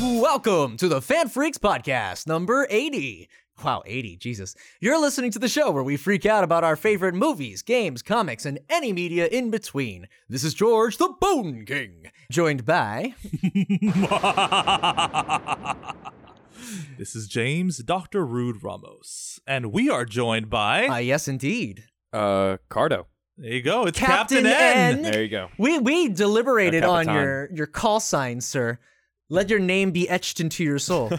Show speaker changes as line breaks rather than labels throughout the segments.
Welcome to the Fan Freaks Podcast, number 80. Wow, 80, Jesus. You're listening to the show where we freak out about our favorite movies, games, comics, and any media in between. This is George the Bone King, joined by.
This is James, Dr. Rude Ramos, and we are joined by.
Ah, yes, indeed.
Uh, Cardo.
there you go, it's
Captain
Captain, N.
N.
There you go.
We, we deliberated
El
on
Capitan.
your, your call sign, sir. Let your name be etched into your soul.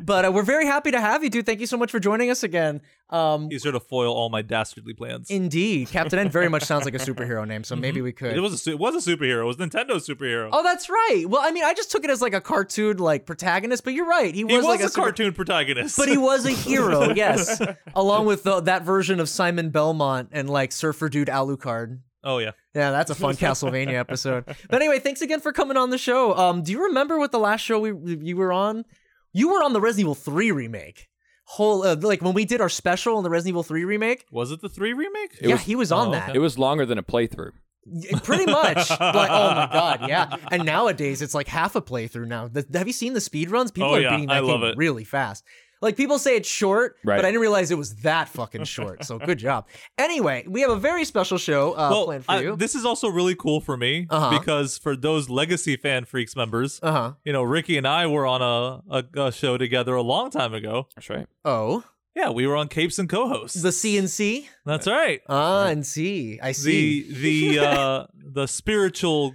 but uh, we're very happy to have you, dude. Thank you so much for joining us again. Um,
He's here to foil all my dastardly plans.
indeed, Captain N very much sounds like a superhero name, so maybe we could.
It was a su- it was a superhero. It was Nintendo superhero.
Oh, that's right. Well, I mean, I just took it as like a cartoon like protagonist, but you're right. He was,
he was,
like
a,
super-
cartoon protagonist.
but he was a hero, yes. Along with the, that version of Simon Belmont and like surfer dude Alucard.
oh yeah,
Yeah, that's a fun Castlevania episode. But anyway, thanks again for coming on the show. Um, do you remember what the last show we you were on? You were on the Resident Evil 3 remake. Whole uh, like when we did our special on the Resident Evil 3 remake.
was it the three remake?
yeah,
was-
he was on
oh,
that.
It was longer than a playthrough.
Yeah, Pretty much. like, oh my god, yeah. And nowadays it's like half a playthrough now. The, have you seen the speed runs? People
Oh,
are
yeah,
beating that
I love
game
it.
really fast. Like people say it's short,
Right.
but I didn't realize it was that fucking short. So good job. Anyway, we have a very special show uh,
well,
planned for
I-
you.
this is also really cool for me
Uh-huh.
because for those legacy fan freaks members,
uh huh.
you know, Ricky and I were on a, a, a show together a long time ago.
That's right.
Oh,
Yeah, we were on Capes and Co-hosts.
the CNC.
That's right.
Ah, and C. I see.
the the uh the spiritual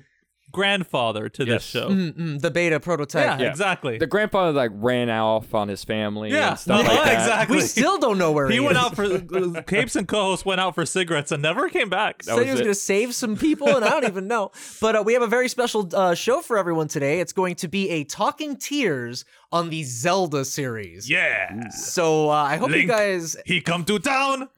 grandfather to this
Yes.
show.
Mm, mm, the beta
Yeah,
prototype.
Yeah.
exactly.
The grandfather like ran off on his family
yeah,
and stuff like that.
exactly.
We still don't know where he,
he went
is.
out for uh, Capes and co-hosts went out for cigarettes and never came back.
said
That was
he was
it.
going to save some people, and I don't even know. But uh, we have a very special uh, show for everyone today. It's going to be a Talking Tears on the Zelda series.
yeah.
So uh, I hope you
Link.
guys
He come to town.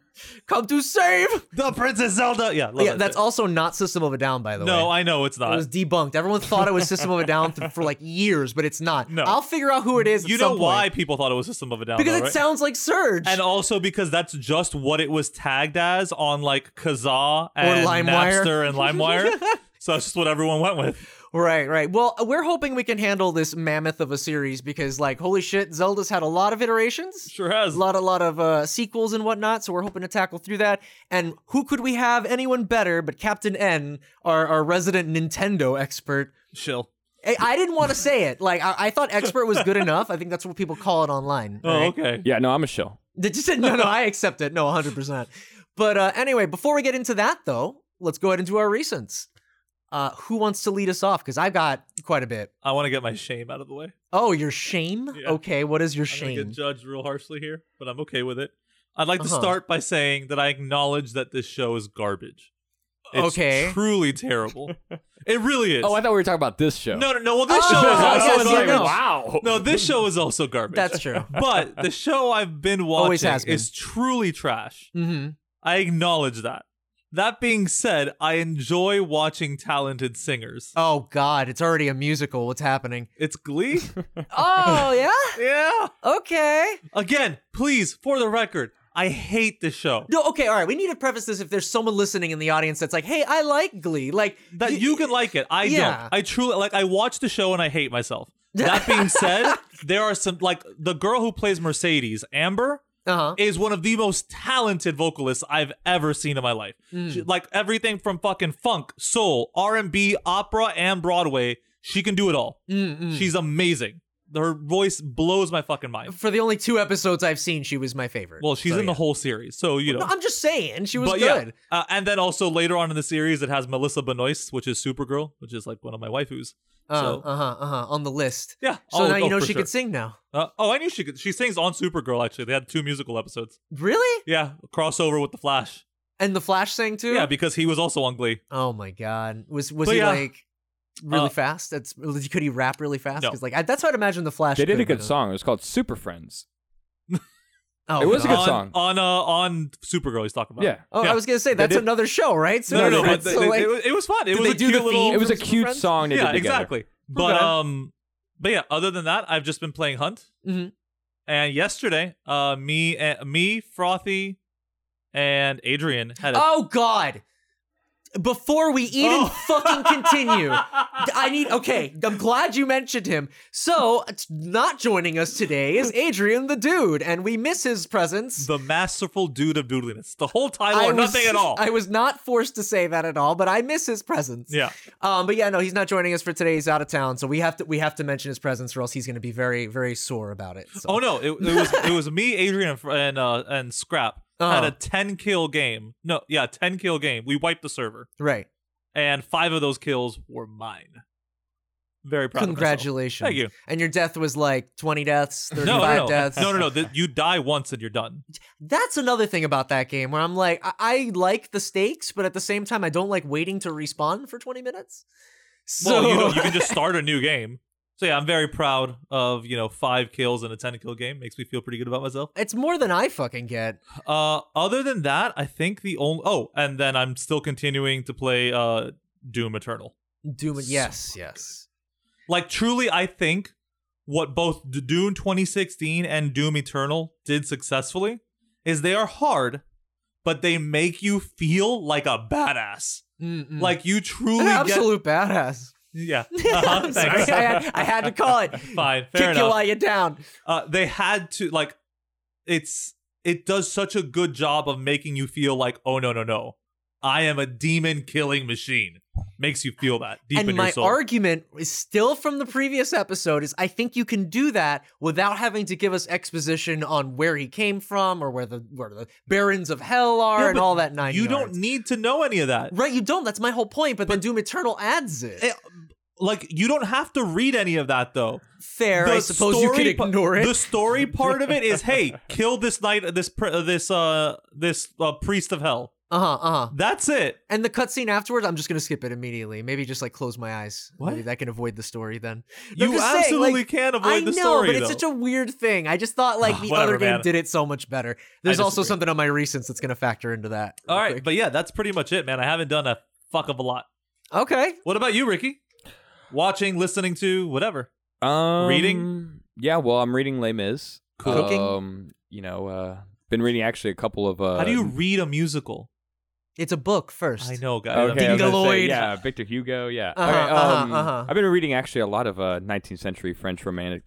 come to save.
The Princess Zelda. Yeah, love
yeah,
that
that's
shit.
also not System of a Down, by the way.
No, uh, I know it's
It
not.
was debunked. Everyone thought it was System of a Down th- for like years, but it's not.
No.
I'll figure out who it is. at
you
some
know
point.
why people thought it was System of a Down
Because
though,
it
right?
sounds like Surge.
and also because that's just what it was tagged as on like Kazaa and
LimeWire.
Napster and LimeWire. so it's just what everyone went with.
Right, right. Well, we're hoping we can handle this mammoth of a series because, like, holy shit, Zelda's had a lot of iterations.
Sure has.
a lot a lot of uh, sequels and whatnot so we're hoping to tackle through that and who could we have anyone better but captain n our, our resident nintendo expert
Chill.
I, I didn't want to say it like I, I thought expert was good enough i think that's what people call it online
Oh,
right?
okay.
Yeah, no, I'm a shell.
They just said no no i accept it no 100% but uh, anyway before we get into that though let's go ahead and do our recents uh, who wants to lead us off because i've got quite a bit
I want to get my shame out of the way.
oh your shame
Yeah.
okay what is your
I'm gonna
shame
get judged real harshly here, but I'm okay with it. I'd like
Uh-huh.
to start by saying that I acknowledge that this show is garbage. It's
Okay.
truly terrible. it really is.
Oh, I thought we were talking about this show.
no, no, no. Well, this
Oh,
show is
I
also
guess, yeah,
garbage.
no.
wow.
No, this show is also garbage.
that's true
but the show I've been
Always
watching
has been.
is truly trash.
hmm
I acknowledge that. That being said, I enjoy watching talented singers.
oh god it's already a musical what's happening
It's Glee.
Oh yeah.
yeah.
Okay.
Again, please, for the record, I hate this show.
No. Okay. All right. We need to preface this if there's someone listening in the audience that's like, "Hey, I like Glee." Like
that you, can like it. I
Yeah.
don't. I truly like. I watch the show and I hate myself. That being said, there are some like the girl who plays Mercedes, Amber,
Uh huh.
is one of the most talented vocalists I've ever seen in my life.
Mm.
She- like everything from fucking funk, soul, R and B, opera, and Broadway, she can do it all.
Mm.
She's amazing. Her voice blows my fucking mind.
For the only two episodes I've seen, she was my favorite.
Well, she's
So,
in the
yeah.
whole series, so you know.
No, I'm just saying she was
but
good.
yeah, uh, and then also later on in the series, it has Melissa Benoist, which is Supergirl, which is like one of my waifus.
Uh
So-
huh. Uh huh. On the list.
Yeah.
So
oh,
now you
oh,
know
for
she
sure.
could sing now.
Uh, oh, I knew she could. She sings on Supergirl. Actually, they had two musical episodes.
Really?
Yeah, crossover with the Flash.
And the Flash sang too.
Yeah, because he was also on Glee.
oh my God. Was was
But
he
yeah.
like really
Uh,
fast? That's could he rap really fast?
No.
Because like I, that's how I'd imagine the Flash.
They did a
could've
good
been.
song. It was called Super Friends.
Oh,
It was a
God.
good
on,
song.
On uh, on Supergirl, he's talking about.
Yeah.
Oh, I was gonna say that's
did-
another show, right? So
No, no, no.
that's-
But they,
so,
they-
like-
it, was, it was fun. It
Did
was
they
a
do
cute
the
little.
theme?
It was a
Super
cute
Friends?
song they
yeah,
did together.
exactly. But
Okay.
um, but yeah. Other than that, I've just been playing Hunt.
Mhm.
And yesterday, uh, me and me, Frothy, and Adrian had a
Oh God. before we even
Oh.
fucking continue, I need. Okay, I'm glad you mentioned him. So, it's not joining us today is Adrian the Dude, and we miss his presence.
The masterful dude of doodliness. The whole title
I
or
was-
nothing at all.
I was not forced to say that at all, but I miss his presence.
yeah.
Um, but yeah, no, he's not joining us for today. He's out of town, so we have to we have to mention his presence, or else he's going to be very very sore about it. So.
Oh no, it, it was it was me, Adrian, and fr- and, uh, and Scrap had
Uh-huh.
a ten kill game. No, yeah, ten kill game. We wiped the server,
right.
and five of those kills were mine. Very proud. of myself.
Congratulations.
Thank you.
And your death was like 20 deaths, 35
No, no, no,
deaths.
no, no, no. th- you die once and you're done.
That's another thing about that game where I'm like, I-, I like the stakes, but at the same time, I don't like waiting to respawn for 20 minutes. So
well, you know, you can just start a new game. So yeah, I'm very proud of you know five kills in a ten kill game. Makes me feel pretty good about myself.
it's more than I fucking get.
Uh, other than that, I think the only oh, and then I'm still continuing to play uh Doom Eternal.
Doom. Yes, yes.
Like truly, I think what both D- Doom 2016 and Doom Eternal did successfully is they are hard, but they make you feel like a badass.
Mm-mm.
Like you truly
An absolute badass.
get yeah.
I'm sorry,
Uh-huh, thanks.
I had, I had to call it.
Fine, fair
Kick you
enough.
while you're down.
uh, they had to like it's it does such a good job of making you feel like oh no no no i am a demon killing machine makes you feel that deep
and
in
my
your soul
argument is still from the previous episode is i think you can do that without having to give us exposition on where he came from or where the where the barons of hell are
Yeah,
and
but
all that nine
you don't
yards.
need to know any of that
right you don't that's my whole point but, then doom eternal adds it
Eh, like you don't have to read any of that though
fair i
The
suppose you could
story pa-
ignore it
the story part of it is hey kill this knight this pr- this uh this uh, priest of hell
uh-huh uh-huh
that's it
and the cutscene afterwards i'm just gonna skip it immediately maybe just like close my eyes
What?
maybe that can avoid the story then But I'm
you
just saying,
absolutely
like,
can avoid
I
the
know,
story
but it's
though. Ah,
such a weird thing. I just thought like the
Whatever,
other game
man.
did it so much better. There's also
disagree.
something on my recents that's going to factor into that.
all
real
right
quick.
but yeah that's pretty much it man i haven't done a fuck of a lot
okay.
What about you, Ricky? Watching, listening to, whatever.
Um,
Reading?
Yeah, well, I'm reading Les Mis.
Cool.
Cooking?
Um, you know, uh, been reading actually a couple of. Uh,
How do you read a musical?
It's a book first.
I know, guys.
Okay, I was gonna say,
Lloyd.
yeah, Victor Hugo. Yeah.
Uh-huh,
Alright,
uh-huh,
um,
uh-huh.
I've been reading actually a lot of uh, 19th century French Romantic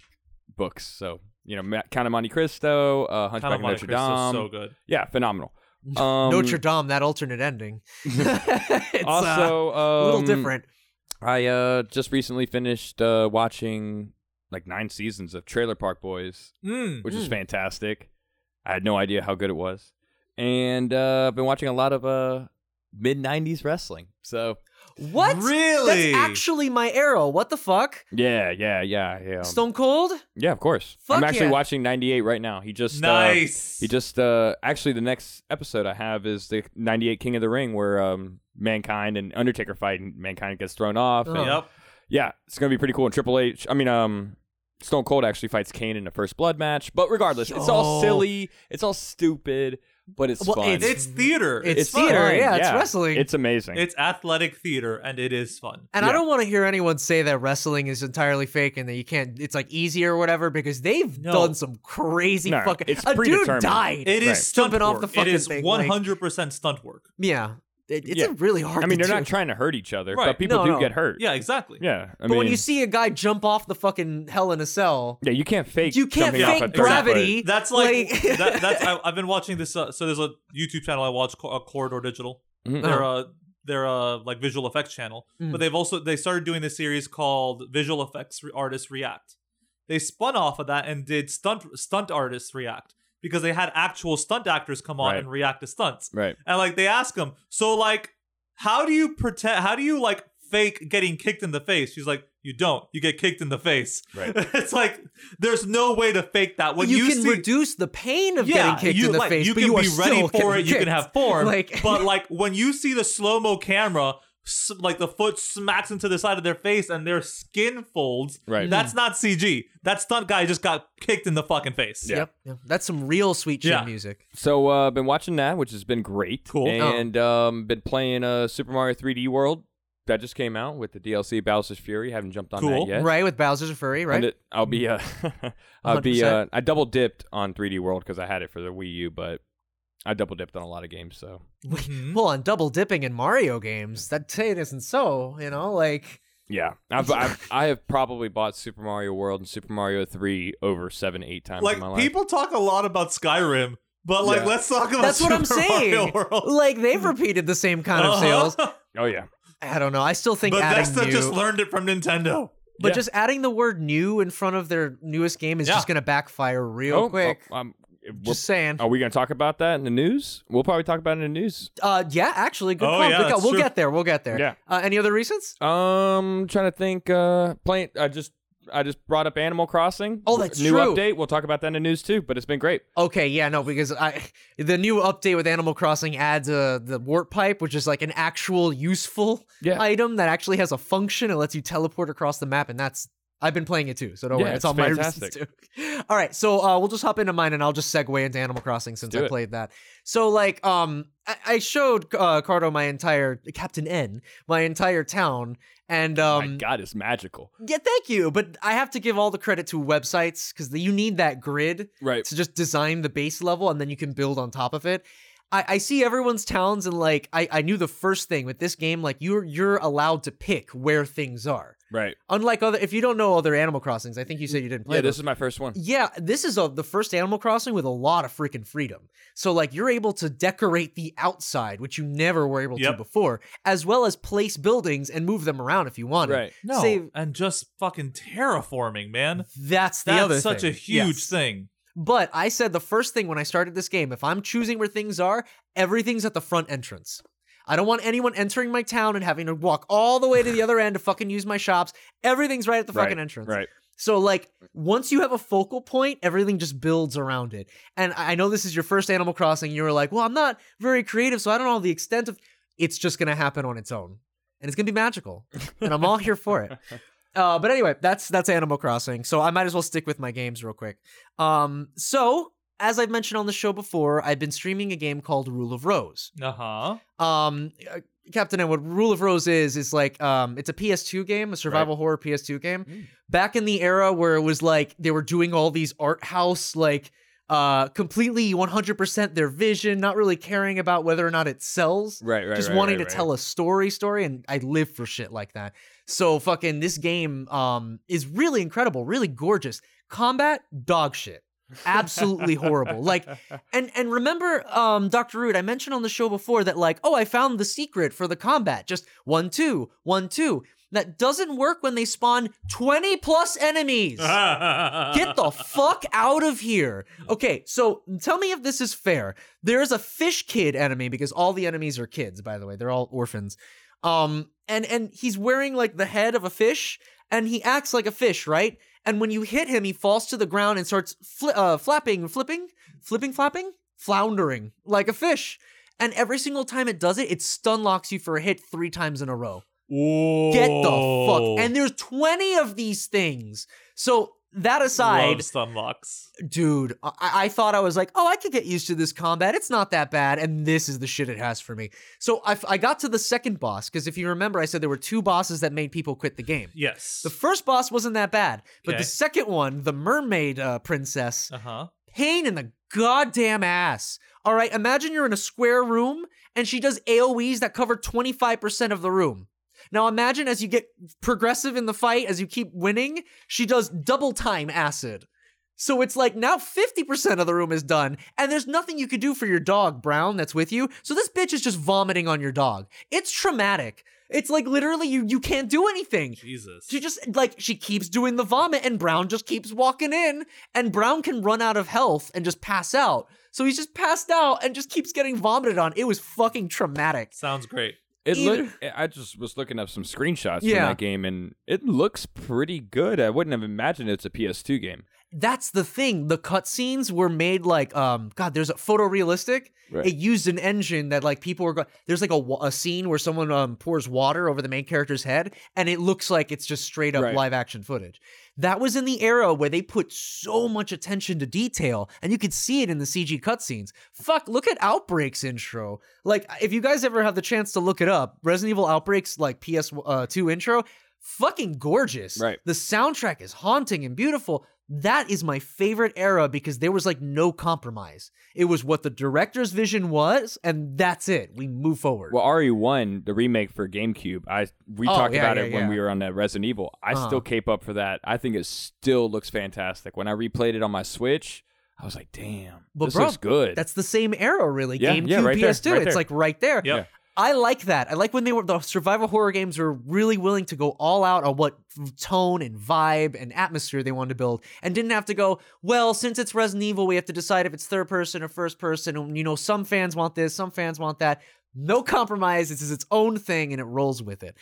books. So you know, Ma- Count of Monte Cristo,
Count
uh, Hunchback
of
of
Monte
Notre
Cristo
Dame.
is so good.
yeah, phenomenal. Um,
Notre Dame, that alternate ending. it's uh,
also,
a little
um,
different.
I uh, just recently finished uh, watching like nine seasons of Trailer Park Boys,
Mm.
which is
Mm.
fantastic. I had no idea how good it was, and uh, I've been watching a lot of uh, mid '90s wrestling. So
What?
Hmm. Really?
That's actually my arrow. What the fuck?
yeah, yeah, yeah, yeah,
Stone Cold?
yeah. Of course,
Fuck
I'm actually
yeah.
watching '98 right now. He just uh,
nice.
he just uh, actually the next episode I have is the '98 King of the Ring where um, Mankind and Undertaker fight, and Mankind gets thrown off. and-
Oh.
Yep.
yeah, it's gonna be pretty cool. And Triple H, I mean, um, Stone Cold actually fights Kane in the first blood match. But regardless, it's all
Yo.
silly, it's all stupid, but it's
Well,
fun.
it's-
It's theater.
It's
fun.
theater, yeah, it's wrestling.
It's amazing.
It's athletic theater, and it is fun.
And I
Yeah.
don't want to hear anyone say that wrestling is entirely fake and that you can't, it's like easy or whatever because they've
No.
done some crazy
No,
fucking.
it's
a dude
predetermined.
died.
It is
Right.
stunt
Jumping off
work.
the fucking
It is
thing, like-
100 percent stunt work.
yeah. It, it's
Yeah.
a really hard
I mean,
to
they're
do.
not trying to hurt each other,
Right.
but people
No,
do
no.
get hurt.
Yeah, exactly.
yeah. I
But
mean,
when you see a guy jump off the fucking hell in a cell,
yeah, you can't fake.
You can't
jumping
fake
off a third
gravity.
foot.
That's like,
Like-
that, that's. I, I've been watching this. Uh, so there's a YouTube channel I watch, co- uh, Corridor Digital.
Mhm.
They're uh they're uh like visual effects channel,
Uh-huh. Mm.
but they've also they started doing this series called Visual Effects Re- Artists React. They spun off of that and did stunt stunt artists react because they had actual stunt actors come on
Right.
and react to stunts.
Right.
And like they ask them, so like, how do you pretend? How do you like fake getting kicked in the face? She's like, you don't. You get kicked in the face.
Right.
it's like there's no way to fake that. When
you,
you,
can
see,
reduce the pain of
yeah,
getting kicked
you,
in the
like,
face,
You
but
can
you are
be ready
still
for it.
getting
You can
kicked.
have form.
Like-
but like when you see the slow mo camera, s- like the foot smacks into the side of their face and their skin folds.
Right.
That's not CG. That stunt guy just got kicked in the fucking face.
Yep. yep. That's some real sweet chin
Yeah.
music.
So uh, been watching that, which has been great.
Cool. Oh.
And um, been playing uh, Super Mario 3D World that just came out with the DLC Bowser's Fury. Haven't jumped on
Cool.
that yet.
Right, with Bowser's a furry, right?
And it- I'll be uh, I'll be
100%.
uh, I double dipped on 3D World because I had it for the Wii U, but I double dipped on a lot of games, so
Mhm.
Well, on double dipping in Mario games, that say it isn't so. You know, like
yeah, I've, I've I have probably bought Super Mario World and Super Mario Three over seven, eight times in my
Like
life.
people talk a lot about Skyrim, but like
Yeah.
let's talk about
that's what I'm
Super
saying.
Mario World.
Like they've repeated the same kind of sales.
Oh. Uh-huh.
oh yeah,
I don't know. I still think adding
Bethesda
new,
just learned it from Nintendo.
but
Yeah.
just adding the word "new" in front of their newest game is
Yeah.
just gonna backfire real
Oh,
quick.
oh, um, we're-
just saying.
oh.
are we going to talk about that in the news? We'll probably talk about it in the news.
Uh, yeah, actually, good
Oh,
call.
yeah,
good call.
that's
We'll
true.
get there. We'll get there.
Yeah.
Uh, any other reasons?
Um, trying to think. Uh, playing. I just I just brought up Animal Crossing.
Oh, that's
new
true.
update. We'll talk about that in the news too. But it's been great.
Okay, yeah, no, because I the new update with Animal Crossing adds uh, the warp pipe, which is like an actual useful
Yeah.
item that actually has a function and lets you teleport across the map, and that's I've been playing it too, so don't
Yeah,
worry, it's,
it's
on my reasons too. All right, so uh, we'll just hop into mine, and I'll just segue into Animal Crossing since
do
I
it.
played that. So like, um, I, I showed uh, Cardo my entire Captain N, my entire town, and um,
Oh My God, it's magical.
yeah, thank you. But I have to give all the credit to websites because you need that grid
Right.
to just design the base level and then you can build on top of it. I, I see everyone's towns and like I, I knew the first thing with this game, like you're you're allowed to pick where things are.
Right.
Unlike other if you don't know other Animal Crossings, I think you said you didn't play
Yeah,
those.
this is my first one.
Yeah, this is a, the first Animal Crossing with a lot of freaking freedom. So like you're able to decorate the outside, which you never were able to
Yep.
before, as well as place buildings and move them around if you wanted.
Right.
No,
Save-
and just fucking terraforming, man.
That's the
That's
other
such
thing.
a huge
Yes.
thing.
But I said the first thing when I started this game if I'm choosing where things are, everything's at the front entrance. I don't want anyone entering my town and having to walk all the way to the other end to fucking use my shops. Everything's right at the
Right,
fucking entrance.
Right.
So, like, once you have a focal point, everything just builds around it. And I I know this is your first Animal Crossing. You were like, well, I'm not very creative, so I don't know the extent of. It's just going to happen on its own. And it's going to be magical. And I'm all here for it. Uh, but anyway, that's that's Animal Crossing. So I might as well stick with my games real quick. Um, so as I've mentioned on the show before, I've been streaming a game called Rule of Rose.
Uh huh.
Um, uh, Captain N, what Rule of Rose is is like um, it's a PS2 game, a survival horror PS2 game.
Mm.
Back in the era where it was like they were doing all these art house like uh completely 100% their vision not really caring about whether or not it sells
Right. Right.
just
right,
wanting
right,
to
right.
tell a story story and i live for shit like that so fucking this game um is really incredible really gorgeous combat dog shit absolutely horrible like and and remember um dr root i mentioned on the show before that like oh i found the secret for the combat just one two one two that doesn't work when they spawn 20 plus enemies Get the fuck out of here. Okay, so tell me if this is fair. There is a fish kid enemy because all the enemies are kids, by the way. They're all orphans. Um and and he's wearing like the head of a fish and he acts like a fish, right? And when you hit him, he falls to the ground and starts fli uh, flapping, flipping, flipping, flapping, floundering like a fish. And every single time it does it, it stun locks you for a hit three times in a row. Get the fuck. And there's 20 of these things. So that aside,
Love Stunlocks.
dude, I-, I thought I was like, oh, I could get used to this combat. It's not that bad. And this is the shit it has for me. So I, f- I got to the second boss because if you remember, I said there were two bosses that made people quit the game.
Yes.
The first boss wasn't that bad, but
Okay.
the second one, the mermaid uh, princess,
uh huh.
pain in the goddamn ass. All right, imagine you're in a square room and she does AoEs that cover 25% of the room. Now imagine as you get progressive in the fight, as you keep winning, she does double time acid. So it's like now 50% of the room is done, and there's nothing you could do for your dog, Brown, that's with you. So this bitch is just vomiting on your dog. It's traumatic. It's like literally you you can't do anything.
Jesus.
She just like she keeps doing the vomit and Brown just keeps walking in and Brown can run out of health and just pass out. So he's just passed out and just keeps getting vomited on. It was fucking traumatic.
Sounds great.
It look,
Either-
I just was looking up some screenshots
Yeah.
from that game, and it looks pretty good. I wouldn't have imagined it's a PS2 game.
That's the thing. The cutscenes were made like um god, there's a photorealistic.
Right.
It used an engine that like people were going there's like a, wa- a scene where someone um pours water over the main character's head and it looks like it's just straight up
Right.
live action footage. That was in the era where they put so much attention to detail, and you could see it in the CG cutscenes. Fuck, look at Outbreak's intro. Like, if you guys ever have the chance to look it up, Resident Evil Outbreak's like PS2 intro, fucking gorgeous.
Right.
The soundtrack is haunting and beautiful. That is my favorite era because there was like no compromise. It was what the director's vision was, and that's it. We move forward.
Well, RE1, the remake for GameCube, I we
Oh,
talked
yeah,
about
yeah,
it when
yeah.
we were on that Resident Evil. I
Uh-huh.
still cape up for that. I think it still looks fantastic. When I replayed it on my Switch, I was like, "Damn,
But
this
bro,
looks good."
That's the same era, really.
Yeah,
GameCube,
yeah, right there,
PS2.
right
it's
there.
like right there.
Yep.
Yeah.
I like that. I like when they were the survival horror games were really willing to go all out on what tone and vibe and atmosphere they wanted to build, and didn't have to go. Well, since it's Resident Evil, we have to decide if it's third person or first person. And you know, some fans want this, some fans want that. No compromise. This is its own thing, and it rolls with it.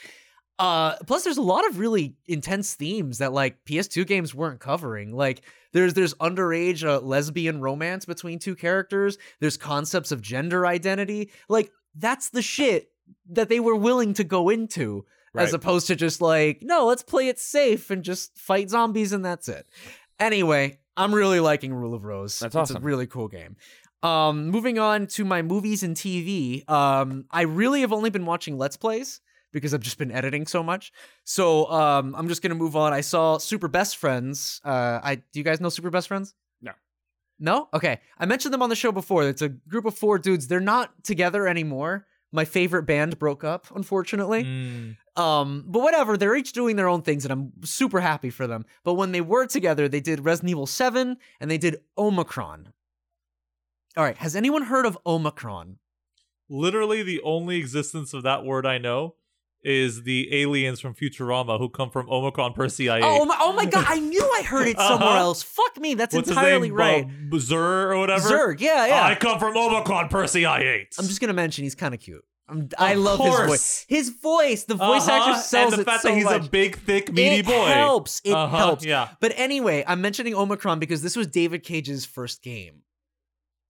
Uh, plus, there's a lot of really intense themes that like PS2 games weren't covering. Like there's there's underage uh, lesbian romance between two characters. There's concepts of gender identity. Like that's the shit that they were willing to go into, as
Right.
opposed to just like no, let's play it safe and just fight zombies and that's it. Anyway, I'm really liking Rule of Rose.
That's
It's
awesome.
a really cool game. Um, moving on to my movies and TV. Um, I really have only been watching Let's Plays because I've just been editing so much. So um, I'm just gonna move on. I saw Super Best Friends. Uh, I do you guys know Super Best Friends?
No.
No? Okay. I mentioned them on the show before. It's a group of four dudes. They're not together anymore. My favorite band broke up, unfortunately.
Mm.
Um, but whatever, they're each doing their own things, and I'm super happy for them. But when they were together, they did Resident Evil 7 and they did Omicron. All right, has anyone heard of Omicron?
Literally, the only existence of that word I know is the aliens from Futurama who come from Omicron Persei.
Oh my, oh my god, I knew I heard it somewhere
Uh-huh.
else. Fuck me, that's
What's
entirely
his name?
right.
Uh, Zur or whatever.
Zerg, yeah, yeah.
I come from Omicron Persei 8.
I'm just gonna mention he's kind of cute. I'm, I love his
course.
voice. His voice, the voice
Uh-huh,
actor sells
and the
it
fact
so
that he's
much.
a big, thick, meaty
it
boy.
helps. It
Uh-huh,
helps.
Yeah.
But anyway, I'm mentioning Omicron because this was David Cage's first game.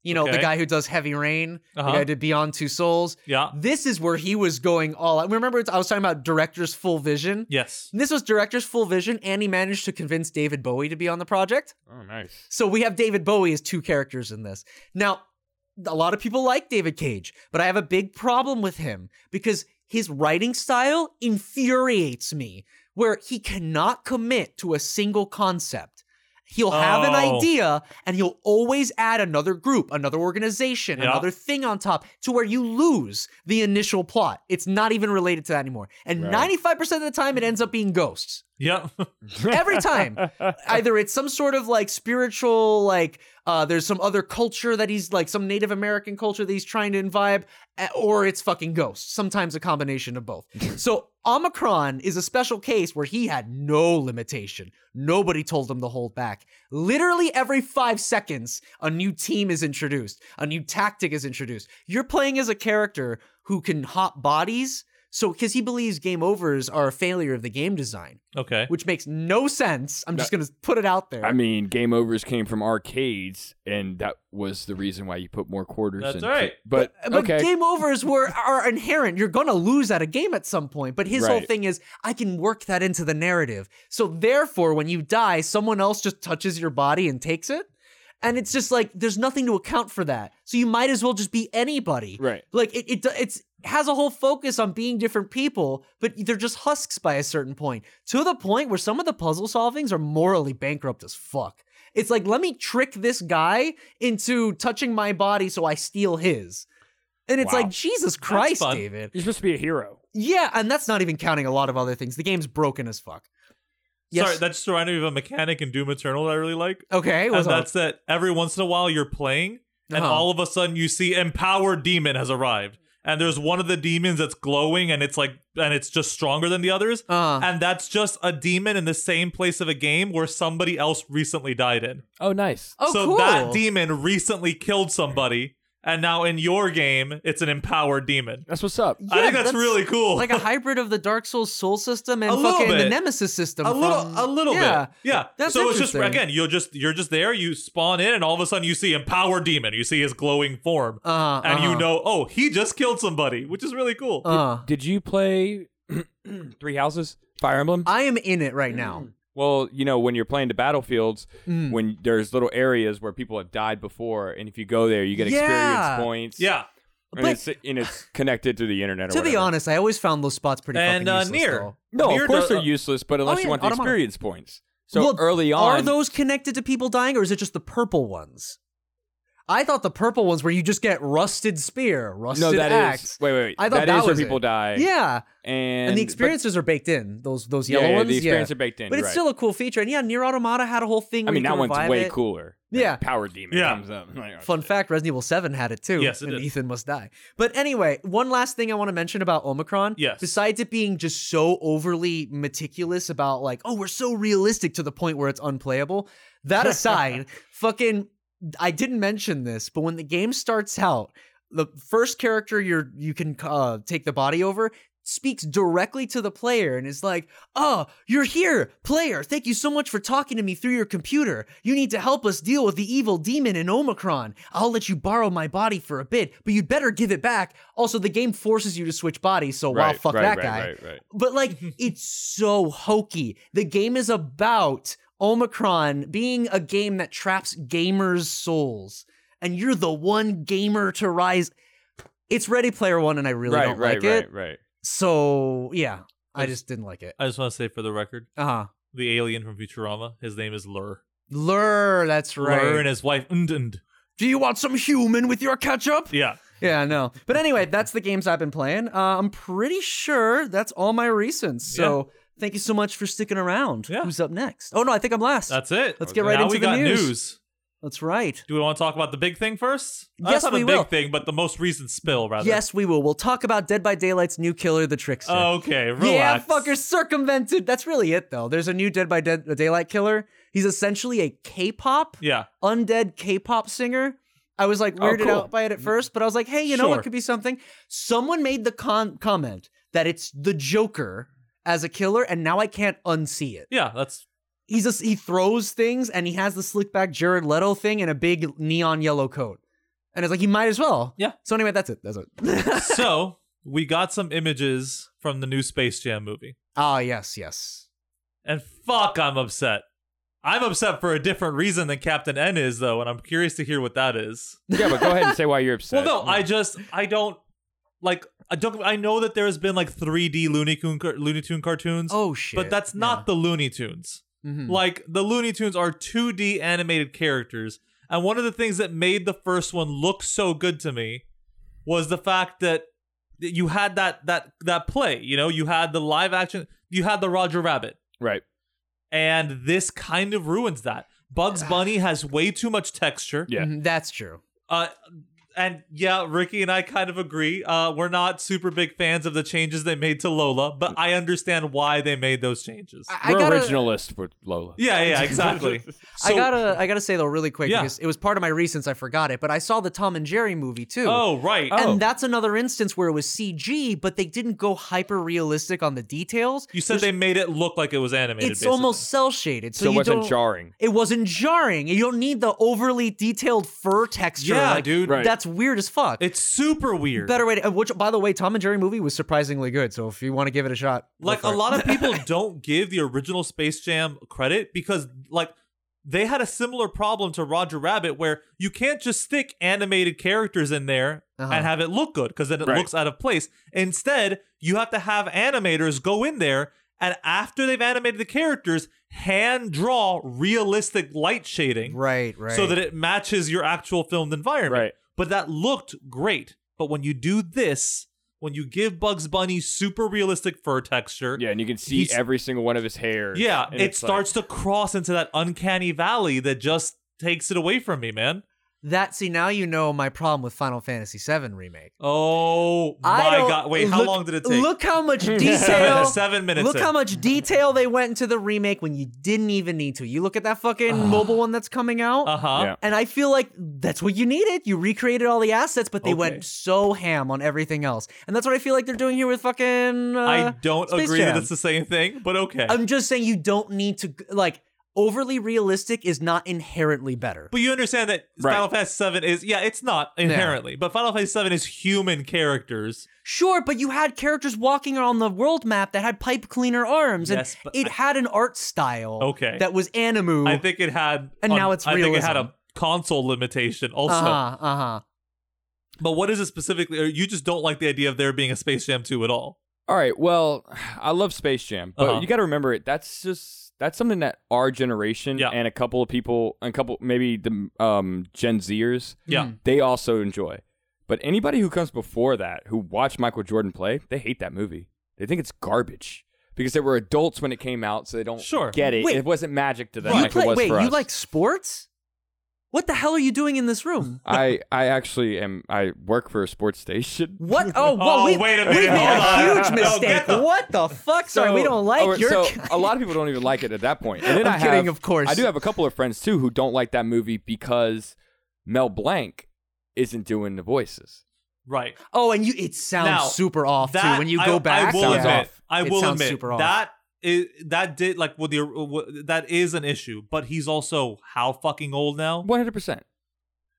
You know, the
Okay.
guy who does Heavy Rain,
Uh-huh.
the guy who did Beyond Two Souls.
Yeah.
This is where he was going all out. Remember, it's- I was talking about director's full vision.
Yes.
This was director's full vision, and he managed to convince David Bowie to be on the project.
oh, nice.
So we have David Bowie as two characters in this. Now, a lot of people like David Cage, but I have a big problem with him because his writing style infuriates me, where he cannot commit to a single concept. He'll have an
Oh.
idea and he'll always add another group, another organization,
Yeah.
another thing on top to where you lose the initial plot. It's not even related to that anymore. And
Right.
95% of the time, it ends up being ghosts
Yep.
every time either it's some sort of like spiritual like uh there's some other culture that he's like some native american culture that he's trying to imbibe eh, or it's fucking ghosts sometimes a combination of both so omicron is a special case where he had no limitation nobody told him to hold back literally every five seconds a new team is introduced a new tactic is introduced you're playing as a character who can hop bodies so because he believes game overs are a failure of the game design
Okay.
which makes no sense. I'm just going to put it out there.
I mean, game overs came from arcades, and that was the reason why you put more quarters.
That's
in.
right.
But,
but
okay,
game overs were are inherent. You're gonna lose at a game at some point. But his whole
Right.
thing is, I can work that into the narrative. So therefore, when you die, someone else just touches your body and takes it, and it's just like there's nothing to account for that. So you might as well just be anybody.
right.
Like it, it do- it's has a whole focus on being different people, but they're just husks by a certain point. To the point where some of the puzzle solvings are morally bankrupt as fuck. It's like let me trick this guy into touching my body so I steal his. And it's
Wow.
like Jesus Christ,
fun.
David.
You're supposed to be a hero.
Yeah, and that's not even counting a lot of other things. The game's broken as fuck. Yes.
Sorry, that just reminded me of a mechanic in Doom Eternal that I really like.
okay,
And
what's up?
that's that every once in a while you're playing, and
Uh-huh.
all of a sudden you see empowered demon has arrived. And there's one of the demons that's glowing and it's like and it's just stronger than the others.
Uh,
And that's just a demon in the same place of a game where somebody else recently died in.
Oh, nice.
oh,
so
cool.
that demon recently killed somebody, and now in your game, it's an empowered demon.
That's what's up.
I
Yeah,
think that's, really cool.
like a hybrid of the Dark Souls Soul system and
A little
fucking the
bit.
Nemesis system.
a little
from-
a little
yeah.
bit yeah
That's
so it's just
interesting.
again you're just you're just there you spawn in and all of a sudden you see empowered demon you see his glowing form
Uh,
and
uh-huh.
you know oh he just killed somebody which is really cool
Uh,
Did you play Three Houses? Fire Emblem?
I am in it right now.
Well, you know, when you're playing the battlefields,
Mm.
when there's little areas where people have died before, and if you go there, you get
Yeah.
experience points.
yeah
and,
But-
it's, and it's connected to the internet. Or
To be
whatever.
honest, I always found those spots pretty
Mm. and
fucking
uh
useless.
near
though. oh,
no,
Nier
of course
does- uh,
they're useless, but unless
yeah,
you want the
Automata.
experience points, So
Well,
early on,
Are those connected to people dying, or is it just the purple ones? I thought the purple ones were you just get rusted spear, rusted
no, that is
axe.
wait, wait, wait.
I thought
That
that
is where
was
people
it.
die.
Yeah,
and,
and, the
but-
experiences are baked in. Those those
yeah,
yellow
yeah,
ones.
The experience are baked in,
but it's
right.
still a cool feature. And yeah, Nier Automata had a whole thing.
I
where
mean,
you
that
can
one's
revive
way
it.
cooler.
Yeah.
Power Demon
Yeah.
comes up. Like, oh,
Fun
shit.
fact: Resident Evil Seven had it too.
Yes, it
and
did.
Ethan must die. But anyway, one last thing I want to mention about Omicron.
Yes.
Besides it being just so overly meticulous about like, oh, we're so realistic to the point where it's unplayable. That aside, fucking, I didn't mention this, but when the game starts out, the first character you're you can uh, take the body over speaks directly to the player and is like, "Oh, you're here, player. Thank you so much for talking to me through your computer. You need to help us deal with the evil demon in Omicron. I'll let you borrow my body for a bit, but you'd better give it back." Also, the game forces you to switch bodies, so wow,
right,
fuck
right,
that
right,
guy.
Right, right.
But like, it's so hokey. The game is about Omicron being a game that traps gamers' souls, and you're the one gamer to rise. It's Ready Player One, and I really
right,
don't
right,
like
right,
it.
right.
So yeah, I
There's-
just didn't like it.
I just want to say for the record,
Uh huh.
the alien from Futurama, his name is Lur.
Lur, that's right.
Lur and his wife. Und, und.
Do you want some human with your ketchup?
Yeah.
Yeah, no. But anyway, that's the games I've been playing. Uh, I'm pretty sure that's all my recents. So thank you so much for sticking around.
Yeah.
Who's up next? Oh no, I think I'm last.
That's it.
Let's get right
now
into
we
the
got
news.
news.
That's right.
Do we want to talk about the big thing first?
Yes,
That's not
we
a big
will.
thing, but the most recent spill, rather.
Yes, we will. We'll talk about Dead by Daylight's new killer, the Trickster.
Okay,
yeah,
Oh, relax.
fucker circumvented. That's really it, though. There's a new Dead by Dead- Daylight killer. He's essentially a K-pop
Yeah.
undead K-pop singer. I was like
Oh,
weirded
cool.
out by it at first, but I was like, hey, you know
Sure.
what could be something? Someone made the con- comment that it's the Joker as a killer, and now I can't unsee it.
Yeah, that's
He's a, he throws things, and he has the slick back Jared Leto thing and a big neon yellow coat, and it's like he might as well.
Yeah.
So anyway, that's it. That's it.
so we got some images from the new Space Jam movie.
ah, yes, yes.
And fuck, I'm upset. I'm upset for a different reason than Captain N is, though, and I'm curious to hear what that is.
Yeah, but go ahead and say why you're upset.
Well, no, I just I don't like I don't I know that there has been like 3D Looney Tune Looney Tune cartoons,
Oh shit.
but that's not the Looney Tunes.
Yeah. Mhm.
Like the Looney Tunes are 2D animated characters, and one of the things that made the first one look so good to me was the fact that that you had that that that play, you know, you had the live action, you had the Roger Rabbit,
Right.
and this kind of ruins that. Bugs Bunny has way too much texture.
Yeah.
Mhm, That's true.
Uh, and yeah, Ricky and I kind of agree. Uh, we're not super big fans of the changes they made to Lola, but I understand why they made those changes.
I, I
We're
gotta,
originalist with Lola.
yeah, yeah, exactly.
I
So-
gotta, I gotta say though, really quick,
Yeah.
because it was part of my recents. I forgot it, but I saw the Tom and Jerry movie too.
Oh, right.
And that's another instance where it was CG, but they didn't go hyper realistic on the details.
You said they made it look like it was animated.
It's
basically.
almost cell shaded, so
So it
you
wasn't
don't.
jarring.
it wasn't jarring. You don't need the overly detailed fur texture.
Yeah,
like,
dude.
Right.
That's weird as fuck.
It's super weird.
Better way to, uh, which, by the way, Tom and Jerry movie was surprisingly good. So if you want to give it a shot, go
like
for
a
it.
lot of people don't give the original Space Jam credit because like they had a similar problem to Roger Rabbit where you can't just stick animated characters in there
Uh-huh.
and have it look good because then it
Right.
looks out of place. Instead, you have to have animators go in there and after they've animated the characters, hand draw realistic light shading
right, right.
so that it matches your actual filmed environment.
Right.
But that looked great. But when you do this, when you give Bugs Bunny super realistic fur texture,
Yeah, and you can see
He's-
every single one of his hair.
yeah,
And
it
it's like-
starts to cross into that uncanny valley that just takes it away from me, man.
that see now you know my problem with Final Fantasy VII remake.
Oh
I
my
don't-
god! Wait, how
look-
long did it take?
Look how much
seven,
detail.
seven minutes.
look
in.
how much detail they went into the remake when you didn't even need to. You look at that fucking mobile one that's coming out.
Uh huh.
Yeah.
and I feel like that's what you needed. You recreated all the assets, but they
Okay.
went so ham on everything else. And that's what I feel like they're doing here with fucking. Uh,
I don't
Space
agree
Jam.
that it's the same thing, but okay.
I'm just saying you don't need to, like, overly realistic is not inherently better.
but you understand that
Right.
Final Fantasy Seven is yeah, it's not inherently, but Final Fantasy Seven is human characters.
Sure, but you had characters walking around the world map that had pipe cleaner arms, and
Yes, but
it
I-
had an art style
Okay.
that was anime.
I think it had,
And now it's
I think it had
realism.
a console limitation also.
Uh huh. Uh huh.
But what is it specifically? Or you just don't like the idea of there being a Space Jam two at all?
All right. Well, I love Space Jam, but
Uh-huh.
you got to remember it. That's just that's something that our generation
Yeah.
and a couple of people, and a couple maybe the um, Gen Zers,
Hmm.
Yeah.
they also enjoy. But anybody who comes before that, who watched Michael Jordan play, they hate that movie. They think it's garbage because they were adults when it came out, so they don't
Sure.
get it.
Wait.
it wasn't magic to them
You
like
play,
it was
wait,
for us.
you like sports? What the hell are you doing in this room?
I I actually am. I work for a sports station.
What? Oh, whoa,
Oh,
we,
wait a
we
minute,
made
hold
a
on.
huge
No, get
mistake.
the- oh,
what the fuck? Sorry, we don't like
or-
your.
So a lot of people don't even like it at that point. And then
I'm
I
kidding,
have-
of course.
I do have a couple of friends too who don't like that movie because Mel Blanc isn't doing the voices.
Right.
oh, and you. It sounds
Now,
super off
That-
too when you
I-
go back.
I will
sounds
admit.
off.
I
It
will
sounds
admit
super off.
that is that did like with the with, that is an issue, but he's also how fucking old now.
One hundred percent.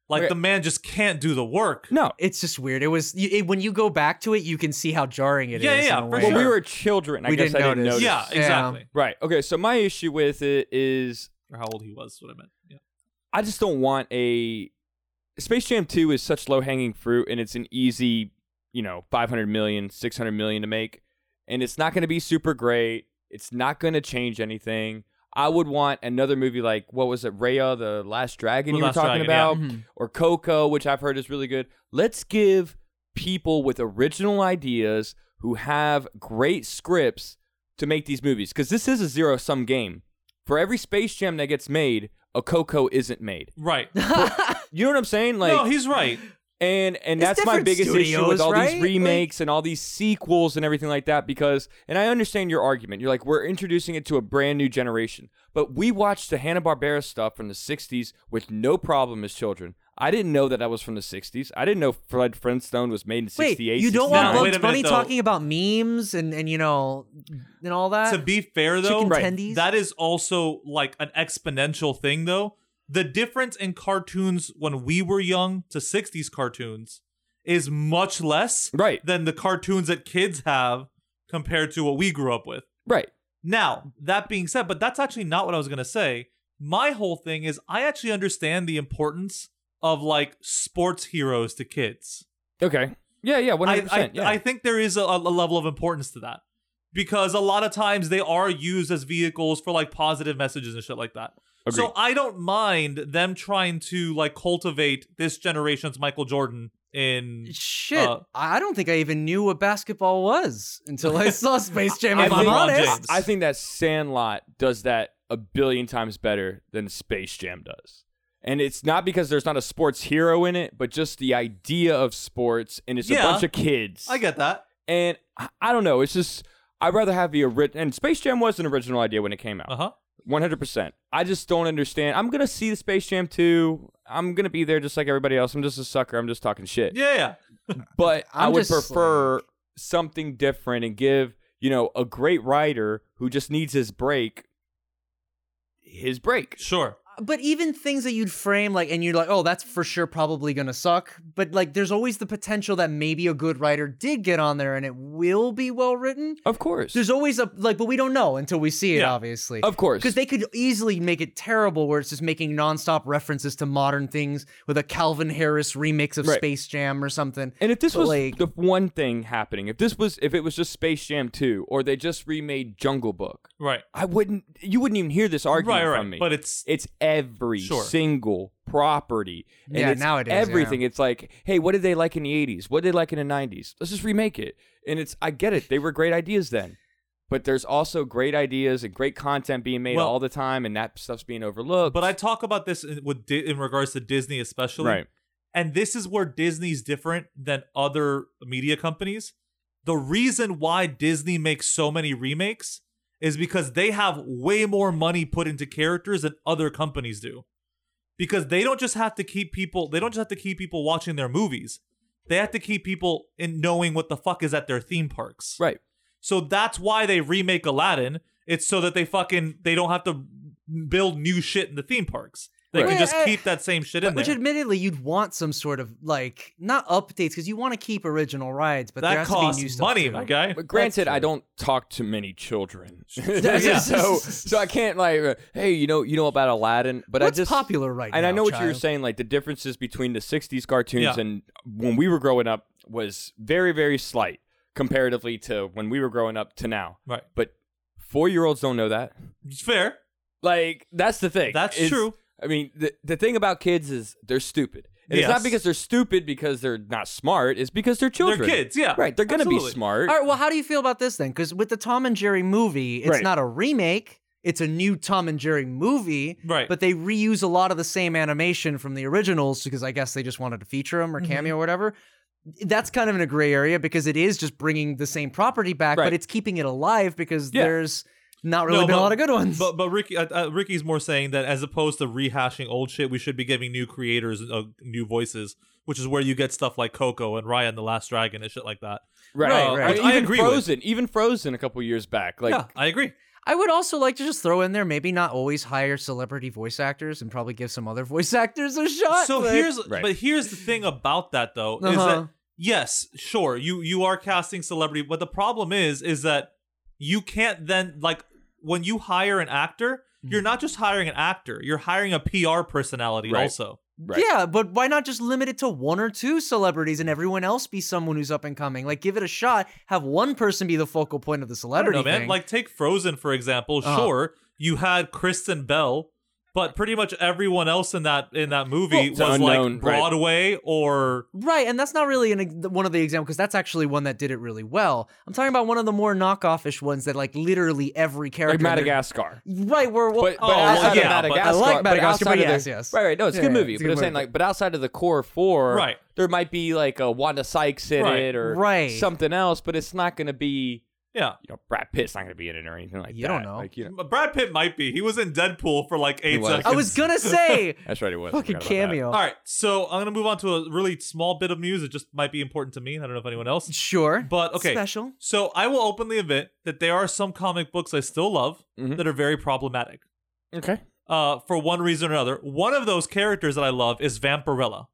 Like
Okay.
the man just can't do the work.
No.
It's just weird. It was you- it, when you go back to it, you can see how jarring it is.
Yeah, yeah,
in a
for
way.
Well, we
sure.
were children. I
We
guess
didn't
I didn't
notice.
notice.
Yeah,
Yeah.
exactly.
Right. Okay. So my issue with it is
Or how old he was, is what I meant. Yeah.
I just don't want a Space Jam 2 is such low hanging fruit and it's an easy, you know, 500 million, 600 million to make and it's not going to be super great. It's not going to change anything. I would want another movie like what was it, Raya the Last Dragon
The
you were
Last Dragon,
talking
yeah.
about
Mhm.
or Coco, which I've heard is really good. Let's give people with original ideas who have great scripts to make these movies because this is a zero sum game. For every Space Jam that gets made, a Coco isn't made.
Right.
You know what I'm saying? Like,
no, he's right.
and and
It's
that's my
different
biggest issue
studios,
with all
right?
these remakes and all these sequels and everything like that. Because, and I understand your argument. You're like, we're introducing it to a brand new generation, but we watched the Hanna Barbera stuff from the '60s with no problem as children. I didn't know that that was from the '60s. I didn't know Fred Flintstone was made in
Wait,
'68.
you don't
69.
want
Now,
Bugs
wait a minute,
Bunny
though.
talking about memes and and you know and all that.
to be fair though,
Chicken tendies?
that is also like an exponential thing though. The difference in cartoons when we were young to 60s cartoons is much less
Right,
than the cartoons that kids have compared to what we grew up with.
right.
Now, that being said, but that's actually not what I was going to say. My whole thing is I actually understand the importance of like sports heroes to kids.
Okay. Yeah, yeah. One
I,
hundred
I,
percent. Yeah.
I think there is a, a level of importance to that because a lot of times they are used as vehicles for like positive messages and shit like that. So
Agreed.
I don't mind them trying to like cultivate this generation's Michael Jordan in
Shit,
Uh,
I don't think I even knew what basketball was until I saw Space Jam.
I
if I'm
think-
honest,
James.
I think that Sandlot does that a billion times better than Space Jam does. And it's not because there's not a sports hero in it, but just the idea of sports, and it's
Yeah.
a bunch of kids.
I get that.
and I, I don't know. It's just I'd rather have the original. And Space Jam was an original idea when it came
Uh.
out.
Uh-huh.
One hundred percent. I just don't understand. I'm gonna see the Space Jam 2. I'm gonna be there just like everybody else. I'm just a sucker. I'm just talking shit
Yeah, yeah.
but i
I'm
would
just
prefer something different and give you know a great writer who just needs his break his break.
Sure.
Uh, but even things that you'd frame like, and you're like, oh, that's for sure probably gonna suck. But like, there's always the potential that maybe a good writer did get on there and it will be well written.
Of course,
There's always a like, but we don't know until we see it,
Yeah. Oh,
obviously.
of course.
Because they could easily make it terrible where it's just making nonstop references to modern things with a Calvin Harris remix of
Right.
Space Jam or something.
and if this
but,
was
like-
the one thing happening, if this was if it was just Space Jam 2 or they just remade Jungle Book,
Right.
I wouldn't you wouldn't even hear this argument
Right, right.
from me.
But it's
It's every
Sure.
single property. And
Yeah,
it's
nowadays, yeah.
Everything. It's like, hey, what did they like in the 80s? What did they like in the 90s? Let's just remake it. And it's, I get it. They were great ideas then. But there's also great ideas and great content being made
Well-
all the time, and that stuff's being overlooked.
But I talk about this in, with Di- in regards to Disney, especially.
Right.
And this is where Disney's different than other media companies. The reason why Disney makes so many remakes is because they have way more money put into characters than other companies do. Because they don't just have to keep people, they don't just have to keep people watching their movies. They have to keep people in knowing what the fuck is at their theme parks.
Right.
So that's why they remake Aladdin. It's so that they fucking they don't have to build new shit in the theme parks. They
Right.
can just
Well, I-
keep that same shit in
Which
there.
admittedly you'd want some sort of like not updates because you want to keep original rides, but there
that
has to be new
costs
stuff
money,
too.
my guy.
But granted,
true.
I don't talk to many children,
Yeah.
so so I can't like, uh, hey, you know, you know about Aladdin, but
What's
I just
popular right
and
now?
I know what you were
child?
saying, like the differences between the '60s cartoons
Yeah.
and when we were growing up was very, very slight. comparatively to when we were growing up to now.
Right.
But four year olds don't know that.
It's fair.
Like that's the thing.
That's
It's-
true.
I mean, the the thing about kids is they're stupid. And It's
Yes.
not because they're stupid because they're not smart. It's because they're children.
They're kids, yeah.
Right. They're gonna
Absolutely.
be smart.
All right, well, how do you feel about this then? Because with the Tom and Jerry movie, it's
Right.
not a remake. It's a new Tom and Jerry movie,
Right.
but they reuse a lot of the same animation from the originals because I guess they just wanted to feature them or
Mm-hmm.
cameo or whatever. That's kind of in a gray area because it is just bringing the same property back,
Right.
but it's keeping it alive because
Yeah.
there's not really
No,
been a
but-
lot of good ones.
But but Ricky uh, uh, Ricky's more saying that as opposed to rehashing old shit, we should be giving new creators uh, new voices, which is where you get stuff like Coco and Ryan the Last Dragon and shit like that.
Right.
Right,
Uh,
right.
Even
I agree with.
Frozen, even Frozen, a couple years back. Like,
yeah, I agree.
I would also like to just throw in there maybe not always hire celebrity voice actors and probably give some other voice actors a shot.
So
but-
here's
Right.
but here's the thing about that though is
Uh-huh.
that yes, sure, you you are casting celebrity, but the problem is is that you can't then like when you hire an actor, you're not just hiring an actor, you're hiring a PR personality
Right.
also.
right.
Yeah, but why not just limit it to one or two celebrities and everyone else be someone who's up and coming? Like, give it a shot. Have one person be the focal point of the
I don't
celebrity
know, man.
thing.
Like take Frozen for example.
Uh-huh.
Sure, you had Kristen Bell, but pretty much everyone else in that in that movie
Well,
was
unknown,
like
right.
Broadway or
right, and that's not really an, ex- one of the examples because that's actually one that did it really well. I'm talking about one of the more knockoffish ones that like literally every character.
Like Madagascar.
Right, where well,
But, but
oh,
well,
outside
yeah,
of
but-
Madagascar,
I like
but
Madagascar,
outside
but
of the-
yes, yes.
Right, right. No, it's a
Yeah,
good
yeah,
movie.
it's a
but
good
I'm saying,
movie.
like, but outside of the core four,
Right.
there might be like a Wanda Sykes in
Right.
it or
Right.
something else, but it's not going to be,
yeah.
you know, Brad Pitt's not going to be in it or anything like
You
that.
don't know.
Like, you know.
Brad Pitt might be. He was in Deadpool for like eight
was.
seconds.
I was gonna say
That's right, it was. I
fucking
forgot about that.
cameo.
All right, so I'm gonna move on to a really small bit of news. It just might be important to me. I don't know if anyone else.
Sure,
But okay,
special.
so I will openly admit that there are some comic books I still love
Mhm.
that are very problematic.
Okay.
Uh, for one reason or another, one of those characters that I love is Vampirella.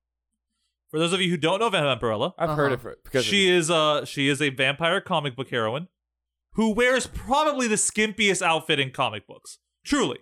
For those of you who don't know Vampirella,
I've heard of
Uh-huh.
it because
she
of
is uh she is a vampire comic book heroine who wears probably the skimpiest outfit in comic books. Truly.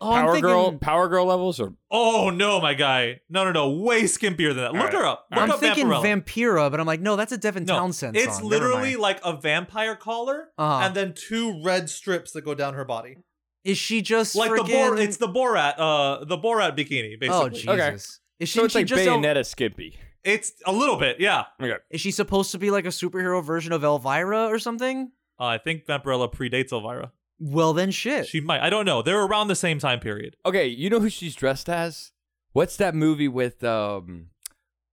Oh, I'm
Power
thinking-
Girl, Power Girl levels or
Oh no, my guy. No, no, no. Way skimpier than that. Look
right.
her up. Look
I'm
up
thinking
Vampirella.
Vampira, but I'm like, no, that's a Devin Townsend.
It's
song. Never
literally
mind.
like a vampire collar
Uh-huh.
and then two red strips that go down her body.
is she just
Like the
friggin-
Bor- it's the Borat uh the Borat bikini basically.
Oh
Okay.
Jesus! Is she,
so it's
she
like
just El-
Bayonetta Skimpy.
It's a little bit, yeah.
Okay.
is she supposed to be like a superhero version of Elvira or something?
Uh, I think Vampirella predates Elvira.
Well then, shit.
She might. I don't know. They're around the same time period.
Okay, you know who she's dressed as? What's that movie with um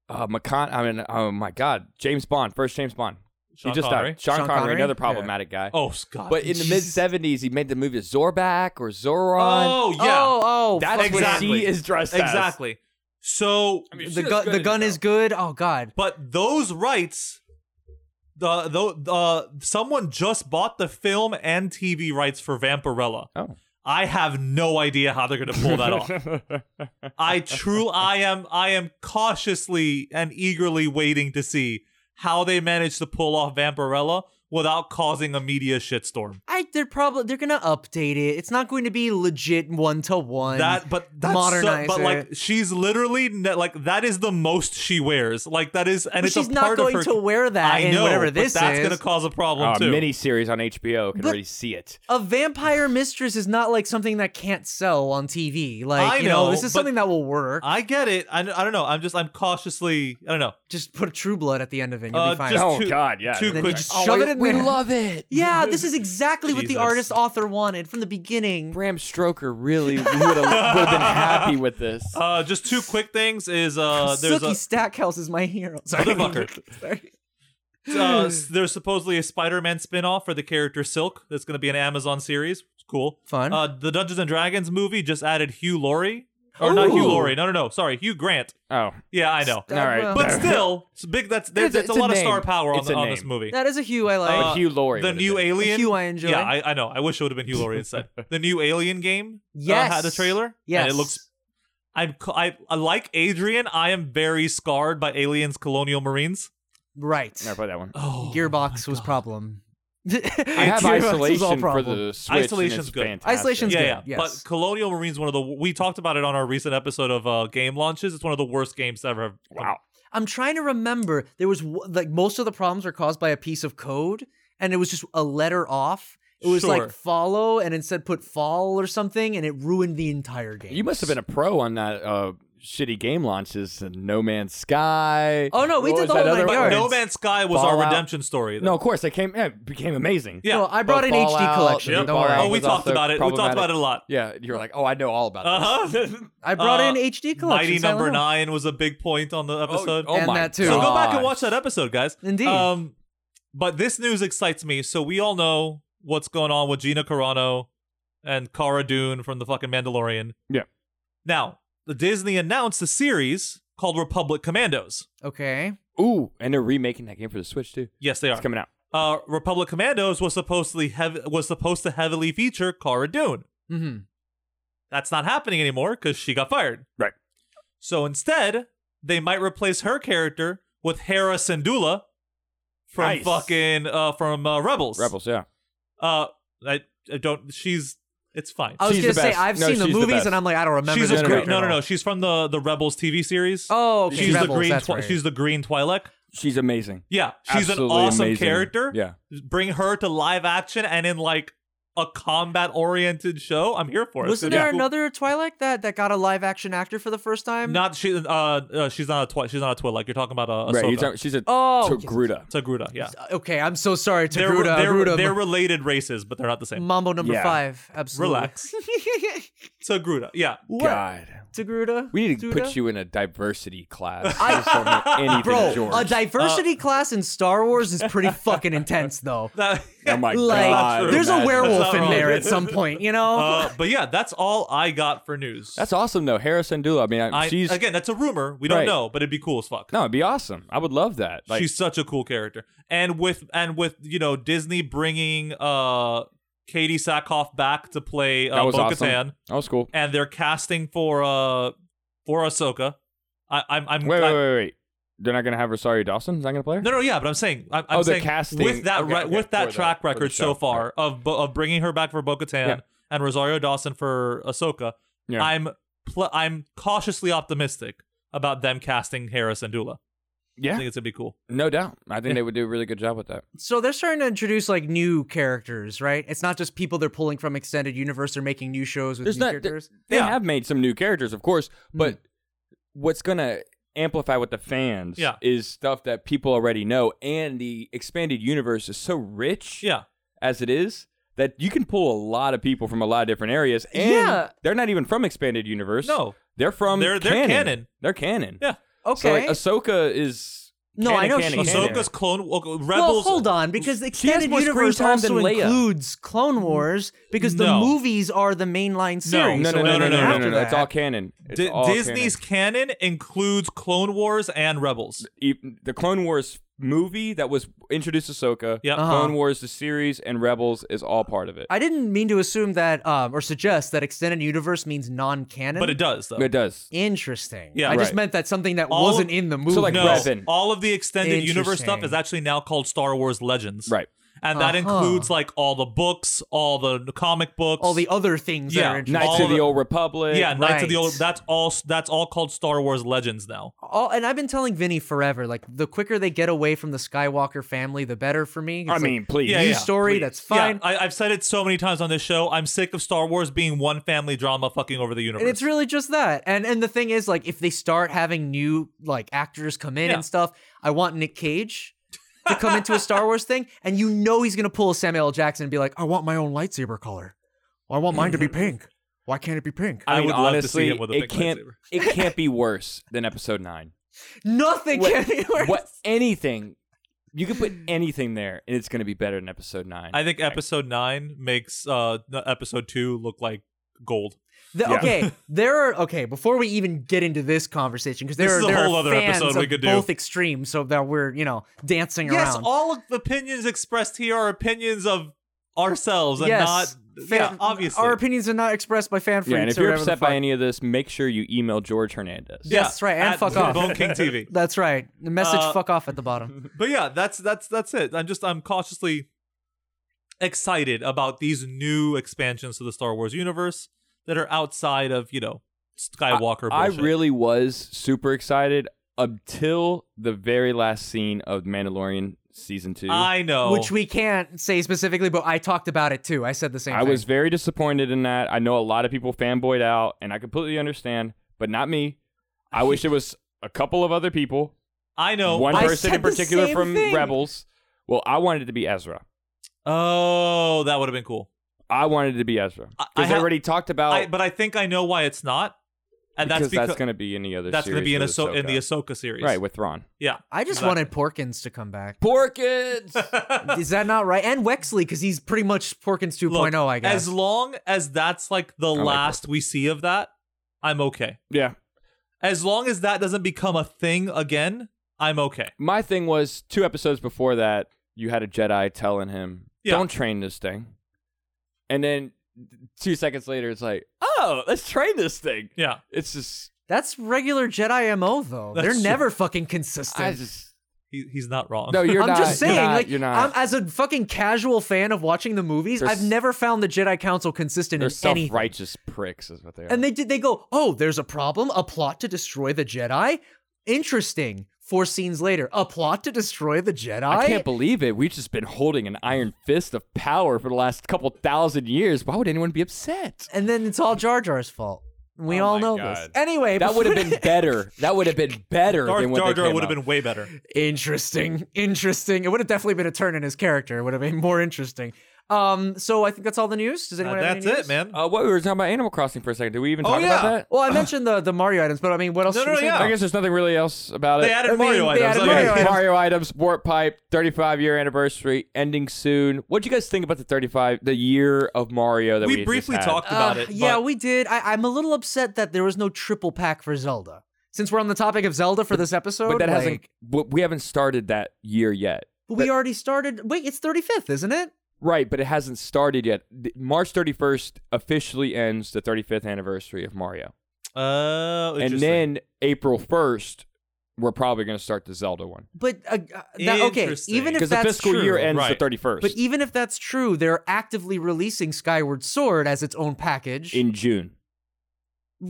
uh McCon I mean oh my god, James Bond, first James Bond.
Sean
he just
Connery?
died. Sean,
Sean
Connery,
Connery?
another
Yeah.
problematic guy.
Oh God.
But in the mid
Jesus.
seventies he made the movie Zorbak or Zoron.
oh yeah.
Oh, oh,
That's
fuck
what
yeah.
Exactly.
what she is dressed as.
exactly. So
I mean, she
the
was
gun.
good
The
in it,
gun
though.
is good. Oh god.
but those rights the though uh someone just bought the film and TV rights for Vampirella.
Oh.
I have no idea how they're going to pull that off. I true I am I am cautiously and eagerly waiting to see how they manage to pull off Vampirella without causing a media shitstorm.
I they're probably they're gonna update it. It's not going to be legit one to one.
That but that's
modernize
so, but like
it.
she's literally ne- like that is the most she wears. Like that is and
But
it's
she's
a
not
part
going
of her
to wear that
I
in
know,
whatever
but
this
that's
is.
gonna cause a problem
Uh,
too.
mini series on HBO can
The-
already see it.
a vampire mistress is not like something that can't sell on TV. Like
I
you know,
know,
this is
but-
something that will work.
I get it. I, I don't know. I'm just I'm cautiously I don't know.
just put True Blood at the end of it. and You'll
Uh,
be fine.
just
oh
too-
god, yeah. Oh,
too
and then
quick.
you just shove it in
we
there.
love it.
Yeah, this is exactly what the
Jesus.
artist author wanted from the beginning.
Bram Stroker really would have been happy with this.
Uh, just two quick things is uh there's
Sookie Stackhouse is my hero. Sorry.
Motherfucker.
Sorry.
a uh, there's supposedly a Spider-Man spin-off for the character Silk that's going to be an Amazon series. It's cool.
Fun.
Uh, the Dungeons and Dragons movie just added Hugh Laurie or not
Ooh.
Hugh Laurie. No, no, no. Sorry, Hugh Grant.
Oh,
Yeah, I know.
That
all right.
will-
But still, it's big. That's there's
a-
it's a,
it's a
lot of star
name.
power on,
It's a
on this
name.
movie.
that is a hue I like.
Uh,
But Hugh Laurie.
the
would've
new
been.
Alien.
hue I enjoy.
Yeah, I, I know. I wish it would have been Hugh Laurie instead. the new Alien game.
yes.
Uh, had a trailer.
Yes.
And it looks I'm c- I, I like Adrian. I am very scarred by Aliens Colonial Marines.
right.
Never played that one.
Oh,
Gearbox
my
was
God.
problem.
I
Gearbox
have
was all
isolation for
problem.
the Switch. and
Isolation's
it's
good.
fantastic.
Isolation's
Yeah,
good.
yeah.
yes.
But Colonial Marines, one of the we talked about it on our recent episode of uh, game launches. It's one of the worst games to ever. Have,
Wow.
I'm trying to remember. There was w- like most of the problems were caused by a piece of code, and it was just a letter off. It was
Sure.
like follow, and instead put fall or something, and it ruined the entire game.
You must have been a pro on that uh, shitty game launches. and No Man's Sky.
Oh, no, we
What
did
was
the
that
whole
other
nine
one?
yards.
No Man's Sky was our
Fallout.
redemption story.
No,
though.
of course they came. Yeah, it became amazing.
Yeah.
No, I brought an
Oh, Fallout,
HD collection.
the new
Don't worry.
Fallout
Oh, we
was also
talked about it. We talked about it a lot.
Yeah, you were like, oh, I know all about that.
Uh huh.
I brought
Uh,
in HD collection.
Mighty
Silent
number
Hill.
nine was a big point on the episode.
Oh,
And
my
that too.
So go back and
God.
watch that episode, guys.
Indeed.
Um, but this news excites me. So we all know what's going on with Gina Carano and Cara Dune from the fucking Mandalorian.
Yeah.
Now, the Disney announced a series called Republic Commandos.
Okay.
Ooh, and they're remaking that game for the Switch too.
Yes, they
It's
are.
coming out.
Uh, Republic Commandos was supposedly heav- was supposed to heavily feature Cara Dune.
Mm-hmm.
That's not happening anymore because she got fired.
Right.
So instead, they might replace her character with Hera Syndulla from
Nice.
fucking uh, from uh, Rebels.
Rebels, yeah.
Uh, I, I don't. She's. It's fine.
I was
She's
gonna
the
say
best.
I've
No,
seen the
she's the
movies
best.
and I'm like I don't remember.
she's
this
a
no, no,
great.
character
No,
at
no, no.
all.
She's from the the Rebels TV series.
Oh, okay.
she's
Rebels,
the green.
that's
Twi-
right.
She's the green Twi'lek.
She's amazing.
Yeah, she's
Absolutely
an awesome
amazing.
character.
Yeah.
Bring her to live action and in like a combat oriented show. I'm here for it.
Wasn't
It's
there
cool.
another Twilight that that got a live action actor for the first time?
Not she. Uh, uh she's not a twi- She's not a Twi'lek. You're talking about a
Right.
Ahsoka.
You're talking, she's a
Oh, yes.
Togruta.
Togruta, yeah.
Okay, I'm so sorry.
They're,
Togruta,
they're,
Aruda,
they're
Ma-
related races, but they're not the same.
Mambo number
Yeah.
five. Absolutely.
Relax. Togruta, yeah.
what?
God.
Togruta?
We need to
Duda?
put you in a diversity class.
I-
I just don't know anything,
Bro,
George.
a diversity
Uh,
class in Star Wars is pretty fucking intense, though.
That-
oh my
like,
God.
there's a
imagine.
werewolf
That's
in
not
there
wrong.
at some point, you know?
uh, but yeah, that's all I got for news.
That's awesome though, Harrison Dula. I mean, I,
I,
she's
again, that's a rumor. We don't
Right.
know, but it'd be cool as fuck.
no, it'd be awesome. I would love that. Like,
She's such a cool character, and with and with you know Disney bringing uh Katie Sackhoff back to play uh,
That was
Bo-Katan,
awesome. that was cool.
and they're casting for uh for Ahsoka. I, I'm I'm
Wait,
I-
wait, wait, wait. They're not gonna have Rosario Dawson. Is not gonna play her.
No, no, yeah, but I'm saying, I'm, I'm
Oh, the
saying
casting.
with that
Okay,
re-
okay,
with that
for the-
track
for the
record so
show.
far of Bo- of bringing her back for Bo-Katan
Yeah.
and Rosario Dawson for Ahsoka,
Yeah.
I'm pl- I'm cautiously optimistic about them casting Harris and Dula. I
yeah,
think it's gonna be cool.
no doubt. I think they would do a really good job with that.
so they're starting to introduce like new characters, right? It's not just people they're pulling from extended universe. They're making new shows with
There's
new
not-
characters.
They
Yeah.
have made some new characters, of course,
Hmm.
but what's gonna amplify with the fans
Yeah.
is stuff that people already know, and the expanded universe is so rich
Yeah,
as it is that you can pull a lot of people from a lot of different areas, and
Yeah.
they're not even from expanded universe.
no,
they're from
They're- they're canon.
They're canon.
Yeah.
Okay.
So like Ahsoka is
No,
canon,
I know
canon,
she's
canon.
Ahsoka's clone okay, Rebels.
Well, hold on, because the
She has
extended
more screen
universe
time than
also
Leia.
includes Clone Wars because the
No.
movies are the mainline series.
No,
so
no, no, no,
anything
no, no,
after
no, no. It's
that-
all canon. It's
Di-
all
Disney's canon. includes Clone Wars and Rebels.
canon. E- the Clone Wars movie that was introduced to Ahsoka.
Yep.
Uh-huh.
Clone Wars the series and Rebels is all part of it.
I didn't mean to assume that um, or suggest that extended universe means non-canon.
But it does though.
it does.
Interesting.
Yeah,
I just
right.
meant that something that
All-
wasn't in the movie.
like,
no,
Revan.
all of the extended universe stuff
Interesting.
is actually now called Star Wars Legends.
Right.
and that
Uh-huh.
includes like all the books, all the comic books,
all the other things that
Yeah.
are
Nice.
interesting.
Knights
All
of the
the-
Old Republic.
yeah Knights of the
Right.
Old. That's all. That's all called Star Wars Legends now.
All, and I've been telling Vinny forever, like the quicker they get away from the Skywalker family, the better for me. It's
I
like,
mean, please.
Yeah,
new
yeah.
story,
please.
that's
Yeah,
fine.
I, I've said it so many times on this show. I'm sick of Star Wars being one family drama fucking over the universe.
And it's really just that. And and the thing is, like, if they start having new like actors come in
Yeah.
and stuff, I want Nick Cage to come into a Star Wars thing, and you know he's gonna pull a Samuel L. Jackson and be like, I want my own lightsaber color. I want mine to be pink. Why can't it be pink?
I
Mm-hmm. I mean,
would love to see
honestly,
him with a
it
big
can't.
lightsaber.
It can't be worse than Episode Nine.
Nothing
What-
can be worse.
What anything, you can put anything there, and it's going to be better than Episode Nine.
I think Episode Nine makes uh the Episode Two look like gold.
The-
Yeah.
Okay, there are okay. Before we even get into this conversation, because there
This
are
is a
there
whole
are
other
fans
episode we
of
could do.
both extremes, so that we're you know dancing
Yes,
around.
all of the opinions expressed here are opinions of ourselves and
yes,
not
fan-
yeah, obviously.
our opinions are not expressed by fan freaks.
Yeah, and if
or
you're
whatever the
upset by
fuck.
any of this, make sure you email George Hernandez.
yeah,
Yes, right, and
at
fuck off.
Bone King TV.
That's right. The message
Uh,
fuck off at the bottom.
but yeah, that's that's that's it. I'm just I'm cautiously excited about these new expansions to the Star Wars universe that are outside of you know Skywalker.
I
bullshit.
really was super excited until the very last scene of Mandalorian season two.
I know.
Which we can't say specifically, but I talked about it too. I said the same
I
thing.
was very disappointed in that. I know a lot of people fanboyed out, and I completely understand, but not me. I wish it was a couple of other people,
I know.
one
I
person
said
in
the
particular
same
from
thing.
Rebels. Well, I wanted it to be Ezra.
Oh, that would have been cool.
I wanted it to be Ezra
I- I
because I,
ha-
already talked about
I, but I think I know why it's not, and
Oh. because
that's because
going to be in the other.
that's
going to
be in,
Ahsoka.
Ahso- in the Ahsoka series,
right with Thrawn.
yeah,
I just
Exactly.
wanted Porkins to come back.
Porkins.
Is that not right? And Wexley, because he's pretty much Porkins 2.0,
Look,
I guess.
As long as that's like the
like
last we see of that, I'm okay.
yeah,
As long as that doesn't become a thing again, I'm okay.
my thing was two episodes before that you had a jedi telling him
Yeah.
don't train this thing and then two seconds later it's like oh let's train this thing
Yeah.
it's just
That's regular Jedi MO, though.
That's
They're
true.
never fucking consistent.
i just
He, he's not wrong.
no you're
I'm
not
just saying,
you're not,
like,
you're not
I'm, as a fucking casual fan of watching the movies,
They're
I've
s-
never found the Jedi Council consistent
they're
in anything.
self-righteous pricks is what they are
And they did. They go, oh, there's a problem. A plot to destroy the Jedi. Interesting. Four scenes later, a plot to destroy the Jedi.
I can't believe it. We've just been holding an iron fist of power for the last couple thousand years. Why would anyone be upset?
and then it's all Jar Jar's fault. We
Oh
all
my
know this.
God.
Anyway,
That would have
before-
been better. That would have been better than
Darth
what
Jar
they
Jar
came
would have
up.
been way better.
interesting. Interesting. It would have definitely been a turn in his character. It would have been more interesting. Um. So I think that's all the news. Does
Uh,
anyone have any
that's it,
news?
man.
Uh, what we were talking about Animal Crossing for a second. Did we even
Oh,
talk about
yeah.
that?
Well, I mentioned the the Mario items, but I mean, what else?
No,
should
no,
we say
yeah.
about
I guess there's nothing really else about
they
it.
I
added
mean,
Mario
they
items.
added
I
Mario
mean,
Mario,
items.
items, warp pipe, 35 year anniversary, ending soon. What do you guys think about the 35, the year of Mario that we,
We
had just
briefly
had?
talked about
Uh,
it.
Yeah,
but
we did. I, I'm a little upset that there was no triple pack for Zelda. Since we're on the topic of Zelda for this episode,
but that
like,
hasn't. w- We haven't started that year yet,
but we already started. Wait, it's 35th, isn't it?
right? But it hasn't started yet. Th- March 31st officially ends the 35th anniversary of Mario,
Oh,
and
interesting.
then April 1st, we're probably going to start the Zelda one
But uh, uh, that, okay,
Interesting.
even if
because the
that's
fiscal
true,
year ends
Right.
the 31st
but even if that's true, they're actively releasing Skyward Sword as its own package.
in June.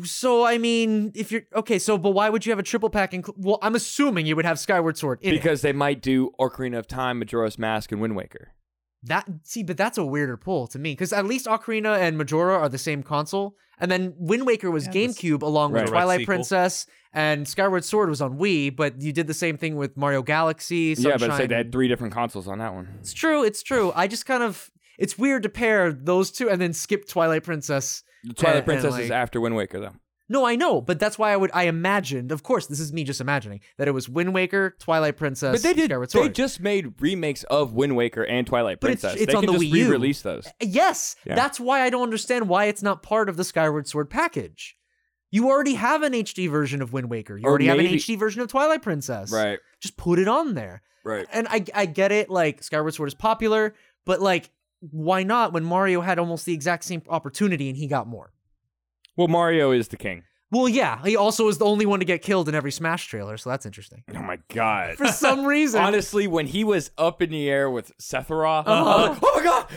so I mean, if you're okay, so but why would you have a triple pack? Inc- well, I'm assuming you would have Skyward Sword in it.
because they might do Ocarina of Time, Majora's Mask, and Wind Waker.
That see, but that's a weirder pull to me because at least Ocarina and Majora are the same console, and then Wind Waker was
Yeah, this-
GameCube along
Right.
with
Direct
Twilight
sequel.
Princess and Skyward Sword was on Wii, but you did the same thing with Mario Galaxy. Sunshine.
yeah, but it's like they had three different consoles on that one.
It's true. It's true. I just kind of it's weird to pair those two and then skip Twilight Princess.
The Twilight
and,
Princess
like-
is after Wind Waker, though.
No, I know, but that's why I would I imagined. Of course, this is me just imagining that it was Wind Waker, Twilight Princess,
But they did.
Skyward Sword.
They just made remakes of Wind Waker and Twilight
But it's-
Princess.
it's
they
on
can
the
just
Wii U.
re-release those.
Yes,
Yeah.
that's why I don't understand why it's not part of the Skyward Sword package. You already have an HD version of Wind Waker. You
Or
already have an
maybe-
HD version of Twilight Princess.
Right.
Just put it on there.
Right.
And I I get it like Skyward Sword is popular, but like why not when Mario had almost the exact same opportunity and he got more?
Well, Mario is the king.
Well, yeah, he also is the only one to get killed in every Smash trailer, so that's interesting.
Oh my god.
For some reason,
Honestly, when he was up in the air with Sethra,
Uh-huh.
I was like, oh my god,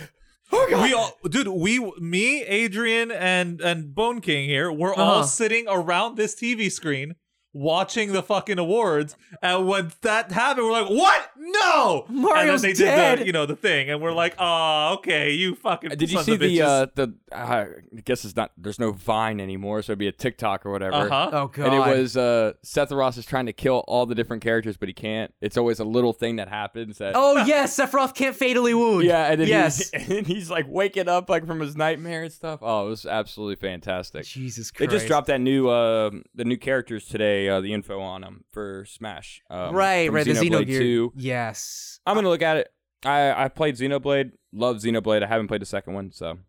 oh my god.
we all, dude, we, me, Adrian, and and Bone King here, we're all
Uh-huh.
sitting around this TV screen watching the fucking awards, and when that happened, we're like, "What? No!"
Mario's
and then they did
dead.
the, you know, the thing, and we're like, "Ah, okay, you fucking."
Did you
sons
see
of
the
bitches."
uh, the? Uh, I guess it's not. There's no Vine anymore, so it'd be a TikTok or whatever.
Uh-huh.
oh god,
And it was uh, Seth Ross is trying to kill all the different characters, but he can't. It's always a little thing that happens. That,
oh yes, Sephiroth can't fatally wound.
yeah, and then
yes,
he's, and then he's like waking up like from his nightmare and stuff. Oh, it was absolutely fantastic.
Jesus
They
Christ,
just dropped that new uh, the new characters today. Uh, the info on them for Smash. Um,
right,
from
right, the
Xenoblade
Xenogear.
2.
Yes,
I'm gonna look at it. I I played Xenoblade. Love Xenoblade. I haven't played the second one, so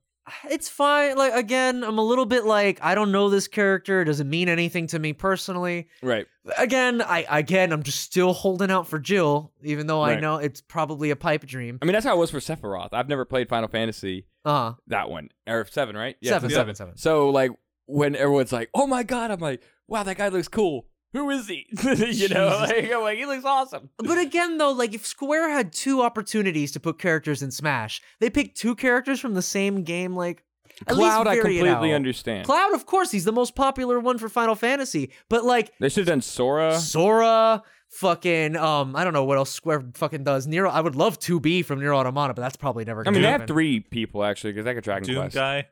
it's fine. Like again, I'm a little bit like I don't know this character. It doesn't mean anything to me personally.
right.
Again, I again I'm just still holding out for Jill, even though I
Right.
know it's probably a pipe dream.
I mean, that's how it was for Sephiroth. I've never played Final Fantasy
Uh huh.
that one or seven, right? Yeah,
seven,
it's
seven, seven.
So like when everyone's like, "Oh my god," I'm like, "Wow, that guy looks cool. Who is he?" you know,
Jesus.
like, I'm like he looks awesome.
But again, though, like if Square had two opportunities to put characters in Smash, they picked two characters from the same game. Like At
Cloud, I
least vary it
completely
out.
understand.
Cloud, of course, he's the most popular one for Final Fantasy. But like
they should have done Sora.
Sora, fucking um, I don't know what else Square fucking does. Nero, I would love 2B from Nero Automata, but that's probably never
I
gonna
mean, they
happen.
have three people actually because they got Dragon
Doom
Quest.
guy.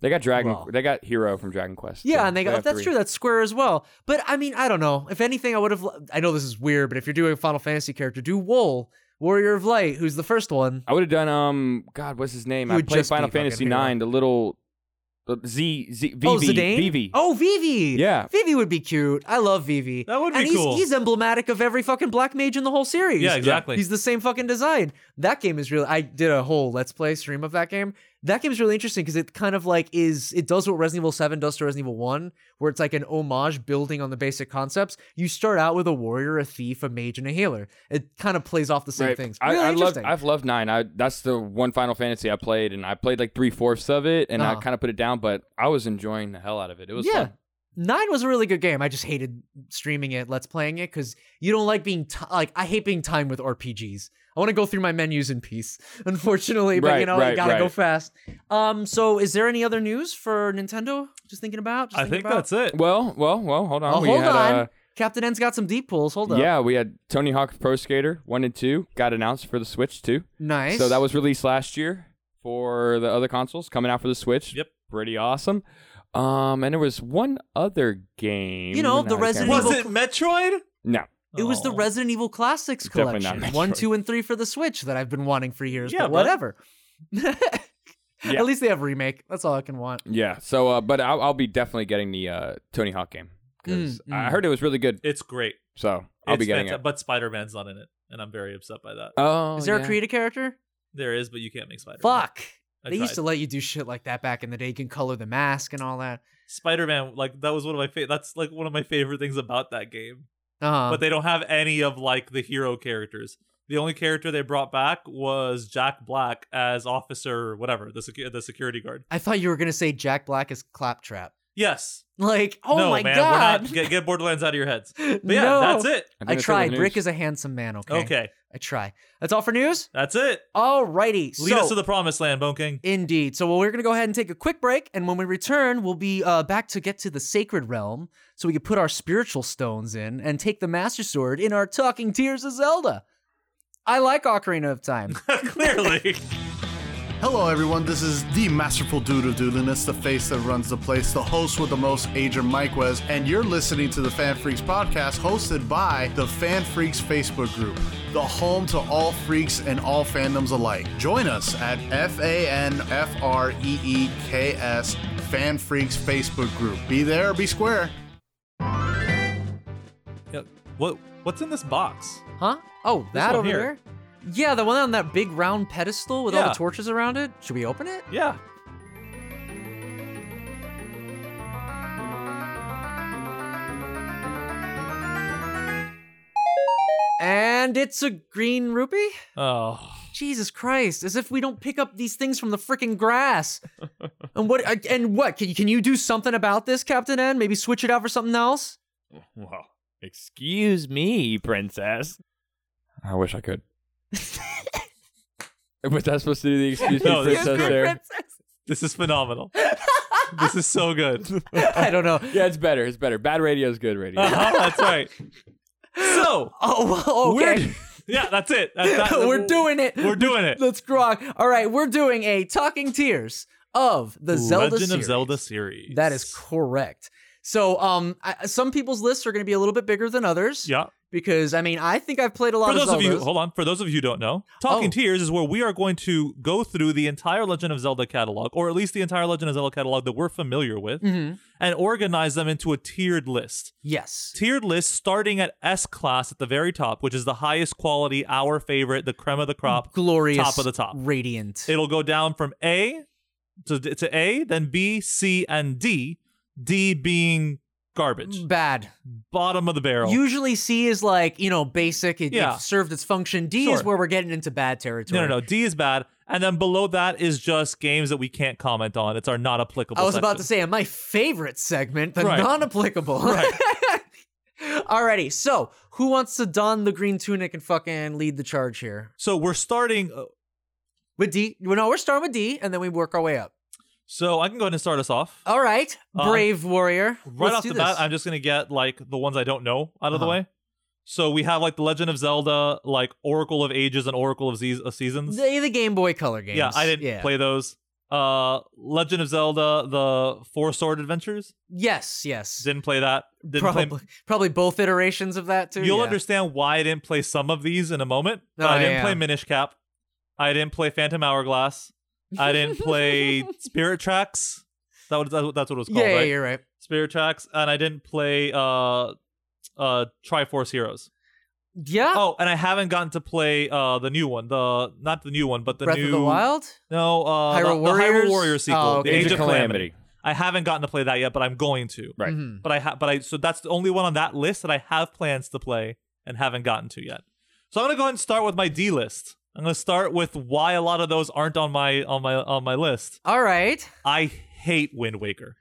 They got Dragon.
Well.
They got Hero from Dragon Quest.
Yeah, and they got
have
that's
three.
true. That's Square as well. But I mean, I don't know. If anything, I would have. I know this is weird, but if you're doing a Final Fantasy character, do Wool, Warrior of Light, who's the first one.
I would have done um God, what's his name?
He
I
would
played
just be
Final
fucking
Fantasy
Hero.
Nine, the little the Z Z Vivi
oh, Zidane.
Vivi.
Oh, Vivi.
Yeah.
Vivi would be cute. I love Vivi.
That would be
and he's,
cool.
he's emblematic of every fucking black mage in the whole series.
Yeah, exactly.
He's the same fucking design. That game is really. I did a whole let's play stream of that game. That game is really interesting because it kind of like is it does what Resident Evil Seven does to Resident Evil One, where it's like an homage building on the basic concepts. You start out with a warrior, a thief, a mage, and a healer. It kind of plays off the same
Right.
things.
I,
Really
I loved.
interesting.
I've loved nine. I that's the one Final Fantasy I played, and I played like three fourths of it, and
Uh-huh.
I kind of put it down, but I was enjoying the hell out of it. It was
Yeah.
fun.
Nine was a really good game. I just hated streaming it, let's playing it, because you don't like being ti like I hate being timed with RPGs. I want to go through my menus in peace, unfortunately, but you
Right,
know you
right,
gotta go
right.
fast. Um, so is there any other news for Nintendo? Just thinking about. Just
I think
thinking about?
that's it.
Well, well, well. Hold on.
Oh,
we
hold
had,
on.
uh,
Captain N's got some deep pulls. Hold up.
yeah, we had Tony Hawk Pro Skater one and two got announced for the Switch too.
Nice.
So that was released last year for the other consoles, coming out for the Switch.
Yep.
Pretty awesome. Um, and there was one other game.
You know,
and
the
I can't
Resident
Was
remember.
Evil-
it Metroid?
No.
It was the
Oh.
Resident Evil Classics
Definitely not
collection, one,
Metroid.
two, and three for the Switch that I've been wanting for years.
Yeah,
but
bud.
whatever.
Yeah.
At least they have remake. That's all I can want.
Yeah. So, uh, but I'll, I'll be definitely getting the uh, Tony Hawk game because
Mm, mm.
I heard it was really good.
It's great.
So I'll
It's
be getting
fanta- But Spider Man's not in it, and I'm very upset by that.
it. Oh,
Is there
yeah.
a create a character?
There is, but you can't make Spider.
Fuck.
I
they used
tried.
to let you do shit like that back in the day. You can color the mask and all that.
Spider Man, like that was one of my favorite. That's like one of my favorite things about that game.
Uh-huh.
but they don't have any of like the hero characters. The only character they brought back was Jack Black as officer, whatever the secu- the security guard.
I thought you were gonna say Jack Black is claptrap.
Like,
Like, oh
no,
my
man,
god.
we're not get, get Borderlands out of your heads. But yeah,
No.
that's it.
think
I
that's
tried.
the
Rick
news.
is a handsome man. Okay.
Okay.
I try. That's all for news.
that's it.
Alrighty.
Lead
so,
us to the promised land, Bone King.
Indeed. So well, we're going to go ahead and take a quick break. And when we return, we'll be uh, back to get to the sacred realm so we can put our spiritual stones in and take the Master Sword in our Talking Tears of Zelda. I like Ocarina of Time.
Clearly,
Hello, everyone. This is the masterful dude of doodliness, the face that runs the place, the host with the most, Adrian Mike Wes, and you're listening to the Fan Freaks podcast, hosted by the Fan Freaks Facebook group, the home to all freaks and all fandoms alike. Join us at F A N F R E E K S Fan Freaks Facebook group. Be there or be square.
Yeah, what what's in this box?
Huh? Oh, that
one
over
here.
there? Yeah, the one on that big round pedestal with all
Yeah.
the torches around it. Should we open it?
Yeah,
And it's a green rupee?
oh,
Jesus Christ, as if we don't pick up these things from the freaking grass. and what I- and what? Can you, can you do something about this, Captain N? Maybe switch it out for something else?
Well, excuse me, princess. I wish I could. Was that supposed to do the excuse me,
No, this is
princess?
good.
There.
this is phenomenal. this is so good.
I don't know.
Yeah, it's better. It's better. Bad radio is good radio.
Uh-huh, that's right. So
Oh, well, okay.
yeah, that's it. That- that-
We're, doing it.
We're doing it.
Let's grog. All right, we're doing a Talking Tears of the Zelda
Legend
series.
of Zelda series.
That is correct. So, um, I, some people's lists are going to be a little bit bigger than others.
Yeah.
Because I mean, I think I've played a lot
For those of you,
Zeldas.
hold on. For those of you who don't know, Talking
Oh.
Tears is where we are going to go through the entire Legend of Zelda catalog, or at least the entire Legend of Zelda catalog that we're familiar with,
Mhm.
and organize them into a tiered list.
Yes.
Tiered list starting at S class at the very top, which is the highest quality, our favorite, the creme of the crop.
Glorious.
Top of the top.
Radiant.
It'll go down from A to, to A, then B, C, and D. D being
Hmm.
garbage,
Bad.
bottom of the barrel.
Usually C is like, you know, basic. It, it
Yeah.
served its function. D is
Sure.
where we're getting into bad territory.
No, no, no. D is bad. And then below that is just games that we can't comment on. It's our not applicable.
I was about to
section.
say, in my favorite segment, the
Right.
non applicable. Alrighty, so who wants to don the green tunic and fucking lead the charge here?
So we're starting. uh,
With D, well, no, we're starting with D, and then we work our way up.
So I can go ahead and start us off.
All right,
Um,
brave warrior.
right
Oh, Let's
off
do
the
this.
bat, I'm just gonna get like the ones I don't know out of the
Uh-huh.
way. So we have like the Legend of Zelda, like Oracle of Ages and Oracle of, Ze- of Seasons.
the, the Game Boy Color games.
yeah, I didn't
yeah.
play those. Uh, Legend of Zelda: The Four Sword Adventures.
Yes, yes.
Didn't play that. Didn't
probably,
play.
probably both iterations of that too.
You'll
yeah.
understand why I didn't play some of these in a moment.
Oh,
I didn't
yeah.
play Minish Cap. I didn't play Phantom Hourglass. I didn't play Spirit Tracks. That was, that's what that's what it was called,
Yeah, yeah,
right?
you're right.
Spirit Tracks, and I didn't play uh uh Triforce Heroes.
Yeah,
Oh, and I haven't gotten to play uh the new one, the not the new one, but the
Breath
new
of the Wild.
No, uh the-
Hyrule
the,
Warriors?
Hyrule Warrior sequel,
Oh, okay.
the Age, of Calamity. I haven't gotten to play that yet, but I'm going to.
Right.
Mhm.
But I ha- but I so that's the only one on that list that I have plans to play and haven't gotten to yet. So I'm gonna go ahead and start with my D list. I'm gonna start with why a lot of those aren't on my on my on my list.
All right.
I hate Wind Waker.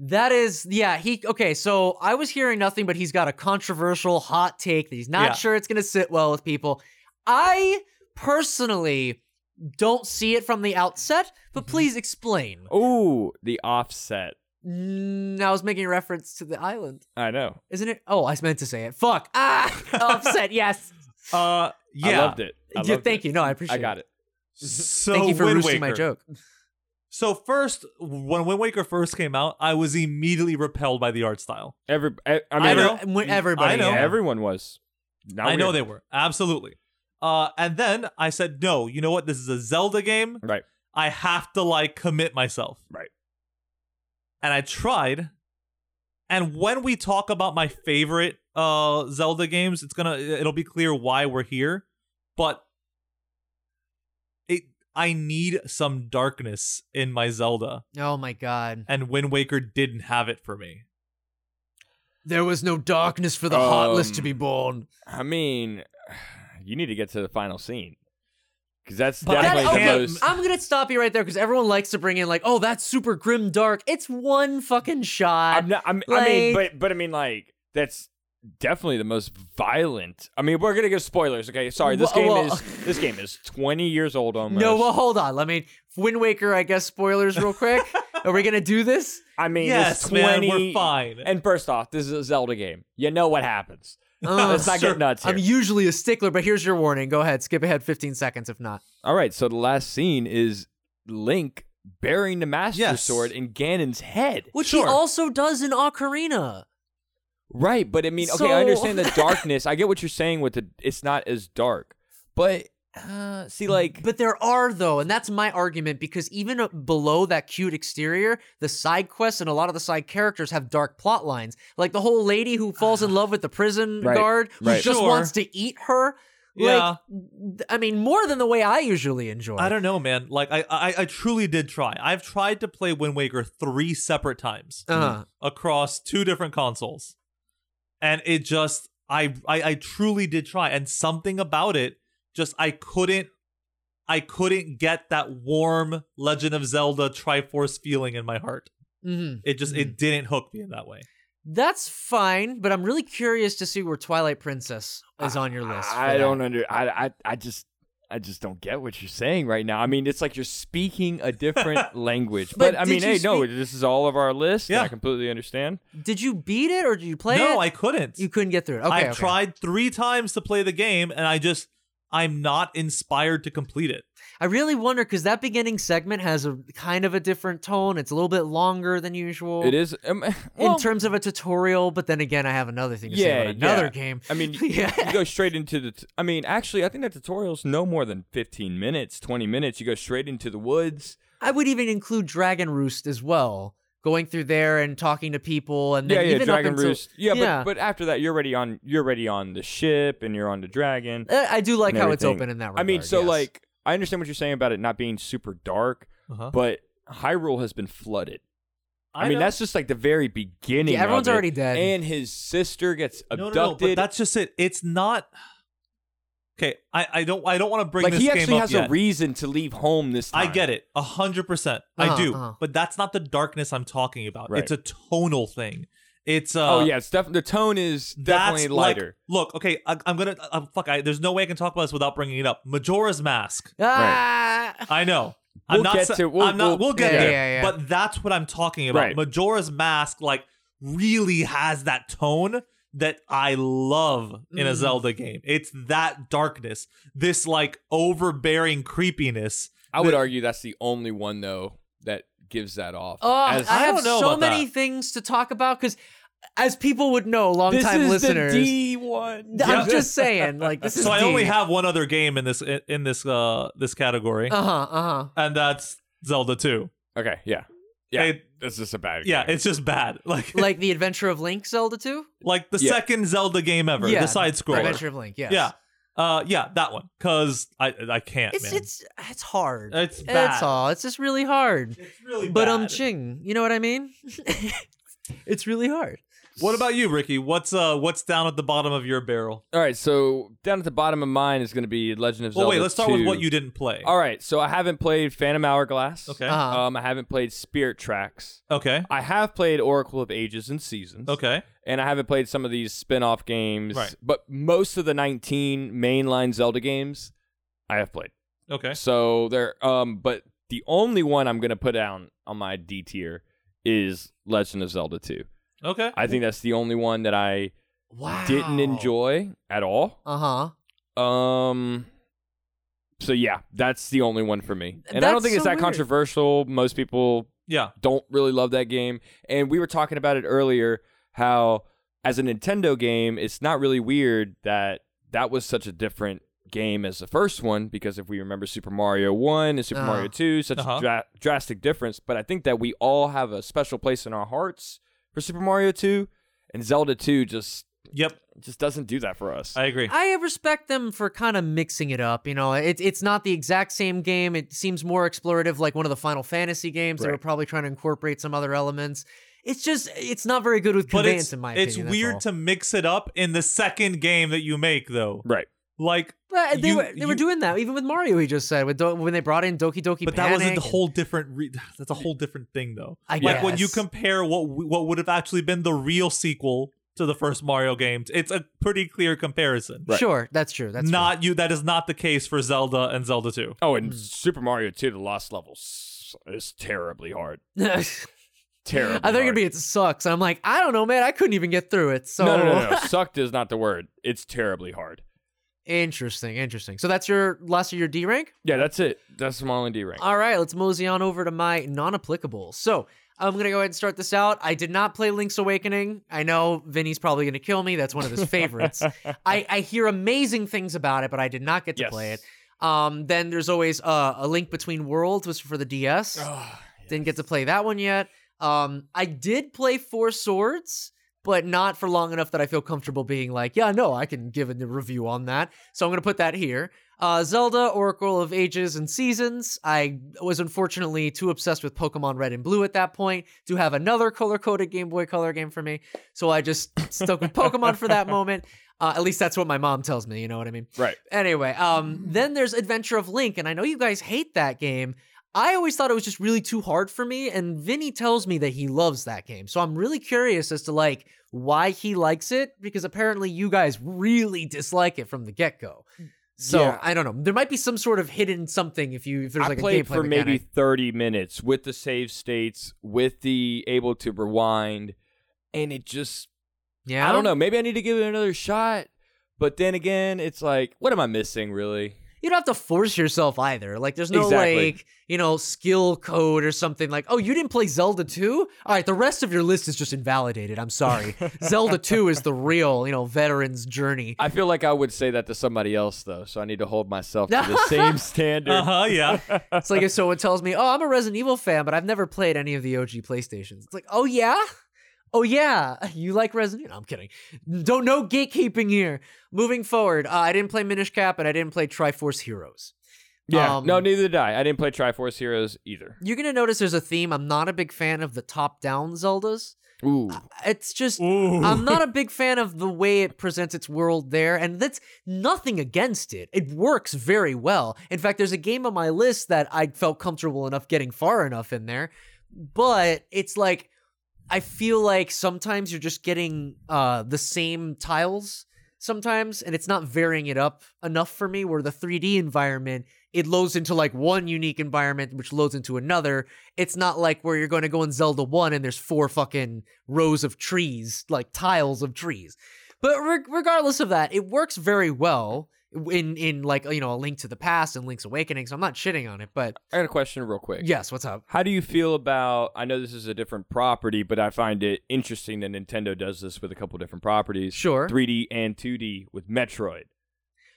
That is, yeah, he, okay, so I was hearing nothing, but he's got a controversial hot take that he's not
Yeah.
sure it's going to sit well with people. I personally don't see it from the outset, but
Mm-hmm.
please explain.
Ooh, the offset.
Mm, I was making a reference to the island,
I know.
isn't it? Oh, I meant to say it. Fuck. Ah, upset, yes.
Uh yeah.
I loved it. I
Yeah,
loved
thank you. No, I appreciate
I got it.
So
Mhm. Thank you for
Wind
roosting my
Waker.
joke.
So first, when Wind Waker first came out, I was immediately repelled by the art style.
Every, e, I, I mean,
I know.
Ever- when everybody,
I know.
yeah.
everyone was. Now
I know
we're-
they were absolutely. Uh, and then I said, no, you know what? This is a Zelda game.
Right.
I have to like commit myself.
Right.
And I tried. And when we talk about my favorite uh Zelda games, it's gonna it'll be clear why we're here. But it I need some darkness in my Zelda.
Oh my god.
and Wind Waker didn't have it for me.
There was no darkness for the heartless to
Um,
be born.
I mean, you need to get to the final scene because that's
But
That-
definitely
I
okay,
the
can't-
most.
I'm gonna stop you right there because everyone likes to bring in like, oh, that's super grim dark. It's one fucking shot.
I'm not, I'm, I mean,
like-
but but I mean, like that's definitely the most violent. I mean, we're gonna give spoilers. Okay, sorry. This
Well-
game
well-
is this game is 20 years old almost.
no, well, hold on. Let me Wind Waker. I guess spoilers, real quick. Are we gonna do this?
I mean,
yes,
this 20.
man, we're fine.
And first off, this is a Zelda game. You know what happens.
Ugh.
Let's not
sure.
get nuts here.
Uh, I'm usually a stickler, but here's your warning. Go ahead, skip ahead 15 seconds if not.
All right, so the last scene is Link burying the Master
Yes.
Sword in Ganon's head.
Which he
Sure.
also does in Ocarina.
Right, but I mean, okay,
So-
I understand the darkness. I get what you're saying with the it's not as dark, but uh, see, like,
But there are though, and that's my argument because even uh, below that cute exterior, the side quests and a lot of the side characters have dark plot lines. Like the whole lady who falls in love with the prison
Right,
guard who
right.
just
Sure.
wants to eat her.
Yeah.
Like, I mean, more than the way I usually enjoy.
I don't know, man. Like I, I, I truly did try. I've tried to play Wind Waker three separate times Mm-hmm.
Uh-huh.
across two different consoles, and it just, I, I, I truly did try, and something about it, just I couldn't, I couldn't get that warm Legend of Zelda Triforce feeling in my heart.
hmm
It just, it didn't hook me in that way.
That's fine, but I'm really curious to see where Twilight Princess is on your list. for
I
that.
don't under, I, I, I just, I just don't get what you're saying right now. I mean, it's like you're speaking a different language.
But
But, I
did
mean,
you
hey, no,
speak-
this is all of our list.
Yeah.
I completely understand.
Did you beat it or did you play it?
no, I couldn't.
you couldn't get through it. Okay,
I've
okay.
tried three times to play the game, and I just I'm not inspired to complete it.
I really wonder because that beginning segment has a kind of a different tone. It's a little bit longer than usual.
It is. Um,
in
well,
terms of a tutorial, but then again, I have another thing to say
Yeah,
about another
yeah.
game.
I mean,
yeah.
you go straight into the. T- I mean, actually, I think that tutorial's no more than 15 minutes, 20 minutes. You go straight into the woods.
I would even include Dragon Roost as well, going through there and talking to people, and
Yeah,
then
yeah,
even
Dragon
up until,
Roost. Yeah,
yeah.
But, but after that, you're already on. You're already on the ship, and you're on the dragon.
Uh, I do like
and
how it's
everything.
open in that regard.
I mean, so
yes.
like, I understand what you're saying about it not being super dark,
Uh-huh.
but Hyrule has been flooded. I, mean,
know-
that's just like the very beginning.
Yeah, everyone's
of it.
already dead.
And his sister gets
no,
abducted.
no, no, but that's just it. It's not. Okay, I, I don't I don't want to bring
like
this
he
game
actually
up
has
yet.
a reason to leave home this
I
time.
get it, a hundred percent.
Uh-huh,
I do,
uh-huh.
but that's not the darkness I'm talking about.
Right.
It's a tonal thing. It's uh,
oh yeah, it's def- the tone is
that's
definitely
like-
lighter.
look, okay, I, I'm gonna uh, fuck. I, there's no way I can talk about this without bringing it up. Majora's Mask.
ah,
I know. I'm
We'll
not.
get
sa-
to- we'll-
I'm not.
we'll-
We'll get
yeah,
there.
yeah, yeah.
But that's what I'm talking about.
Right.
Majora's Mask like really has that tone that I love in a
Mm.
Zelda game. It's that darkness, this like overbearing creepiness.
I would
The-
argue that's the only one though that gives that off.
Oh,
As-
I
I
have
don't know
so
about
many
that.
things to talk about because, as people would know, long
this
time
is
listeners,
the D one.
I'm
Yep.
just saying, like this is.
So I only have one other game in this in, in this uh this category,
Uh huh. Uh huh.
and that's Zelda 2.
Okay, yeah, yeah.
It-
that's just a bad.
yeah,
game.
it's just bad. Like like,
Like the Adventure of Link, Zelda Two.
the
Yeah.
second Zelda game ever,
Yeah,
the side scroller.
Adventure of Link. Yes.
Yeah. Uh yeah, that one cuz I I can't,
It's
man.
it's it's hard.
It's bad.
That's all. It's just really hard.
It's really
But um,
bad.
ching. You know what I mean? it's really hard.
What about you, Ricky? What's uh what's down at the bottom of your barrel?
All right, so down at the bottom of mine is going to be Legend of
Well,
Zelda.
wait, let's start with
2.
what you didn't play.
All right, so I haven't played Phantom Hourglass.
Okay.
Uh-huh.
Um, I haven't played Spirit Tracks.
Okay.
I have played Oracle of Ages and Seasons.
Okay.
And I haven't played some of these spin-off games.
Right.
But most of the 19 mainline Zelda games I have played.
Okay.
So there um but the only one I'm going to put down on my D tier is Legend of Zelda 2.
Okay.
I think that's the only one that I
uh,
wow.
didn't enjoy at all.
Uh huh.
Um. So yeah, that's the only one for me, and I don't
That's
think it's
so
that
weird.
controversial. Most people
Yeah.
don't really love that game, and we were talking about it earlier how as a Nintendo game, it's not really weird that that was such a different game as the first one because if we remember Super Mario 1 and Super
Uh-huh.
Mario 2 such
Uh-huh.
a dra- drastic difference but I think that we all have a special place in our hearts for Super Mario 2 and Zelda 2 just
Yep.
just doesn't do that for us.
I agree.
I respect them for kind of mixing it up. You know, it, it's not the exact same game. It seems more explorative, like one of the Final Fantasy games. They were
Right.
probably trying to incorporate some other elements. It's just, it's not very good with
but
conveyance,
it's
in my
it's
opinion. that's
weird
all.
to mix it up in the second game that you make though.
right.
Like
But they
you-
were they were
you-
doing that even with Mario. He just said with Do- when they brought in Doki Doki.
but that was
Panic
a
and-
whole different re- that's a whole different thing though.
I
like when you
guess.
compare what w- what would have actually been the real sequel to the first Mario games, it's a pretty clear comparison.
Right.
Sure, that's true. That's
not you. That is not the case for Zelda and Zelda Two.
Oh,
Hmm.
and Super Mario 2, the lost level s- is terribly hard.
Fair. I
Terrible.
thought it'd
hard.
be it sucks. I'm like I don't know, man. I couldn't even get through it. So
No, no, no, no. Sucked is not the word. It's terribly hard.
interesting, interesting. So that's your last of your D rank.
Yeah, that's it. That's my only D rank.
All right, let's mosey on over to my non-applicable. So I'm gonna go ahead and start this out. I did not play Link's Awakening. I know Vinny's probably gonna kill me. That's one of his favorites. I, I hear amazing things about it, but I did not get to
Yes.
play it. Um, then there's always uh, a Link Between Worlds, was for the
Uh-huh.
DS. Didn't get to play that one yet. Um, I did play Four Swords, but not for long enough that I feel comfortable being like, yeah, no, I can give a review on that. So I'm going to put that here. Uh, Zelda, Oracle of Ages and Seasons. I was unfortunately too obsessed with Pokemon Red and Blue at that point to have another color coded Game Boy Color game for me. So I just stuck with Pokemon for that moment. Uh, at least that's what my mom tells me. You know what I mean?
Right.
Anyway, um,
Mm-hmm.
then there's Adventure of Link, and I know you guys hate that game. I always thought it was just really too hard for me, and Vinny tells me that he loves that game. So I'm really curious as to like why he likes it, because apparently you guys really dislike it from the get go. So
Mm. Yeah.
I don't know. There might be some sort of hidden something if you if there's
I
like a
played
gameplay
for
mechanic.
maybe 30 minutes with the save states, with the able to rewind, and it just,
yeah
I don't know. Maybe I need to give it another shot. But then again, it's like, what am I missing, really?
You don't have to force yourself either. Like there's no
Exactly.
like, you know, skill code or something like, "Oh, you didn't play Zelda 2?" All right, the rest of your list is just invalidated. I'm sorry. Zelda 2 is the real, you know, veteran's journey.
I feel like I would say that to somebody else, though. So I need to hold myself to the same standard.
Uh-huh.
Uh huh. Yeah.
It's like if someone tells me, "Oh, I'm a Resident Evil fan, but I've never played any of the OG PlayStations." It's like, "Oh yeah." Oh yeah, you like Resident Evil? No, I'm kidding. Don't no gatekeeping here. Moving forward, uh, I didn't play Minish Cap and I didn't play Triforce Heroes.
Yeah.
Um,
no, neither did I. I didn't play Triforce Heroes either.
You're gonna notice there's a theme. I'm not a big fan of the top-down Zeldas.
Ooh.
It's just
Ooh.
I'm not a big fan of the way it presents its world there, and that's nothing against it. It works very well. In fact, there's a game on my list that I felt comfortable enough getting far enough in there, but it's like I feel like sometimes you're just getting uh, the same tiles sometimes, and it's not varying it up enough for me. Where the 3D environment, it loads into like one unique environment, which loads into another. It's not like where you're going to go in Zelda 1 and there's four fucking rows of trees, like tiles of trees. But re- regardless of that, it works very well in in like you know a link to the past and link's awakening so i'm not shitting on it but
I got a question real quick.
yes what's up
How do you feel about? I know this is a different property, but I find it interesting that Nintendo does this with a couple different properties.
Sure.
3D and 2D with Metroid.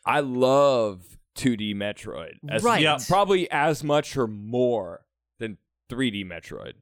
I love 2D Metroid. As,
Right.
Yeah,
Probably as much or more than 3D Metroid.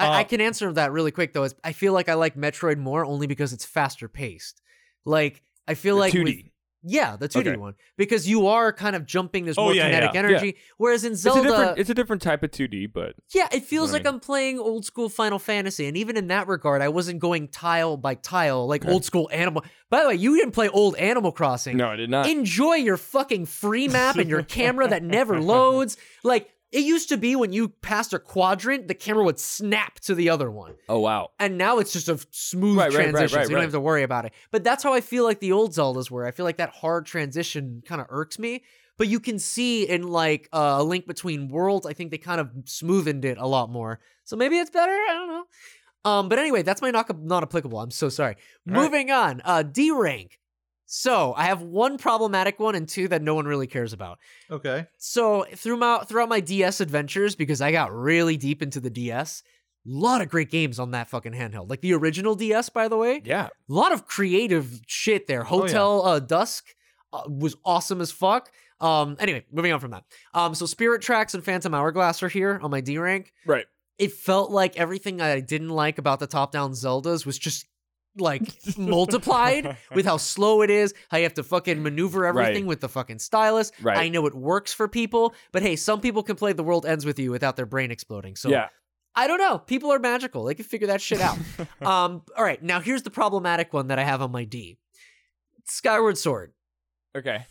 I, I
Uh,
can answer that really quick though. Is I feel like I like Metroid more only because it's faster paced. Like I feel
The
like
2D.
with- yeah, the 2D
Okay.
one because you are kind of jumping. There's
Oh,
more
yeah,
kinetic
yeah.
energy. Whereas in
It's a
Zelda,
different. It's a different type of 2D, but
yeah, it feels
What I
like
mean.
I'm playing old school Final Fantasy. And even in that regard, I wasn't going tile by tile like
Okay.
old school Animal. By the way, you didn't play old Animal Crossing.
no, I did not.
Enjoy your fucking free map and your camera that never loads. Like it used to be when you passed a quadrant, the camera would snap to the other one
oh wow.
and now it's just a f- smooth
Right, right, right,
transition, so
right,
you don't
right.
have to worry about it. But that's how I feel like the old Zeldas were. I feel like that hard transition kind of irks me. But you can see in like uh, a link between worlds, I think they kind of smoothened it a lot more. So maybe it's better. I don't know. Um, but anyway, that's my not not applicable. I'm so sorry.
All right.
Moving on. Uh, D rank. So I have one problematic one and two that no one really cares about
Okay.
so throughout throughout my DS adventures, because I got really deep into the DS, a lot of great games on that fucking handheld. Like the original DS, by the way,
Yeah.
a lot of creative shit there.
yeah.
Hotel uh, Dusk uh, was awesome as fuck. Um, anyway, moving on from that. Um, so Spirit Tracks and Phantom Hourglass are here on my D rank.
Right.
It felt like everything I didn't like about the top-down Zeldas was just like multiplied with how slow it is, how you have to fucking maneuver everything with the fucking stylus.
Right.
I know it works for people, but hey, some people can play The World Ends With You without their brain exploding. So
yeah.
I don't know. People are magical. They can figure that shit out. um, all right, now here's the problematic one that I have on my D. Skyward Sword.
Okay.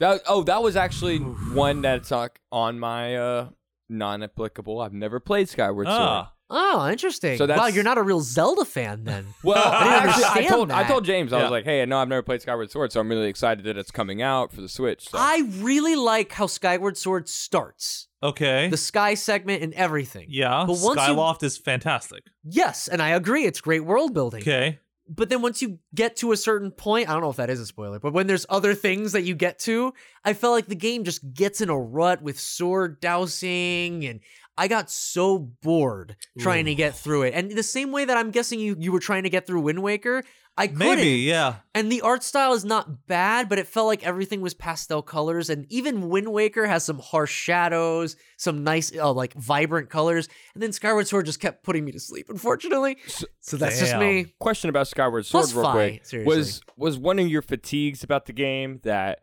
That oh, that was actually one that's on- on my uh, non-applicable. I've never played Skyward Sword.
Ah.
Oh, interesting.
So
wow,
that's-
you're not a real Zelda fan then.
Well,
I didn't
actually, I
understand
told I
that.
told James I
Yeah.
was like, "Hey, no, I've never played Skyward Sword, so I'm really excited that it's coming out for the Switch." So.
I really like how Skyward Sword starts.
Okay.
The sky segment and everything.
yeah.
But once you-
Skyloft is fantastic.
Yes, and I agree. It's great world building.
Okay.
but then once you get to a certain point, I don't know if that is a spoiler, but when there's other things that you get to, I felt like the game just gets in a rut with sword dousing and I got so bored trying to get through it. And the same way that I'm guessing you you were trying to get through Wind Waker, I couldn't.
Maybe. Yeah.
And the art style is not bad, but it felt like everything was pastel colors. And even Wind Waker has some harsh shadows, some nice, uh, like vibrant colors. And then Skyward Sword just kept putting me to sleep, unfortunately. So, that's just
Damn.
me.
Question about Skyward Sword
Plus
real
five,
quick
seriously.
was was one of your fatigues about the game that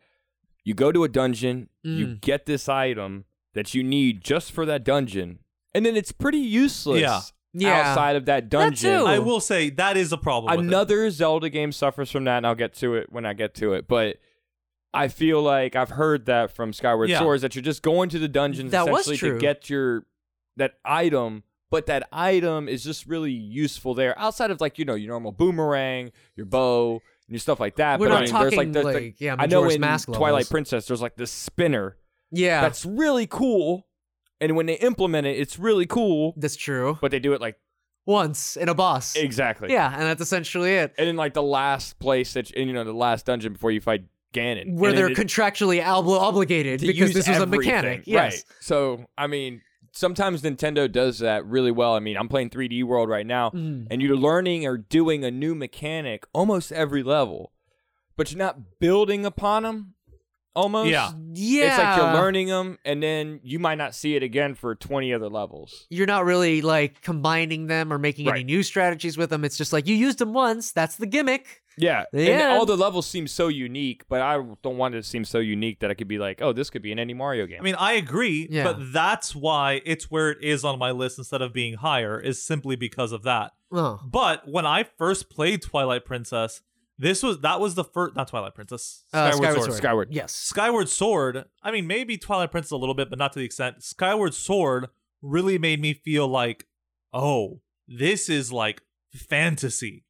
you go to a dungeon, you
Mm.
get this item that you need just for that dungeon, and then it's pretty useless
Yeah.
Yeah.
outside of that dungeon.
too.
I will say that is a problem. with it.
another Zelda game suffers from that, and I'll get to it when I get to it. But I feel like I've heard that from Skyward
Yeah.
Sword is that you're just going to the dungeons
That was
essentially
true.
to get your that item, but that item is just really useful there outside of like you know your normal boomerang, your bow, and your stuff like that.
We're
but
not
I mean,
talking
there's like, there's, like-
yeah,
I know
Majora's
in
Mask
Twilight
levels.
Princess there's like this spinner
Yeah, that's,
that's really cool, and when they implement it, it's really cool.
true.
But they do it like
Once in a boss.
exactly
Yeah, and that's essentially it.
and in like the last place that and you know the last dungeon before you fight Ganon,
Where
and
they're
it-
contractually obli- obligated
to
because
use
this was a
everything.
mechanic. Yes.
Right. So I mean, sometimes Nintendo does that really well. I mean, I'm playing 3D World right now,
Mm.
and you're learning or doing a new mechanic almost every level, but you're not building upon them. Almost,
Yeah.
Yeah.
It's like you're learning them, and then you might not see it again for 20 other levels.
You're not really like combining them or making any
Right.
new strategies with them. It's just like you used them once. That's the gimmick.
Yeah. And
Yeah.
all the levels seem so unique, but I don't want it to seem so unique that I could be like, oh, this could be in any Mario game.
I mean, I agree,
Yeah.
but that's why it's where it is on my list instead of being higher, is simply because of that.
Oh.
But when I first played Twilight Princess, this was that was the first not Twilight Princess.
Uh, Skyward Sword.
Skyward.
Yes.
Skyward Sword, I mean, maybe Twilight Princess a little bit, but not to the extent. Skyward Sword really made me feel like, oh, this is like fantasy.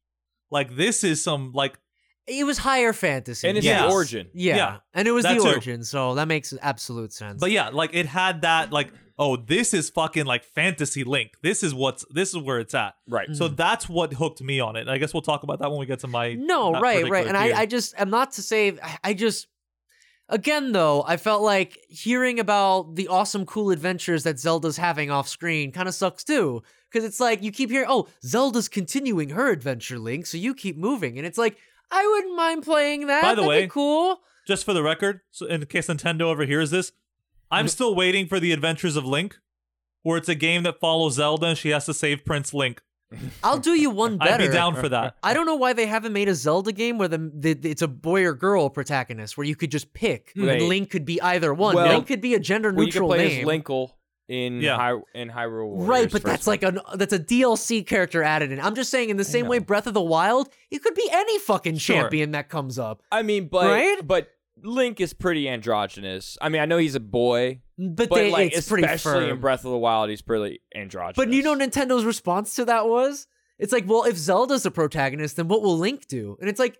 Like, this is some, like,
It was higher fantasy.
And it's
Yeah.
the origin.
yeah.
Yeah.
And it was
That
the
too.
origin, so that makes absolute sense.
But yeah, like it had that like, oh, this is fucking like fantasy link. This is what's this is where it's at.
Right.
So that's what hooked me on it. And I guess we'll talk about that when we get to my
No,
that
right, right.
particular
And I, I
tier.
just, I'm not to say, I- I just, again, though, I felt like hearing about the awesome, cool adventures that Zelda's having off screen kind of sucks too. Because it's like, you keep hearing, oh, Zelda's continuing her adventure, Link, so you keep moving. And it's like, I wouldn't mind playing that.
By the
That'd
way-
be cool.
just for the record, so in case Nintendo overhears this, I'm still waiting for the Adventures of Link, where it's a game that follows Zelda and she has to save Prince Link.
I'll do you one better.
I'd be down for that.
I don't know why they haven't made a Zelda game where the, the it's a boy or girl protagonist where you could just pick
Right.
and Link could be either one.
Well-
Link could be a gender
Well, you can
neutral
play
name.
as Linkle in
Yeah.
Hy- in Hyrule Warriors.
Right, but
for
that's like an that's a DLC character added in. I'm just saying, in the same way, Breath of the Wild, it could be any fucking
Sure.
champion that comes up.
I mean, but
Right?
but Link is pretty androgynous. I mean, I know he's a boy,
But,
but
they,
like
it's pretty
especially in
firm.
Breath of the Wild, he's pretty androgynous.
but you know, Nintendo's response to that was, it's like, well, if Zelda's the protagonist, then what will Link do? And it's like,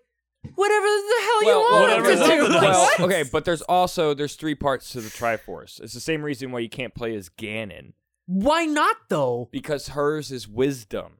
whatever the hell
well,
you want
whatever
him to
Zelda
do.
does.
Like,
well,
what?
okay, but there's also there's three parts to the Triforce. It's the same reason why you can't play as Ganon
Why not though,
because hers is wisdom,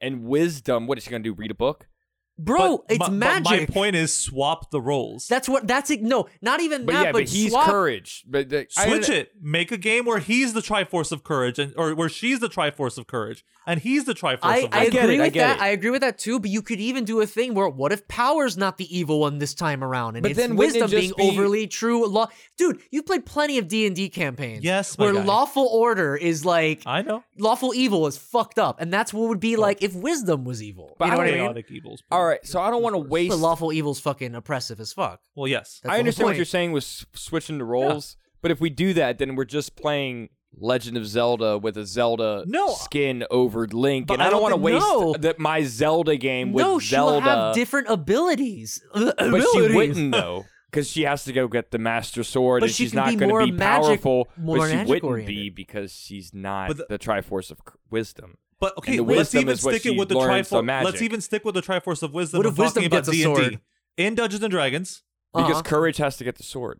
and wisdom. What is she gonna do? Read a book?
bro?
But
it's
my,
magic.
But my point is, swap the roles.
that's what. That's it. No, not even
But
that.
yeah,
but,
but he's
swap-
courage. But the, I don't-
Switch it. Make a game where he's the Triforce of Courage, and or where she's the Triforce of Courage, and he's the Triforce
I,
of
I
Wisdom.
get
agree
it, I
with
get
that.
it.
I agree with that too. But you could even do a thing where what if power's not the evil one this time around, and
But
it's
then wouldn't it
wisdom being
just be-
overly true. Law, dude, you've played plenty of D and D campaigns.
Yes, my
where
guy.
lawful order is like
I know.
lawful evil is fucked up, and that's what would be like if wisdom was evil.
But
you know what I mean?
Chaotic evils.
All right, so I don't want to waste.
But lawful evil's fucking oppressive as fuck.
Well,
That's
yes.
the
I
whole
understand what
point.
you're saying with s- switching the roles, but if we do that, then we're just playing Legend of Zelda with a Zelda
uh,
No,
skin over Link,
but
and
I
I don't
don't
want to
thi-
waste
no.
th- my Zelda game with
no,
Zelda.
she'll have different abilities.
but she
Abilities.
wouldn't though, because she has to go get the Master Sword,
But
and
she
she's
can
not
be
going
more
to be
magic-
powerful.
more
but she wouldn't be
magic-oriented.
because she's not
But
the,
the-
Triforce of c- Wisdom.
But okay,
the
let's
wisdom
even
is what
stick it
she
with the
learns the
Triforce.
magic.
let's even stick with the Triforce of Wisdom.
What
and
if wisdom
talking about
gets a
D&D.
sword?
in Dungeons and Dragons?
Because
Uh-huh.
courage has to get the sword.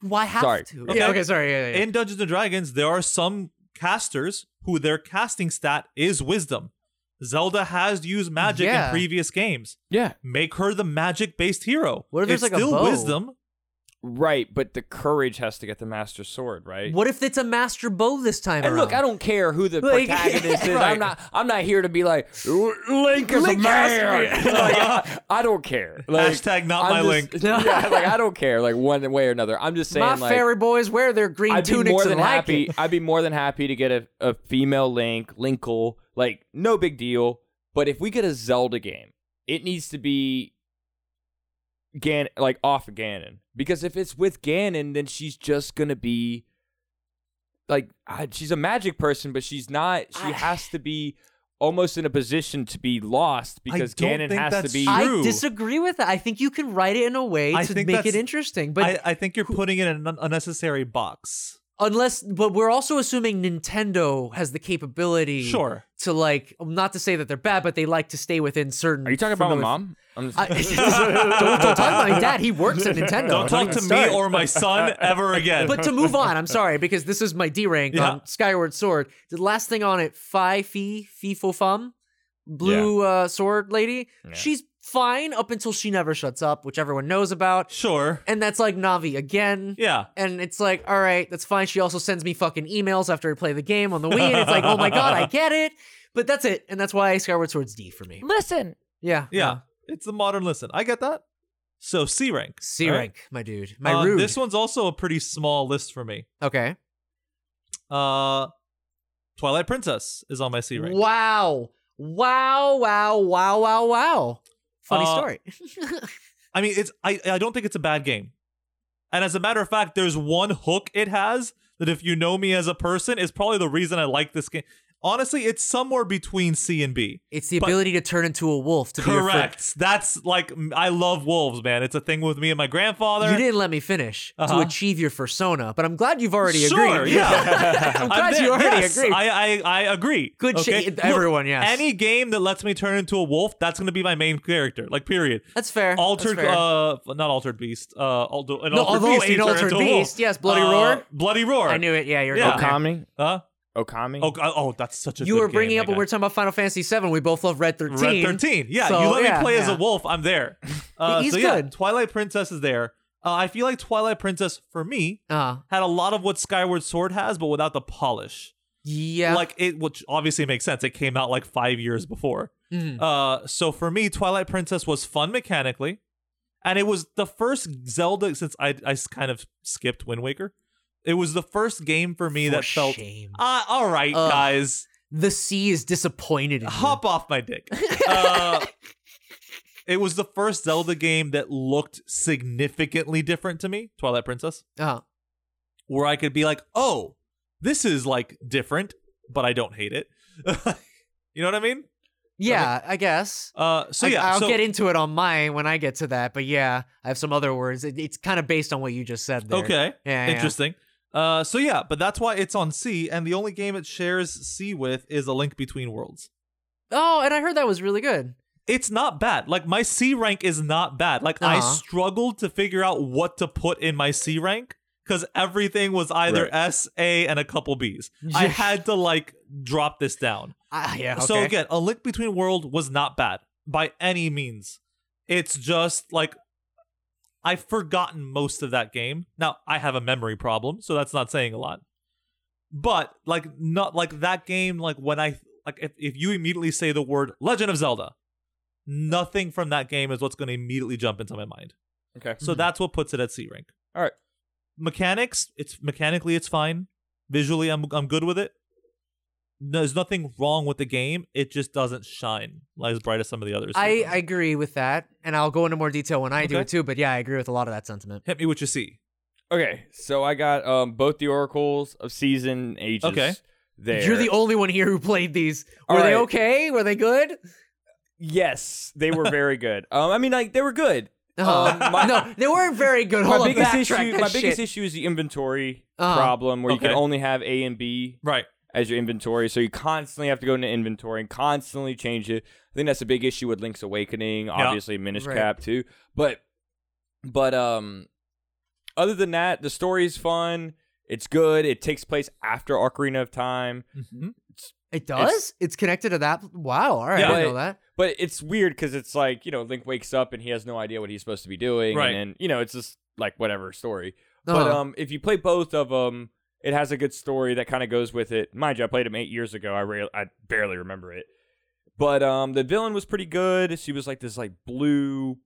Why have
Sorry.
to?
Okay.
Yeah, okay, sorry. Yeah, yeah, yeah.
in Dungeons and Dragons, there are some casters who their casting stat is wisdom. Zelda has used magic
Yeah.
in previous games.
Yeah,
Make her the magic based hero.
What if
it's
there's, like, a
still
bow?
wisdom?
right. But the courage has to get the Master Sword, right?
What if it's a master bow this time
And
around?
look, I don't care who the
Like-
protagonist is.
Right.
I'm not. I'm not here to be like Link is
Link
a
has
man.
to be-
Like, I, I don't care. Like,
Hashtag not
I'm
my Link.
just- Yeah, like I don't care. Like one way or another. I'm just saying.
My
like,
fairy boys wear their green
I'd be
tunics
more than
and like
happy.
it.
I'd be more than happy to get a, a female Link, Linkle. Like no big deal. But if we get a Zelda game, it needs to be Gan like off of Ganon because if it's with Ganon, then she's just gonna be like I- she's a magic person, but she's not. She
I-
has to be almost in a position to be lost because
don't
Ganon
think
has to
that's
be.
true.
I disagree with that. I think you can write it in a way
I
to
think
make it
that's-
interesting, but
I, I think you're putting it in an unnecessary box.
unless, but we're also assuming Nintendo has the capability,
Sure.
to like, not to say that they're bad, but they like to stay within certain.
Are you talking about my
familiar-
mom? I'm just,
I, don't, don't talk about my dad. He works at Nintendo.
Don't talk
even
to
start.
me or my son ever again.
But to move on, I'm sorry because this is my D rank
Yeah.
on Skyward Sword. The last thing on it, Fi Fi Fi Fo Fum, blue uh, sword lady. She's fine up until she never shuts up, which everyone knows about.
sure.
And that's like Navi again.
Yeah.
And it's like, all right, that's fine. She also sends me fucking emails after I play the game on the Wii. And it's like, oh my god, I get it. But that's it, and that's why Skyward Sword's D for me.
Listen,
Yeah,
Yeah. It's a modern listen. I get that. So C rank.
C
All right?
rank, my dude, my
Uh,
rude.
This one's also a pretty small list for me.
okay.
Uh, Twilight Princess is on my C rank.
Wow. Wow, wow, wow, wow, wow. Funny
Uh,
story.
I mean, it's I I don't think it's a bad game. And as a matter of fact, there's one hook it has that if you know me as a person is probably the reason I like this game. Honestly, it's somewhere between C and B.
It's the
But-
ability to turn into a wolf to be your friend.
Correct. That's like I love wolves, man. It's a thing with me and my grandfather.
You didn't let me finish
Uh-huh.
to achieve your persona, but I'm glad you've already
sure,
agreed.
yeah.
I'm
I'm
glad
there.
you already
Yes,
agreed.
I, I I agree.
Good
okay?
shit.
Look,
Everyone, yes.
Any game that lets me turn into a wolf, that's gonna be my main character. Like period.
That's fair. That's
Altered,
fair.
uh, not altered beast. Uh, alter, an
No,
altered
although
beast. he
an
turned
altered
into a wolf.
beast, yes, Bloody
Uh,
Roar.
Bloody roar.
I knew it. Yeah, you're
Yeah.
okay.
Okami?
Huh?
Okami?
Oh, God. oh, that's such a.
You
good
were bringing
game,
up when we were
man.
talking about Final Fantasy VII. We both love Red Thirteen.
Red Thirteen. Yeah,
So,
you let
yeah,
me play as a
yeah.
wolf. I'm there. Uh,
He's
so yeah,
good.
Twilight Princess is there. Uh, I feel like Twilight Princess for me
Uh,
had a lot of what Skyward Sword has, but without the polish.
yeah.
Like it, which obviously makes sense. It came out like five years before.
Mhm.
Uh, so for me, Twilight Princess was fun mechanically, and it was the first Zelda since I I s- kind of skipped Wind Waker. It was the first game for me
For
that felt
shame.
ah, all right,
Ugh.
guys,
the sea is disappointed in you.
hop off my dick. Uh, it was the first Zelda game that looked significantly different to me, Twilight Princess,
Uh,
where I could be like, oh, this is like different, but I don't hate it. you know what I mean?
yeah, I guess.
Uh, so
I,
yeah,
I'll
so-
get into it on mine when I get to that. But yeah, I have some other words. It, it's kind of based on what you just said there.
Okay.
Yeah, yeah.
Interesting. Uh, so yeah, but that's why it's on C, and the only game it shares C with is A Link Between Worlds.
Oh, and I heard that was really good.
It's not bad. Like my C rank is not bad. Like I
Uh-huh.
struggled to figure out what to put in my C rank because everything was either
Right.
S, A, and a couple Bs. I had to like drop this down.
Ah, yeah. Okay.
So again, A Link Between World was not bad by any means. It's just like I've forgotten most of that game. Now I have a memory problem, so that's not saying a lot. But like not like that game, like when I like if, if you immediately say the word Legend of Zelda, nothing from that game is what's gonna immediately jump into my mind.
Okay.
So
Mhm.
that's what puts it at C rank.
All right.
Mechanics, it's mechanically it's fine. Visually, I'm I'm good with it. No, there's nothing wrong with the game. It just doesn't shine as bright as some of the others.
I,
do.
I agree with that, and I'll go into more detail when I do
Okay.
it too. But yeah, I agree with a lot of that sentiment.
hit me with your C.
Okay, so I got um both the oracles of season ages.
Okay.
there.
You're the only one here who played these. Were
All
they
right.
okay? Were they good?
yes, they were very good. Um, I mean, like they were good.
Um,
Uh, my-
no, they weren't very good. Hold
my
on,
biggest
backtrack
issue,
that
my biggest
shit.
issue is the inventory
Uh-huh.
problem, where you
Okay.
can only have A and B
Right.
as your inventory, so you constantly have to go into inventory and constantly change it. I think that's a big issue with Link's Awakening, obviously Minish
Right.
Cap too. But but um other than that, the story's fun. It's good. It takes place after Ocarina of Time. Mm-hmm.
It does. It's, connected to that. Wow. All right,
Yeah.
I didn't
But-
know that.
But it's weird because it's like, you know, Link wakes up and he has no idea what he's supposed to be doing.
Right.
And then, you know, it's just like whatever story. But
Uh-huh.
um, if you play both of them, it has a good story that kind of goes with it. Mind you, I played them eight years ago. I, re- I barely remember it. But um, the villain was pretty good. She was like this like blue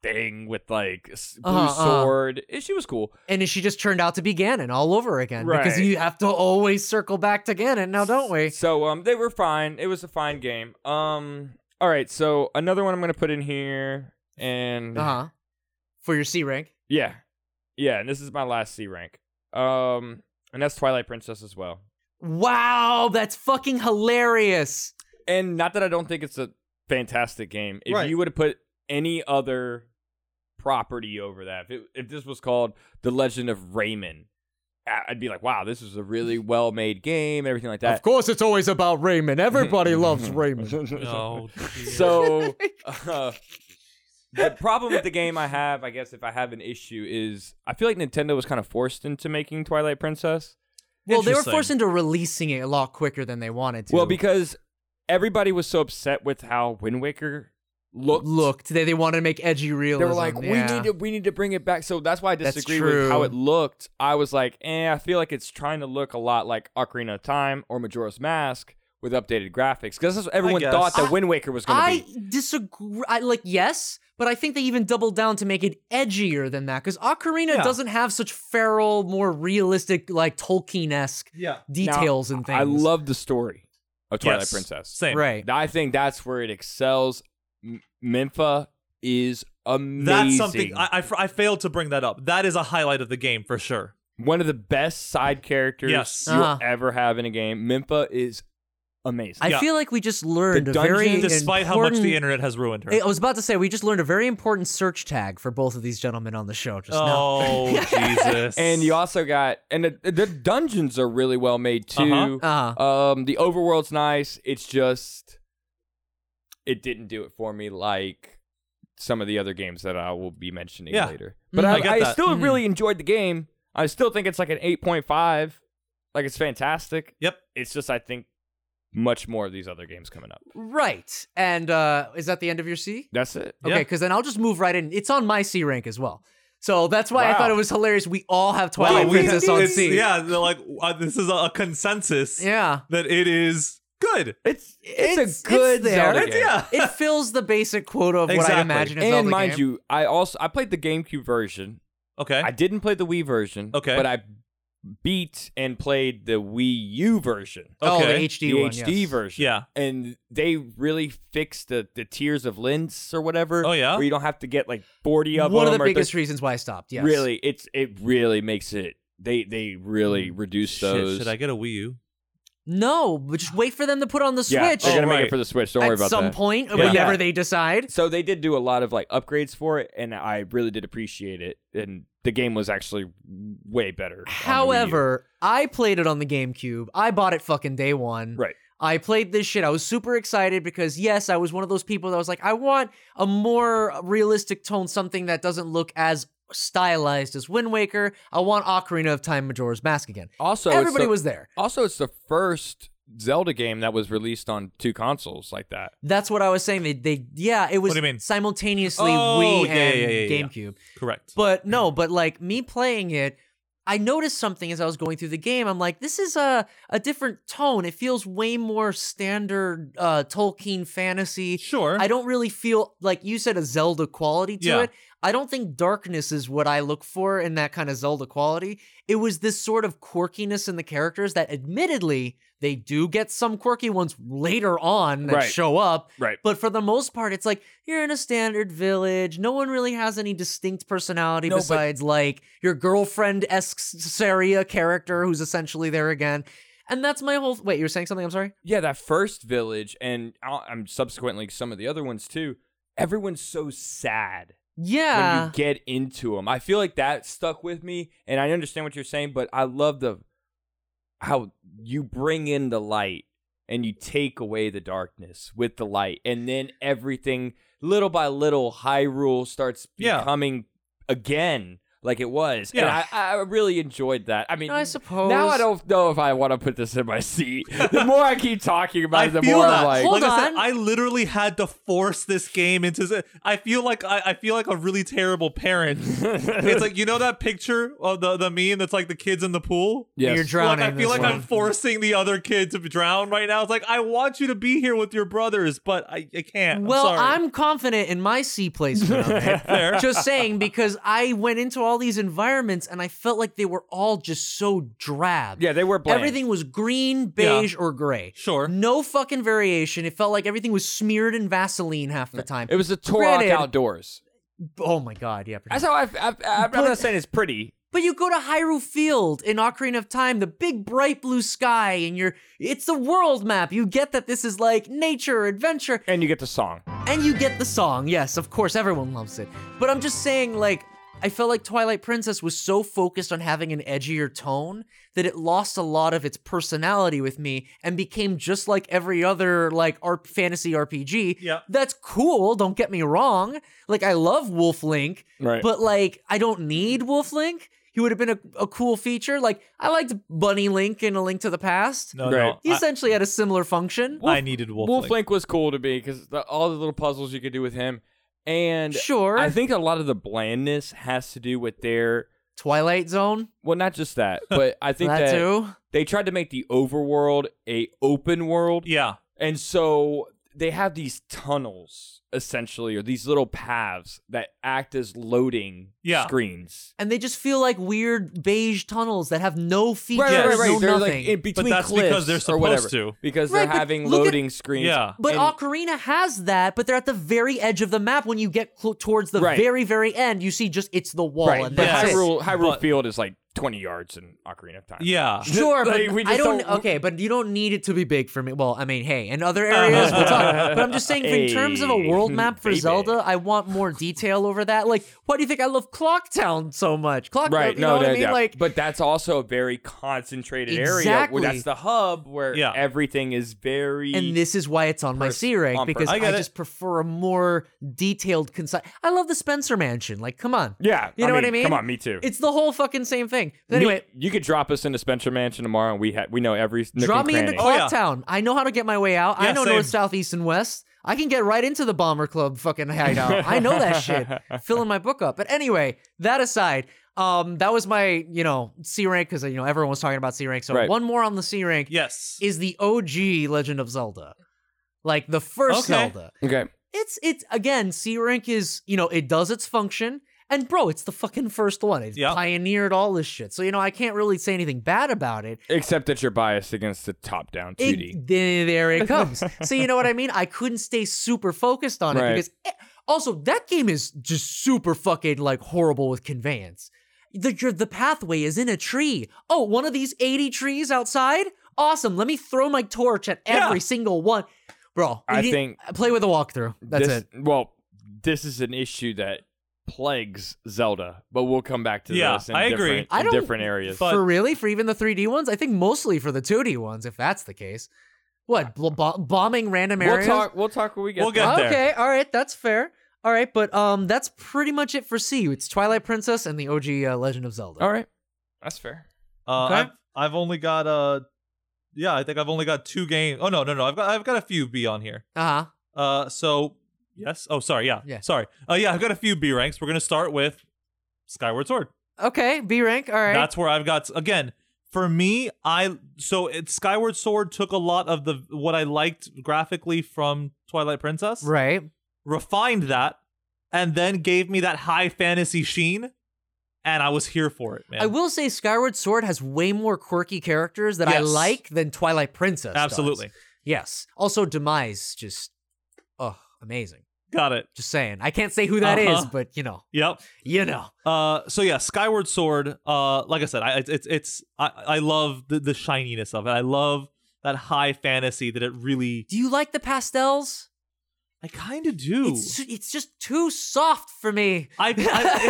thing with like s- blue
Uh-huh, uh-huh.
sword. Eh, She was cool.
and she just turned out to be Ganon all over again because
Right.
you have to always circle back to Ganon now, don't we?
So um, they were fine. It was a fine game. Um, all right. So another one I'm gonna put in here, and
Uh huh. For your C rank.
yeah, yeah. And this is my last C rank. Um, and that's Twilight Princess as well.
Wow, that's fucking hilarious.
and not that I don't think it's a fantastic game. If
Right.
you would have put any other property over that, if, it, if this was called The Legend of Raymond, I- I'd be like, wow, this is a really well made game, everything like that.
course, it's always about Raymond.
Everybody
Mm-hmm.
loves
Raymond.
Oh,
No.
So uh, the problem with the game I have, I guess, if I have an issue, is I feel like Nintendo was kind of forced into making Twilight Princess.
Well, they were
Interesting.
forced into releasing it a lot quicker than they wanted to.
Well, because everybody was so upset with how Wind Waker looked.
looked they they wanted to make edgy realism.
they were like,
yeah.
we need to we need to bring it back. So that's why I
That's
disagree with how
true.
it looked. I was like, eh, I feel like it's trying to look a lot like Ocarina of Time or Majora's Mask with updated graphics because that's what everyone
guess.
thought that
I-
Wind Waker was going to
I
be.
disagree. I, like, yes, but I think they even doubled down to make it edgier than that because Ocarina
Yeah.
doesn't have such feral, more realistic, like Tolkien esque
yeah.
details and things.
I love the story of Twilight
Yes.
Princess.
Same.
right.
I think that's where it excels. M- Mintha is amazing.
That's something I, I f- I failed to bring that up. That is a highlight of the game for sure.
one of the best side characters
Yes.
you'll
Uh-huh.
ever have in a game. Mintha is amazing.
I
Yeah.
feel like we just learned
The
a very
dungeon-
Despite how much the
important-
internet has ruined her.
I was about to say we just learned a very important search tag for both of these gentlemen on the show just now.
Oh Jesus!
and you also got and the, the dungeons are really well made too.
Uh-huh.
Um, the overworld's nice. It's just it didn't do it for me like some of the other games that I will be mentioning
Yeah.
later.
Mm-hmm.
But
I
I,
get
I,
that.
still really enjoyed the game. I still think it's like an eight point five. Like it's fantastic.
Yep.
It's just I think much more of these other games coming up.
Right. And uh, is that the end of your C?
That's it.
Yeah.
Okay, because then I'll just move right in. It's on my C rank as well. So that's why I
Wow.
thought it was hilarious. We all have
Wow,
Twilight
we-
Princess on
it's-
C.
Yeah, they're like uh, this is a, a consensus
Yeah.
that it is good.
It's it's,
It's- it's
a good
there.
Zelda
It's-
game.
yeah.
It fills the basic quota of what I
Exactly.
imagine a Zelda
And mind
game.
you, I also I played the GameCube version.
Okay.
I didn't play the Wii version.
Okay.
But I beat and played the Wii U version.
oh, the
okay.
HD
the
one.
HD
yes.
version.
yeah.
And they really fixed the, the tiers of lens or whatever.
Oh, yeah?
Where you don't have to get like 40 of
One
them.
of the
or
biggest
30
reasons why I stopped. Yes.
Really, it's it really makes it. They they really
Mm.
reduce
Shit,
those.
should I get a Wii U?
No, but just wait for them to put on the Switch.
Yeah, they're gonna make
right.
it for the Switch. Don't
at
worry about
some
that.
point,
Yeah.
whenever
Yeah.
they decide.
So they did do a lot of like upgrades for it, and I really did appreciate it. And the game was actually way better. on the Wii U.
However, I played it on the GameCube. I bought it fucking day one.
Right.
I played this shit. I was super excited because yes, I was one of those people that was like, I want a more realistic tone, something that doesn't look as stylized as Wind Waker. I want Ocarina of Time, Majora's Mask again.
also it's
Everybody
the-
was there.
Also, it's the first Zelda game that was released on two consoles like that.
That's what I was saying. They, they, yeah, it was
What do you mean?
simultaneously
Oh,
Wii
yeah,
and
yeah, yeah, yeah, yeah.
GameCube.
Correct.
But
Mm-hmm.
no, but like me playing it, I noticed something as I was going through the game. I'm like, this is a a different tone. It feels way more standard uh, Tolkien fantasy.
Sure.
I don't really feel like you said a Zelda quality to
Yeah.
it. I don't think darkness is what I look for in that kind of Zelda quality. It was this sort of quirkiness in the characters that admittedly they do get some quirky ones later on that
Right.
show up.
Right.
But for the most part, it's like you're in a standard village. No one really has any distinct personality
No, but-
besides like your girlfriend esque Saria character who's essentially there again. And that's my whole. Wait, you were saying something? I'm sorry.
Yeah, that first village, and I- I'm subsequently some of the other ones too. Everyone's so sad when
Yeah.
you get into them. I feel like that stuck with me, and I understand what you're saying, but I love the how you bring in the light and you take away the darkness with the light, and then everything little by little, Hyrule starts
Yeah.
becoming again like it was.
Yeah.
And I, I really enjoyed that. I mean,
I suppose.
now I don't know if I want to put this in my seat. The more I keep talking about
I
it, the
feel
more
that.
I'm like,
Hold
I said,
on.
I literally had to force this game into. I feel like I, I feel like a really terrible parent. it's like you know that picture of the the meme that's like the kids in the pool.
Yes.
You're drowning.
Like, I feel
this
like
one.
I'm forcing the other kid to drown right now. It's like I want you to be here with your brothers, but I, I can't.
Well,
I'm, sorry.
I'm confident in my C placement. on that.
Fair.
just saying because I went into all these environments and I felt like they were all just so drab.
yeah, they were bland.
Everything was green, beige, or gray.
Sure.
No fucking variation. It felt like everything was smeared in Vaseline half the time.
It was the Torok
Granted-
outdoors.
oh my god, yeah. pretty
That's
much.
how I. I, I am not saying it's pretty.
But you go to Hyrule Field in Ocarina of Time, the big bright blue sky, and you're it's the world map. You get that this is like nature, adventure.
And you get the song.
And you get the song. Yes, of course, everyone loves it. But I'm just saying, like, I felt like Twilight Princess was so focused on having an edgier tone that it lost a lot of its personality with me and became just like every other, like, R- fantasy RPG.
Yeah.
That's cool, don't get me wrong. Like, I love Wolf Link,
Right.
but, like, I don't need Wolf Link. He would have been a, a cool feature. Like, I liked Bunny Link in A Link to the Past.
no,
Right.
no.
He essentially had a similar function.
I, I needed Wolf,
Wolf
Link.
Link was cool to me because all the little puzzles you could do with him, and
Sure.
I think a lot of the blandness has to do with their.
Twilight Zone,
Well, not just that, but I think
that
that,
too.
they tried to make the overworld a open world,
Yeah.
and so they have these tunnels essentially, or these little paths that act as loading
Yeah.
screens.
and they just feel like weird beige tunnels that have no features,
right, right,
no
They're
nothing.
like in between
that's
cliffs
because they're
or whatever,
supposed to.
because
Right,
they're
but
having
look at-
loading screens.
Yeah.
but
and-
Ocarina has that, but they're at the very edge of the map. When you get cl- towards the
Right.
very, very end, you see just it's the wall,
right,
and
but
that's
Yes.
it.
Hyrule, Hyrule
But-
Field is like 20 yards in Ocarina of Time.
Yeah.
Sure, but
Like, we
I
just
don't,
don't-
Okay, but you don't need it to be big for me. Well, I mean, hey, in other areas we'll talk. But I'm just saying, in terms of a world
Uh-huh. Hey,
map for
baby.
Zelda, I want more detail over that. Like, why do you think I love Clock Town so much? Clock
Right.
you
no,
know what
no,
I mean?
yeah.
Like,
but that's also a very concentrated area
Exactly.
where that's the hub where
Yeah.
everything is very
and this is why it's on my C rank
on
because
purpose.
I,
I get it.
just prefer a more detailed, concise. I love the Spencer Mansion. Like, come on.
Yeah.
You know what I mean?
Come on, me too.
It's the whole fucking same thing. But
Me-
anyway,
you could drop us into Spencer Mansion tomorrow and we ha- we know every nook
Draw
and
me into
cranny.
Clock
yeah.
Town. I know how to get my way out. I
Yeah,
know
same.
north, south, east, and west. I can get right into the bomber club fucking hideout. I know that shit. Filling my book up. But anyway, that aside, um, that was my you know C rank because you know everyone was talking about C rank. So
Right.
one more on the C rank
Yes.
is the OG Legend of Zelda, like the first
Okay.
Zelda.
Okay.
It's it's again C rank is you know it does its function. And bro, it's the fucking first one. It
Yeah.
pioneered all this shit. So, you know, I can't really say anything bad about it.
Except that you're biased against the top down 2D.
It, there there it comes. so you know what I mean? I couldn't stay super focused on it
Right.
because eh, also that game is just super fucking like horrible with conveyance. The your, the pathway is in a tree. Oh, one of these 80 trees outside? Awesome. Let me throw my torch at
Yeah.
every single one. Bro,
I
you-
think
play with a walkthrough. That's
this,
it.
Well, this is an issue that plagues Zelda, but we'll come back to
Yeah,
this in
I agree.
different, in
I don't-
different areas.
but-
for really? For even the 3D ones? I think mostly for the 2D ones, if that's the case. What? bl- bom- bombing random
we'll
areas?
talk we'll talk when we get
We'll
there.
get there.
Okay, all right, that's fair. All right, but um, that's pretty much it for C. It's Twilight Princess and the OG uh, Legend of Zelda.
All right. That's fair.
Uh,
Okay.
I've, I've only got uh yeah, I think I've only got two games. Oh no, no, no. I've got I've got a few B on here.
Uh huh.
Uh so yes. Oh sorry, yeah.
Yeah.
Sorry. Uh yeah, I've got a few B ranks. We're gonna start with Skyward Sword.
Okay, B rank. All right.
That's where I've got again. For me, I so it Skyward Sword took a lot of the what I liked graphically from Twilight Princess,
right.
refined that, and then gave me that high fantasy sheen, and I was here for it, man.
I will say Skyward Sword has way more quirky characters that I
Yes.
like than Twilight Princess. does.
Absolutely
Yes. Also, Demise just, oh, amazing.
got it.
Just saying. I can't say who that is,
Uh-huh.
but you know,
Yep.
you know.
Uh, so yeah, Skyward Sword. Uh, like I said, I it's it's, it's I I love the the shininess of it. I love that high fantasy that it really.
Do you like the pastels?
I kind of do.
It's it's just too soft for me.
I, I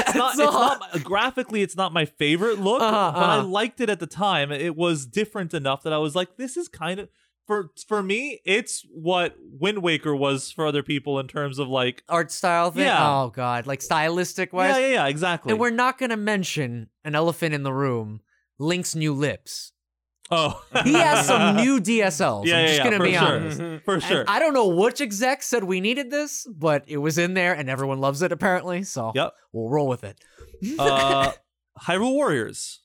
it's not
So-
it's not my- graphically it's not my favorite look,
Uh-huh,
but I
uh-huh.
liked it at the time. It was different enough that I was like, this is kind of for for me. It's what Wind Waker was for other people in terms of like,
Art style thing.
Yeah.
Oh god, like stylistic wise.
yeah, yeah, yeah, exactly.
And we're not going to mention an elephant in the room, Link's new lips.
oh,
He has some new DSLs.
Yeah,
I'm
yeah,
just
yeah,
going to
for
be
sure.
honest.
for sure.
And I don't know which exec said we needed this, but it was in there and everyone loves it apparently. So
Yep.
we'll roll with it.
uh, Hyrule Warriors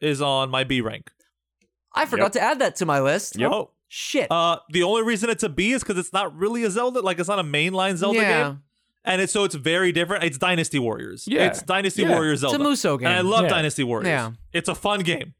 is on my B rank.
I forgot to add that to my list.
Yep.
Oh,
Shit.
uh, the only reason it's a B is because it's not really a Zelda, like it's not a mainline Zelda
yeah.
game, and it's so it's very different. It's Dynasty Warriors.
Yeah.
it's Dynasty
Yeah.
Warriors Zelda.
It's a Muso game.
And I love
Yeah.
Dynasty Warriors.
Yeah.
It's a fun game.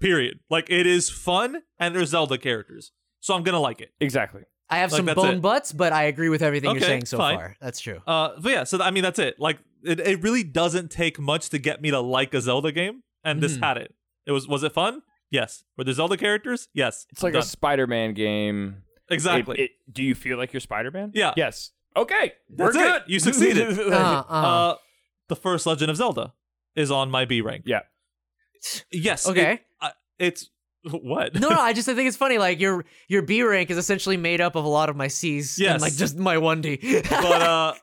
Period. Like it is fun and there's Zelda characters. So I'm gonna like it.
Exactly.
I have
Like,
some
that's
bone
it.
butts, but I agree with everything you're
Okay,
saying so
fine.
far. That's true.
Uh but yeah, so I mean that's it. Like it, it really doesn't take much to get me to like a Zelda game, and this
Mhm.
had it. It was was it fun? Yes. Were there Zelda characters? Yes.
It's like
Done.
a Spider Man game. It-
exactly.
it- do you feel like you're Spider Man?
Yeah.
Yes. Okay.
That's
we're
it.
good.
You succeeded.
Uh, uh,
uh the first Legend of Zelda is on my B rank.
Yeah.
Yes.
okay.
it- it's what?
no, no, I just I think it's funny. Like your your B rank is essentially made up of a lot of my C's and
Yes.
like just my one D.
but uh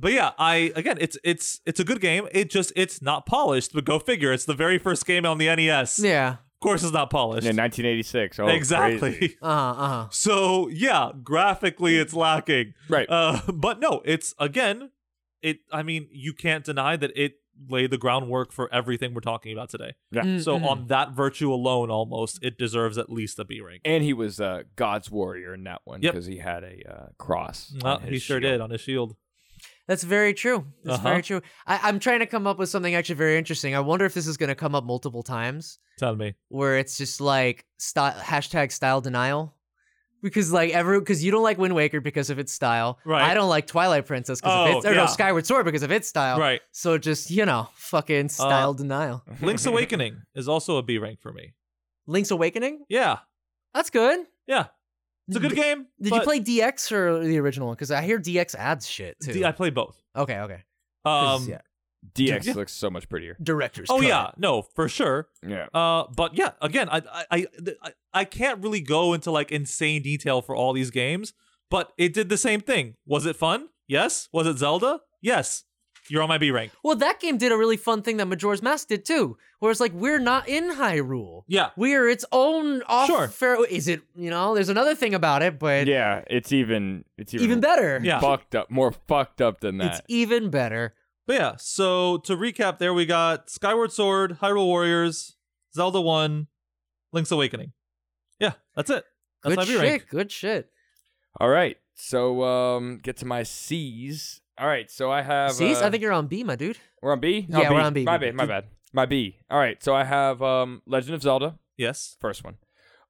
but yeah i again it's it's it's a good game it just it's not polished but go figure it's the very first game on the nes
yeah.
of course it's not polished
Yeah, 1986. Oh,
exactly
crazy.
Uh huh. Uh huh.
so yeah graphically it's lacking
Right.
uh but no it's again it i mean you can't deny that it laid the groundwork for everything we're talking about today
Mm,
so
Mm-hmm.
on that virtue alone almost it deserves at least a b rank
and he was uh, God's warrior in that one
Yep.
because he had a uh, cross.
Uh,
on his
he sure
shield.
did on his shield
that's very true. That's
Uh-huh.
very true. I, I'm trying to come up with something actually very interesting. I wonder if this is going to come up multiple times,
tell me
where it's just like sty- hashtag style denial, because like every because you don't like Wind Waker because of its style.
Right.
I don't like Twilight Princess because
Oh,
of its or no
yeah.
Skyward Sword because of its style.
Right. Uh,
So just you know, fucking style denial.
Link's Awakening is also a B rank for me.
Link's Awakening.
Yeah,
That's good.
yeah, it's a good
Did-
game.
Did you
but
play DX or the original one? Because I hear DX adds shit too.
D- I played both.
okay, okay. 'Cause,
Um,
yeah.
DX
Yeah.
looks so much prettier.
Director's.
Oh
cut.
yeah, no, for sure.
Yeah.
Uh, but yeah, again, I I, I I I can't really go into like insane detail for all these games, but it did the same thing. Was it fun? Yes. Was it Zelda? Yes. You're on my B rank.
Well, that game did a really fun thing that Majora's Mask did too, where it's like we're not in Hyrule.
Yeah.
We're its own off
Sure.
fair- oh, Is it, you know, there's another thing about it, but
Yeah, it's even it's even,
even better.
Yeah.
fucked up, more fucked up than
It's
that.
even better.
But yeah, so to recap, there we got Skyward Sword, Hyrule Warriors, Zelda One, Link's Awakening. Yeah, that's it. That's
Good
my B
shit.
rank.
Good shit.
All right. So um get to my C's. All right, so I have
See,
uh,
I think you're on B, my dude.
we're on B?
Yeah, we're on B.
My bad, my bad. My B. All right, so I have um Legend of Zelda,
Yes.
first one.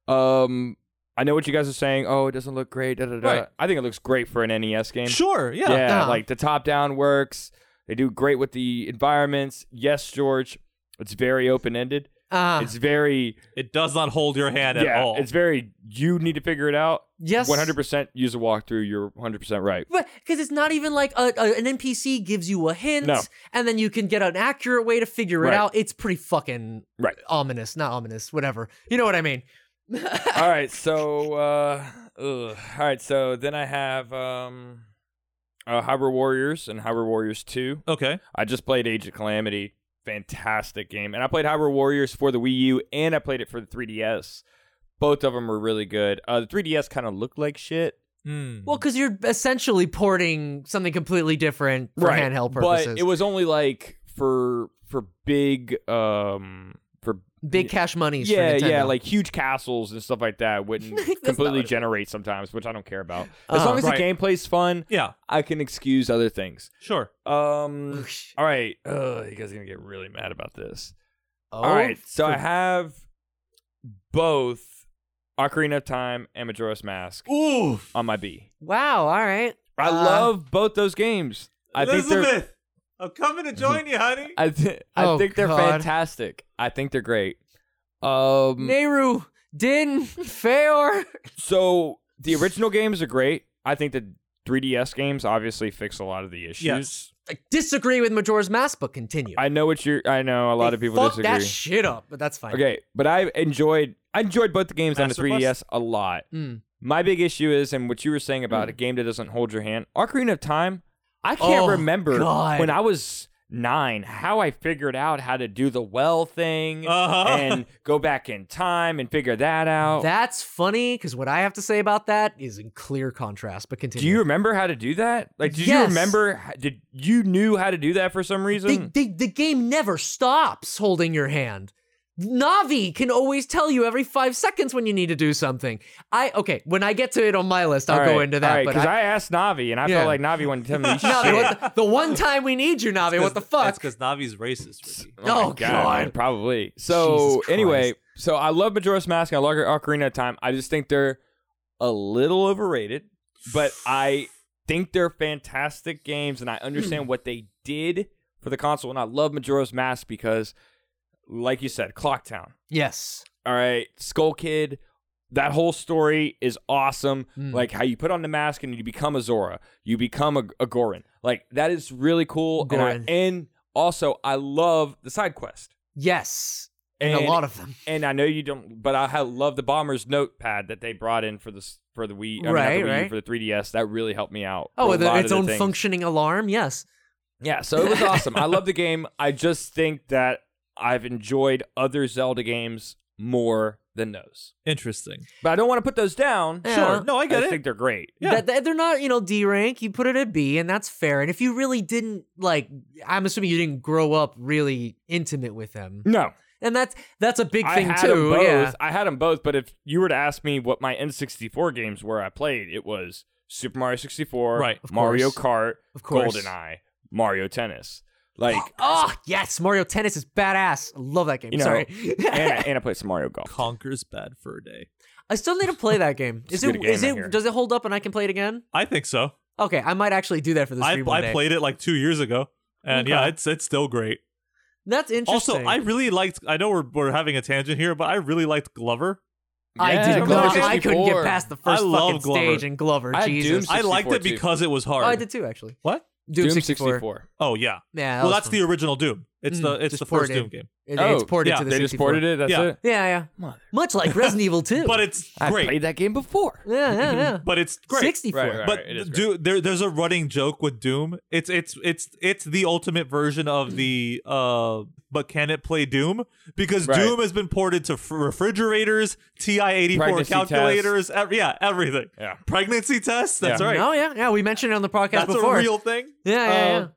Um I know what you guys are saying. Oh, it doesn't look great. Da, da, da.
Right.
I think it looks great for an NES game.
Sure. Yeah.
Yeah,
Uh-huh.
like the top down works. They do great with the environments. Yes, George. It's very open ended.
Uh,
It's very
It does not hold your hand at
yeah.
all.
It's very you need to figure it out.
yes.
One hundred percent use a walkthrough. You're one hundred percent right.
But because it's not even like a, a- an NPC gives you a hint,
No.
and then you can get an accurate way to figure it
Right.
out. It's pretty fucking
Right.
ominous, not ominous, whatever. You know what I mean?
all right. So uh, ugh. all right. So then I have um, uh, Hyrule Warriors and Hyrule Warriors Two.
okay.
I just played Age of Calamity. Fantastic game. And I played Hyrule Warriors for the Wii U and I played it for the 3DS. Both of them were really good. Uh, the 3DS kind of looked like shit.
Hmm.
Well, because you're essentially porting something completely different for handheld purposes.
But it was only like for for big um for
Big cash monies. for
yeah, yeah,
Nintendo.
like huge castles and stuff like that wouldn't
That's not what
completely
it was.
generate sometimes, which I don't care about. As
Uh-huh.
long as
Right.
the gameplay's fun,
yeah.
I can excuse other things.
Sure.
Um
Oosh.
all right. Ugh, you guys are gonna get really mad about this.
Oh,
All right, so I
for-
have both Ocarina of Time and Majora's Mask
Ooh.
on my B.
wow. All right.
I
Uh,
love both those games. I think they're
Elizabeth, I'm coming to join you, honey.
I, th- I
Oh,
think they're
God.
fantastic. I think they're great. Um
Nehru, Din, Feor.
so the original games are great. I think the 3DS games obviously fix a lot of the issues.
Yes.
I disagree with Majora's Mask, but continue.
I know what you're I know a lot of people
fuck
disagree.
that shit up, but that's fine.
Okay, but I enjoyed I enjoyed both the games
Master
on the
Quest?
3DS a lot.
Mm.
My big issue is, and what you were saying about a game that doesn't hold your hand, Ocarina of Time. I can't
Hmm. Oh,
remember
God.
when I was nine how I figured out how to do the well thing
Uh-huh.
and go back in time and figure that out.
That's funny because what I have to say about that is in clear contrast. But
do
continue.
you remember how to do that? Like, did you
Yes.
remember? Did you knew how to do that for some
They,
reason?
they, the game never stops holding your hand. Navi can always tell you every five seconds when you need to do something. I okay. When I get to it on my list, I'll
All
go
right,
into
all
that.
right,
but I,
because I, asked Navi and I
Yeah.
felt like Navi wanted to tell me
Navi,
shit.
what the, the one time we need you, Navi, what the
That's
fuck?
because Navi's racist. Ricky.
Oh,
my
God.
probably.
Jesus
So
Christ.
anyway, so I love Majora's Mask. and I love Ocarina of Time. I just think they're a little overrated, but I think they're fantastic games, and I understand
Hmm.
what they did for the console. And I love Majora's Mask because, like you said, Clock Town.
Yes.
All right, Skull Kid. That whole story is awesome.
Mm.
Like how you put on the mask and you become a Zora, you become a, a Goron. Like that is really cool. And, I-
Goron.
and also, I love the side quest.
Yes. And,
And,
a lot of them.
and I know you don't, but I ha- love the bomber's notepad that they brought in for this for the Wii, I mean, not
Right,
the Wii U,
right.
for the 3DS. That really helped me out.
Oh,
for a
with a-
lot of
its
the
own
things.
functioning alarm. Yes.
Yeah, so it was awesome. I love the game. I just think that I've enjoyed other Zelda games more than those.
Interesting.
But I don't want to put those down.
Yeah.
Sure. No, I
I,
get it.
think they're great.
Yeah.
That, that- they're not, you know, D rank. You put it at B, and that's fair. And if you really didn't like, I'm assuming you didn't grow up really intimate with them,
No,
and that's that's a big
I
thing
had
too.
them both.
Yeah.
I had them both. But if you were to ask me what my N64 games were, I played it was Super Mario 64,
Right,
of
Mario
course.
Kart,
Of course.
GoldenEye, Mario Tennis. Like,
Oh yes, Mario Tennis is badass. I love that game.
You know,
Sorry,
and, and I played some Mario Golf.
Conquers Bad Fur Day.
I still need to play that game.
It's
Is
a
it?
good game,
Is
I
it?
hear.
Does it hold up and I can play it again?
I think so.
Okay, I might actually do that for the
I,
stream one
I
day.
played it like two years ago, and yeah,
Okay.
it's it's still great.
That's interesting.
Also, I really liked. I know we're we're having a tangent here, but I really liked Glover.
I
Yeah,
did
remember
Glover.
Glover
I couldn't get
64.
past the
I
first
love
fucking
Glover.
stage in Glover.
I had
Jesus,
Doom
I liked it
64 too.
because it was
oh,
hard.
I did too actually.
What?
Doom,
Doom
64.
64.
Oh yeah.
Yeah. that
well,
was
that's
fun.
the original Doom. It's
Mm,
the it's
just
the first
ported.
Doom game,
It,
Oh,
it's ported
yeah,
to the
They
64.
just ported it. That's
Yeah.
it.
Yeah, yeah.
Mother-
Much like Resident Evil 2.
but it's
I
great.
played that game before.
yeah, yeah, yeah.
But it's great.
64.
Right, right.
But
it is great.
do there there's a running joke with Doom. It's it's it's it's the ultimate version of the uh but can it play Doom? Because
Right.
Doom has been ported to f- refrigerators, TI-84
Pregnancy
calculators, ev- yeah, everything.
Yeah.
Pregnancy tests, that's
Yeah.
right.
No, yeah, yeah. We mentioned it on the podcast
that's
before.
a real thing.
yeah, yeah,
uh,
yeah.
Um,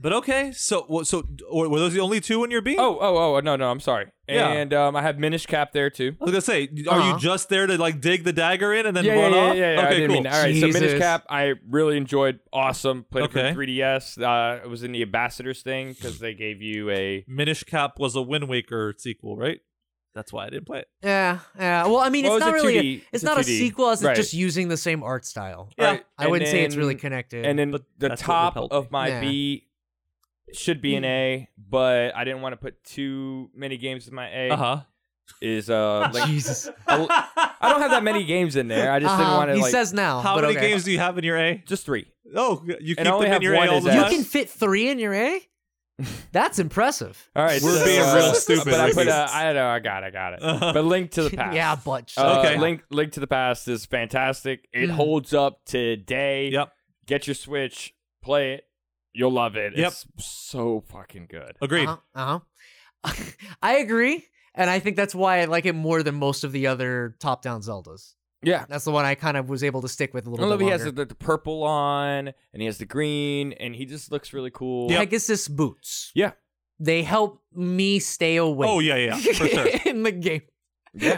But okay, so well, so or, were those the only two in your beat?
Oh, oh, oh, no, no, I'm sorry.
Yeah.
And um, I had Minish Cap there too.
I was gonna say, are
Uh-huh.
you just there to like dig the dagger in and then
yeah,
run
yeah, yeah,
off?
yeah, yeah, I
okay,
didn't
cool.
mean- all right, so
Jesus.
Minish Cap, I really enjoyed. Awesome. Played it
Okay.
for 3DS. Uh, it was in the Ambassadors thing because they gave you a.
Minish Cap was a Wind Waker sequel, right? That's why I didn't play it.
Yeah, yeah. Well, I mean,
Well,
it's
it
not
was a
really.
2D
A, it's
it's a
not a
2D.
sequel, as it's
Right.
just using the same art style.
Yeah.
Alright,
I
and
wouldn't say it's
then-
really connected.
And then
But
the
that's what
top
repelled me.
of my
Yeah. Mm.
B should be an A, but I didn't want to put too many games in my A.
Uh huh.
Is uh, like,
Ah, Jesus,
I I don't have that many games in there. I just
Uh-huh.
didn't want to
he
like
says now.
How
but
many
okay.
games do you have in your A?
just three.
Oh, you keep
And I
them
only
in
have
your
one
A all
as
the
a-
You
time.
Yes.
can fit three in your A. That's impressive.
All right,
We're
so,
being
uh,
real stupid
But I
right
put
now.
uh, I know I got it, I got it.
Uh,
Uh-huh.
But Link to the Past.
Yeah, but
Uh,
Okay.
Link Link to the Past is fantastic. It
Mm.
holds up today.
Yep.
Get your Switch, play it. You'll love it.
Yep.
It's so fucking good.
Agreed.
Uh huh. uh-huh. I agree, and I think that's why I like it more than most of the other top-down Zeldas.
Yeah.
That's the one I kind of was able to stick with a
I
little
love
bit
he
longer.
has the, the purple on and he has the green and he just looks really cool.
Pegasus boots.
Yeah.
They help me stay awake.
Oh yeah, yeah, yeah, for sure.
in the game. all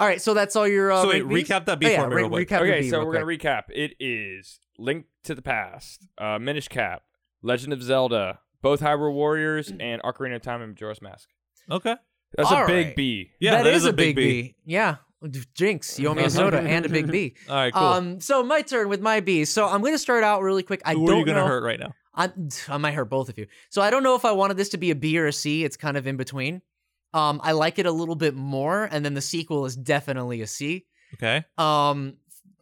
right, so that's all your. Uh,
so wait,
rank Bs?
recap that
Oh,
before
yeah,
oh,
rank- recap your
Okay,
B
so
real
we're
quick.
gonna recap. It is Link to the Past, uh, Minish Cap, Legend of Zelda, both Hyrule Warriors, and Ocarina of Time and Majora's Mask.
Okay.
That's
Mm. All
a big
right.
B.
Yeah,
that is, a big, B. Yeah, Jinx, you owe me a soda and a big B.
All right, cool.
Um, so my turn with my B. So I'm gonna start out really quick. I
Who
don't
are you gonna
know.
hurt right now?
I'm, I might hurt both of you. So I don't know if I wanted this to be a B or a C. It's kind of in between. Um, I like it a little bit more, and then the sequel is definitely a C.
Okay.
Um,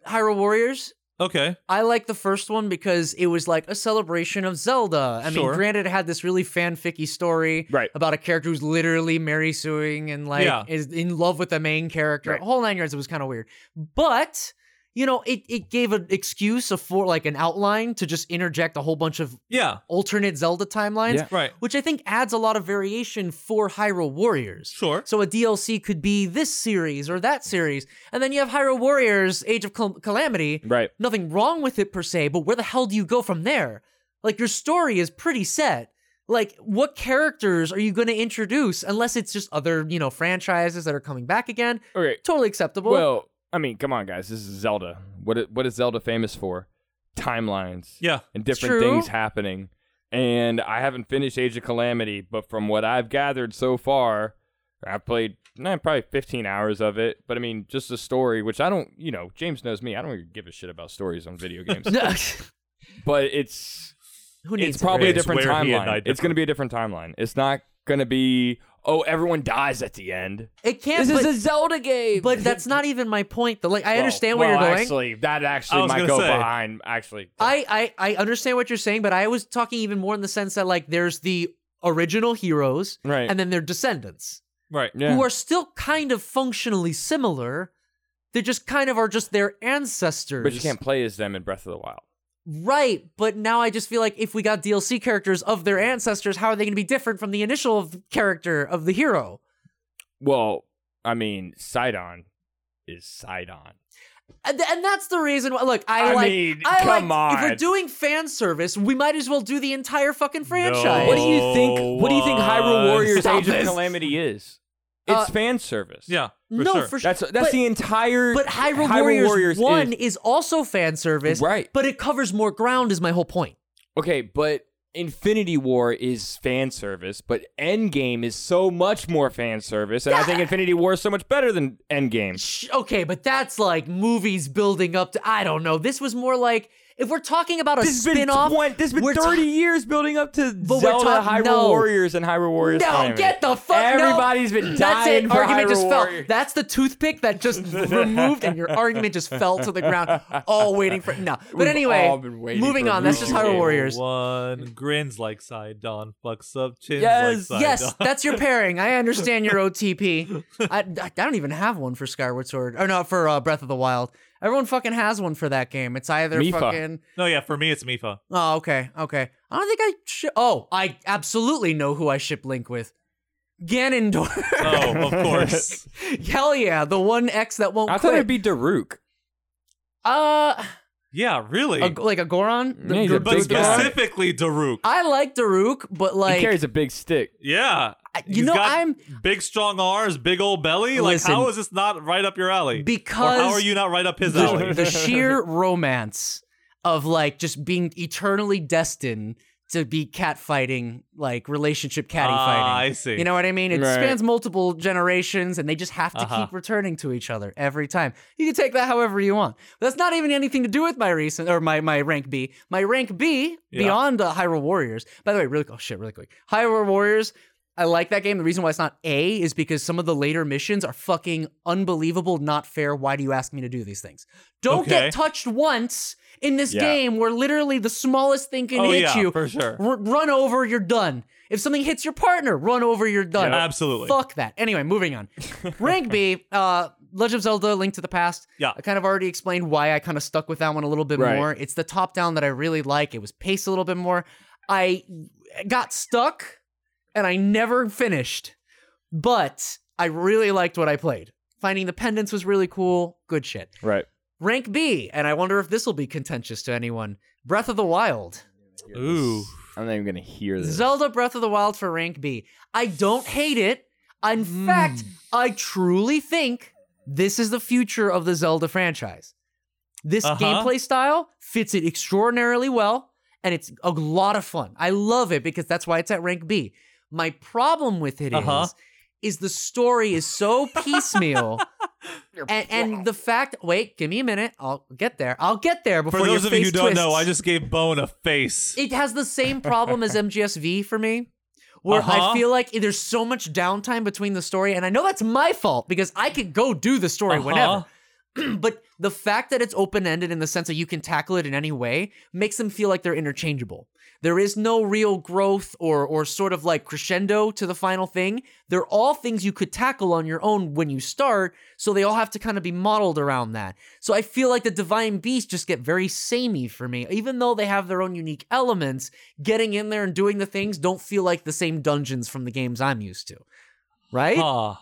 Hyrule Warriors
Okay.
I like the first one because it was like a celebration of Zelda. I
Sure.
mean, granted, it had this really fanficky story
Right.
about a character who's literally Mary Suing and like
Yeah.
is in love with the main character.
Right.
Whole nine yards. It was kind of weird, but you know, it it gave an excuse of for like an outline to just interject a whole bunch of
Yeah.
alternate Zelda timelines,
Yeah.
Right.
which I think adds a lot of variation for Hyrule Warriors.
Sure.
So a DLC could be this series or that series, and then you have Hyrule Warriors: Age of Cal- Calamity,
Right.
nothing wrong with it per se, but where the hell do you go from there? Like your story is pretty set. Like what characters are you going to introduce unless it's just other, you know, franchises that are coming back again?
Okay.
Totally acceptable.
Well, I mean, come on, guys. This is Zelda. What i- what is Zelda famous for? Timelines
Yeah.
and different
True.
things happening. And I haven't finished Age of Calamity, but from what I've gathered so far, I've played nah, probably 15 hours of it. But I mean, just the story, which I don't, you know, James knows me. I don't even give a shit about stories on video games. but it's
Who needs
it's probably
it, right?
a
It's
different
where he and I
timeline. It's
differ.
going to be a different timeline. It's not going to be oh everyone dies at the end.
It can't
this
but,
is a Zelda game.
but that's not even my point. though. Like I
Well-
understand where
well,
you're going.
Actually, that
I
actually
was
might
gonna
go
say.
behind. Actually,
I, I I understand what you're saying, but I was talking even more in the sense that like there's the original heroes
right.
and then their descendants.
Right.
yeah.
who are still kind of functionally similar. They just kind of are just their ancestors.
but you can't play as them in Breath of the Wild.
Right, but now I just feel like if we got DLC characters of their ancestors, how are they going to be different from the initial of- character of the hero?
Well, I mean, Sidon is Sidon.
And, th- and that's the reason why. Look, I,
I
like.
mean,
I
come
like. If we're
on.
doing fan service, we might as well do the entire fucking franchise.
What do you think? What do you think Hyrule
No
Warriors:
Stop
Age
this.
of Calamity is? It's
Uh,
fan service.
Yeah. For
no,
sure.
for sure.
that's that's the entire.
But Hyrule, Warriors, One is, also fan service,
Right.
But it covers more ground, is my whole point.
Okay, but Infinity War is fan service, but Endgame is so much more fan service, and I think Infinity War is so much better than Endgame.
Sh- Okay, but that's like movies building up to I don't know. This was more like if we're talking about a
This has been
spin-off.
20 this has
we're
been
ta-
thirty years building up to
we're
Zelda
ta-
Hyrule
no.
Warriors and Hyrule Warriors.
no,
Tournament.
get the fuck.
Everybody's
no.
been dying
That's it.
for
argument
Hyrule
just fell.
Warriors.
That's the toothpick that just removed, and your argument just fell to the ground. All waiting for no. But
We've
anyway,
all been waiting
moving
for
on. That's
Rushi
just Hyrule
Game.
Warriors.
One grins like Sidon, fucks up chins
Yes,
like Sidon.
Yes, that's your pairing. I understand your OTP. I, I I don't even have one for Skyward Sword or no for uh, Breath of the Wild. Everyone fucking has one for that game. It's either
Mifa.
fucking
No, yeah, for me it's Mifa.
Oh, okay, okay. I don't think I. Sh- oh, I absolutely know who I ship Link with. Ganondorf.
Oh, of course.
Hell yeah, the one X that won't
I thought
quit.
it'd be Daruk.
uh,
Yeah, really.
a, like a Goron. The-
Yeah, he's a
the-
but
big guy.
specifically Daruk.
I like Daruk, but
he
like,
carries a big stick.
Yeah.
I- you
He's
know,
got
I'm
big strong R's, big old belly.
Listen.
like how is this not right up your alley?
because
or how are you not right up his
the,
alley?
the sheer romance of like just being eternally destined to be catfighting, like relationship catty
Ah,
fighting.
I see.
You know what I mean? It
Right.
spans multiple generations and they just have to
Uh-huh.
keep returning to each other every time. You can take that however you want. That's not even anything to do with my recent or my, my rank B. My rank B
Yeah.
beyond uh, Hyrule Warriors. By the way, really oh shit, really quick. Hyrule Warriors I like that game. The reason why it's not A is because some of the later missions are fucking unbelievable, not fair. Why do you ask me to do these things? Don't
Okay.
get touched once in this
Yeah.
game where literally the smallest thing can
oh
hit
yeah,
you.
for sure.
R- run over, you're done. If something hits your partner, run over, you're done.
Absolutely.
Fuck that. Anyway, moving on. Rank B, uh, Legend of Zelda: Link to the Past.
Yeah.
I kind of already explained why I kind of stuck with that one a little bit
Right.
more. It's the top down that I really like. It was paced a little bit more. I got stuck, and I never finished, but I really liked what I played. Finding the pendants was really cool. Good shit.
Right.
Rank B, and I wonder if this will be contentious to anyone. Breath of the Wild.
Ooh.
I'm not even gonna hear this.
Zelda Breath of the Wild for rank B. I don't hate it. In
Hmm.
fact, I truly think this is the future of the Zelda franchise. This
Uh-huh.
gameplay style fits it extraordinarily well, and it's a lot of fun. I love it because that's why it's at rank B. My problem with it is,
Uh-huh.
is the story is so piecemeal. and, and the fact, wait, give me a minute. I'll get there. I'll get there
For
before
those
your
of you who
face
don't know,
twists
I just gave Bone a face.
it has the same problem as MGSV for me, where I
Uh-huh.
feel like there's so much downtime between the story, and I know that's my fault because I could go do the story
Uh-huh.
whenever. But the fact that it's open ended in the sense that you can tackle it in any way makes them feel like they're interchangeable. There is no real growth or or sort of like crescendo to the final thing. They're all things you could tackle on your own when you start, so they all have to kind of be modeled around that. So I feel like the Divine Beasts just get very samey for me, even though they have their own unique elements. Getting in there and doing the things don't feel like the same dungeons from the games I'm used to, right?
Huh.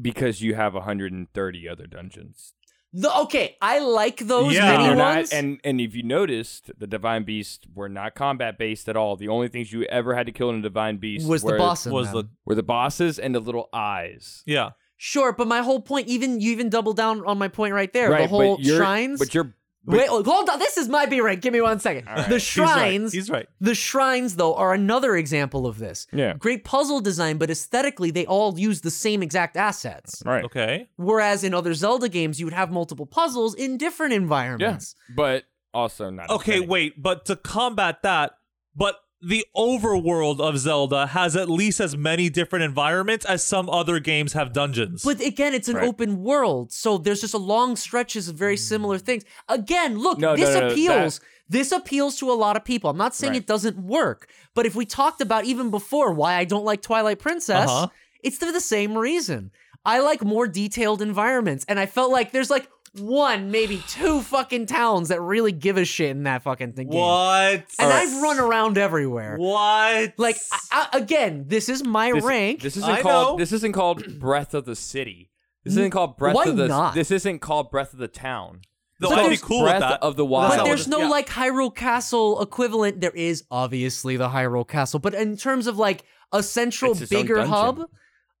Because you have 130 other dungeons.
The- okay, I like those
Yeah.
mini
And, you're not-
ones.
and and if you noticed, the divine beasts were not combat based at all. The only things you ever had to kill in a divine beast
was
were,
the boss in
was
them.
the
were the bosses and the little eyes.
yeah.
Sure, but my whole point, even you even double down on my point right there.
right,
the whole
but you're,
shrines.
But you're but-
Wait, oh, hold on. This is my B rank. Give me one second.
All right.
The
He's right.
shrines,
He's right.
the shrines though, are another example of this.
yeah,
Great puzzle design, but aesthetically, they all use the same exact assets.
right.
Okay.
Whereas in other Zelda games, you would have multiple puzzles in different environments.
But also not
Okay,
aesthetic.
wait, but to combat that, but the overworld of Zelda has at least as many different environments as some other games have dungeons.
But again, it's an
Right.
open world, so there's just a long stretches of very similar things. Again, look,
Mm. No, no,
this
no, no,
appeals. This appeals to a lot of people. I'm not saying
Right.
it doesn't work, but if we talked about even before why I don't like Twilight Princess,
Uh-huh.
it's for the same reason. I like more detailed environments, and I felt like there's like one, maybe two fucking towns that really give a shit in that fucking thing. game.
what?
And I've run around everywhere.
What?
Like I, I, again, this is my
This,
rank.
This isn't
I know.
called. This isn't called Breath of the City. This isn't called Breath
why
of the.
not?
This isn't called Breath of the Town.
No,
It's
I'd be
called
cool with
Breath
that.
of the
But
Wild.
But
Zelda.
there's no
Yeah.
like Hyrule Castle equivalent. There is obviously the Hyrule Castle, but in terms of like a central
It's its own
bigger
dungeon.
hub,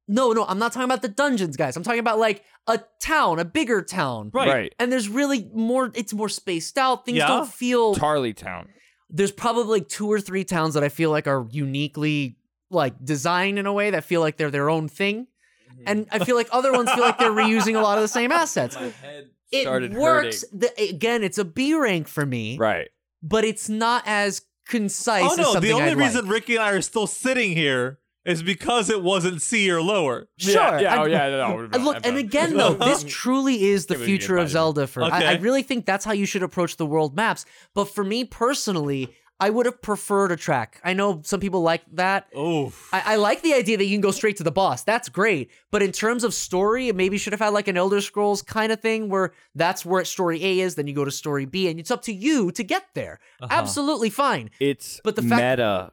no, no, I'm not talking about the dungeons, guys. I'm talking about like a town, a bigger town.
Right.
right.
And there's really more. It's more spaced out. Things
Yeah?
don't feel.
Charlie Town.
there's probably like two or three towns that I feel like are uniquely like designed in a way that feel like they're their own thing.
Mm-hmm.
And I feel like other ones feel like they're reusing a lot of the same assets. It
started
works. The, again, it's a B rank for me,
Right.
but it's not as concise
Oh
as
no,
something
the only
I'd
reason
like.
Ricky and I are still sitting here is because it wasn't C or lower.
Sure.
Yeah.
I-
yeah oh, yeah. No,
I
no,
look,
I'm
and
done.
again, though, this truly is the
Give it a good
future of
bite.
Zelda. For
Okay.
I, I really think that's how you should approach the world maps. But for me personally, I would have preferred a track. I know some people like that.
Oh,
I, I like the idea that you can go straight to the boss. That's great. But in terms of story, it maybe should have had like an Elder Scrolls kind of thing where that's where story A is, then you go to story B, and it's up to you to get there.
Uh-huh.
Absolutely fine.
It's
But the fact-
meta.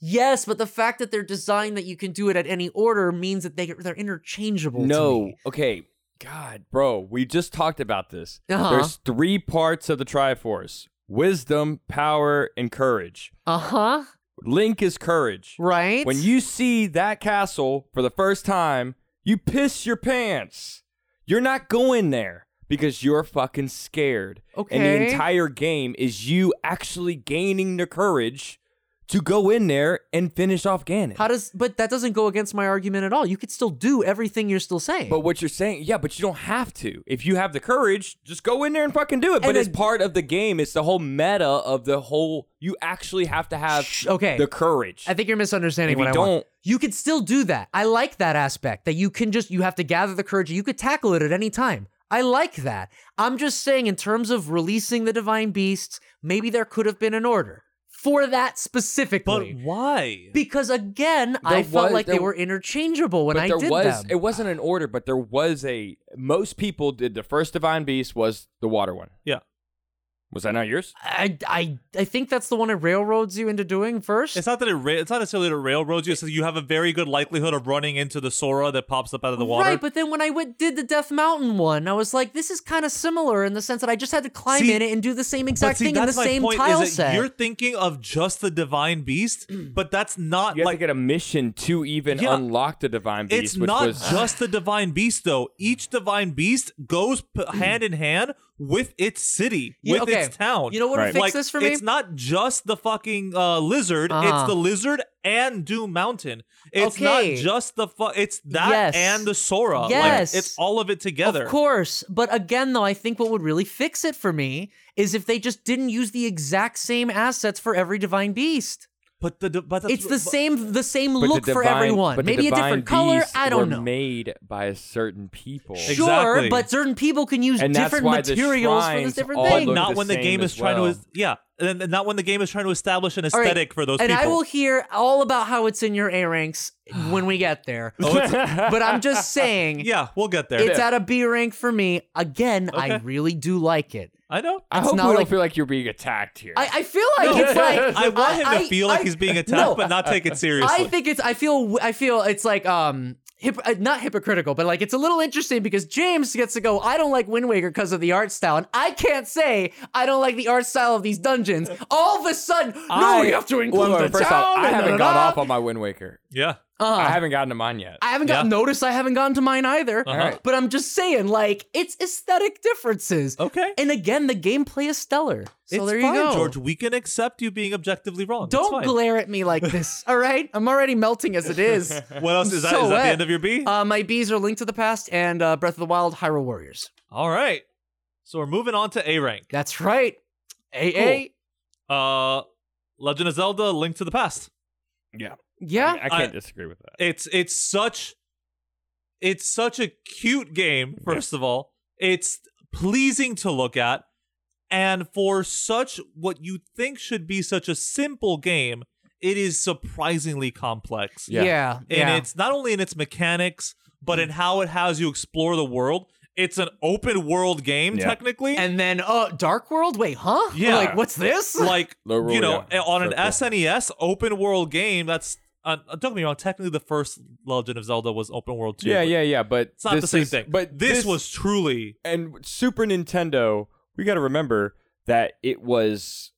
Yes, but the fact that they're designed that you can do it at any order means that they, they're interchangeable. to
No.
me.
Okay. God, bro, we just talked about this.
Uh-huh.
There's three parts of the Triforce: wisdom, power, and courage.
Uh huh.
Link is courage.
Right?
When you see that castle for the first time, you piss your pants. You're not going there because you're fucking scared. And
Okay.
the entire game is you actually gaining the courage to go in there and finish off Ganon.
How does but that doesn't go against my argument at all. You could still do everything you're still saying.
but what you're saying, yeah, but you don't have to. If you have the courage, just go in there and fucking do it. But
And
it's
ag-
part of the game. It's the whole meta of the whole. You actually have to have
Shh, okay.
the courage.
I think you're misunderstanding
If
what
you
I want.
don't-
You could still do that. I like that aspect that you can just you have to gather the courage. You could tackle it at any time. I like that. I'm just saying in terms of releasing the divine beasts, maybe there could have been an order for that
but
specifically.
why?
because again, I
There
felt
was-
like they
there-
were interchangeable when
but
I
there
did
was
them.
it wasn't an order, but there was a most people did the first divine beast was the water one.
Yeah.
Was that not yours?
I, I I think that's the one that railroads you into doing first.
It's not that it. Ra- it's not necessarily the railroads you. It's that you have a very good likelihood of running into the Sora that pops up out of the water.
Right, but then when I went did the Death Mountain one, I was like, this is kind of similar in the sense that I just had to climb
See-
in it and do the same
But
exact
see,
thing in the
that's my
same
point,
tile
is that
set.
You're thinking of just the divine beast, but that's not
You had
like
to get a mission to even
Yeah.
unlock the divine beast.
it's
which
not
was,
just the divine beast though. Each divine beast goes p-
Hmm.
hand in hand with its city,
You-
with
okay.
its town.
You know what would
Right.
fix
like,
this for me?
It's not just the fucking uh, lizard.
Uh-huh.
It's the lizard and Doom Mountain. It's not
Okay.
just the fu- It's that
Yes.
and the Sora. Like,
Yes.
it's all of it together.
Of course. But again, though, I think what would really fix it for me is if they just didn't use the exact same assets for every divine beast.
But the but that's,
It's the
but-
same the same
but the
look for
divine-
everyone.
but the
Maybe a
divine
different color.
beasts
I
were
don't know.
Made by a certain people.
Exactly.
Sure, but certain people can use
And that's
different
why the
materials for this
shrines
different
all
thing.
look
Not
the
when the
same
game is
as
trying
well.
to yeah, and and not when the game is trying to establish an
All right,
aesthetic for those
and
people.
I will hear all about how it's in your A ranks when we get there. but I'm just saying,
Oh, yeah, we'll get there.
it's at a B rank for me. Again, I
Okay.
really do like it.
I know.
I
It's
hope we
not like-
don't feel like you're being attacked here.
I, I feel like it's like
I want him
I-
to feel
I-
like he's being attacked,
no,
but not take it seriously.
I think it's. I feel. I feel it's like um. Hip, uh, not hypocritical, but like it's a little interesting because James gets to go. I don't like Wind Waker because of the art style, and I can't say I don't like the art style of these dungeons. All of a sudden, no,
I-
we have to include
well,
the
first
town.
off, I
and
haven't
da-da-da.
gone off on my Wind Waker.
yeah.
Uh-huh.
I haven't gotten to mine yet.
I haven't gotten
Yeah.
notice. I haven't gotten to mine either.
right.
But I'm just saying, like, it's aesthetic differences.
Okay.
And again, the gameplay is stellar. So
it's
there
fine,
you go.
George. We can accept you being objectively wrong. That's
Don't
fine.
glare at me like this. All right. I'm already melting as it is.
What else is that?
So
Is that the
wet.
end of your B?
Uh, my bees are Link to the Past and uh, Breath of the Wild Hyrule Warriors.
All right. So we're moving on to A rank.
That's right. AA.
Uh, Legend of Zelda: Link to the Past.
Yeah.
I can't
I-
disagree with that.
It's it's such it's such a cute game. First of all, it's pleasing to look at, and for such what you think should be such a simple game, it is surprisingly complex.
yeah.
Yeah.
Yeah.
and it's not only in its mechanics but
Mm.
in how it has you explore the world it's an open world game
Yeah.
technically
And then uh, Dark World. Wait, huh?
Yeah.
Like, what's this?
like
Low roll,
you know
yeah.
on an
So cool.
snes open world game that's uh, don't get me wrong technically the first legend of zelda was open world too
Yeah,
but
yeah, yeah. But
it's not
this
the same
is-
thing
But
this, was truly
and Super Nintendo. We got to remember that it was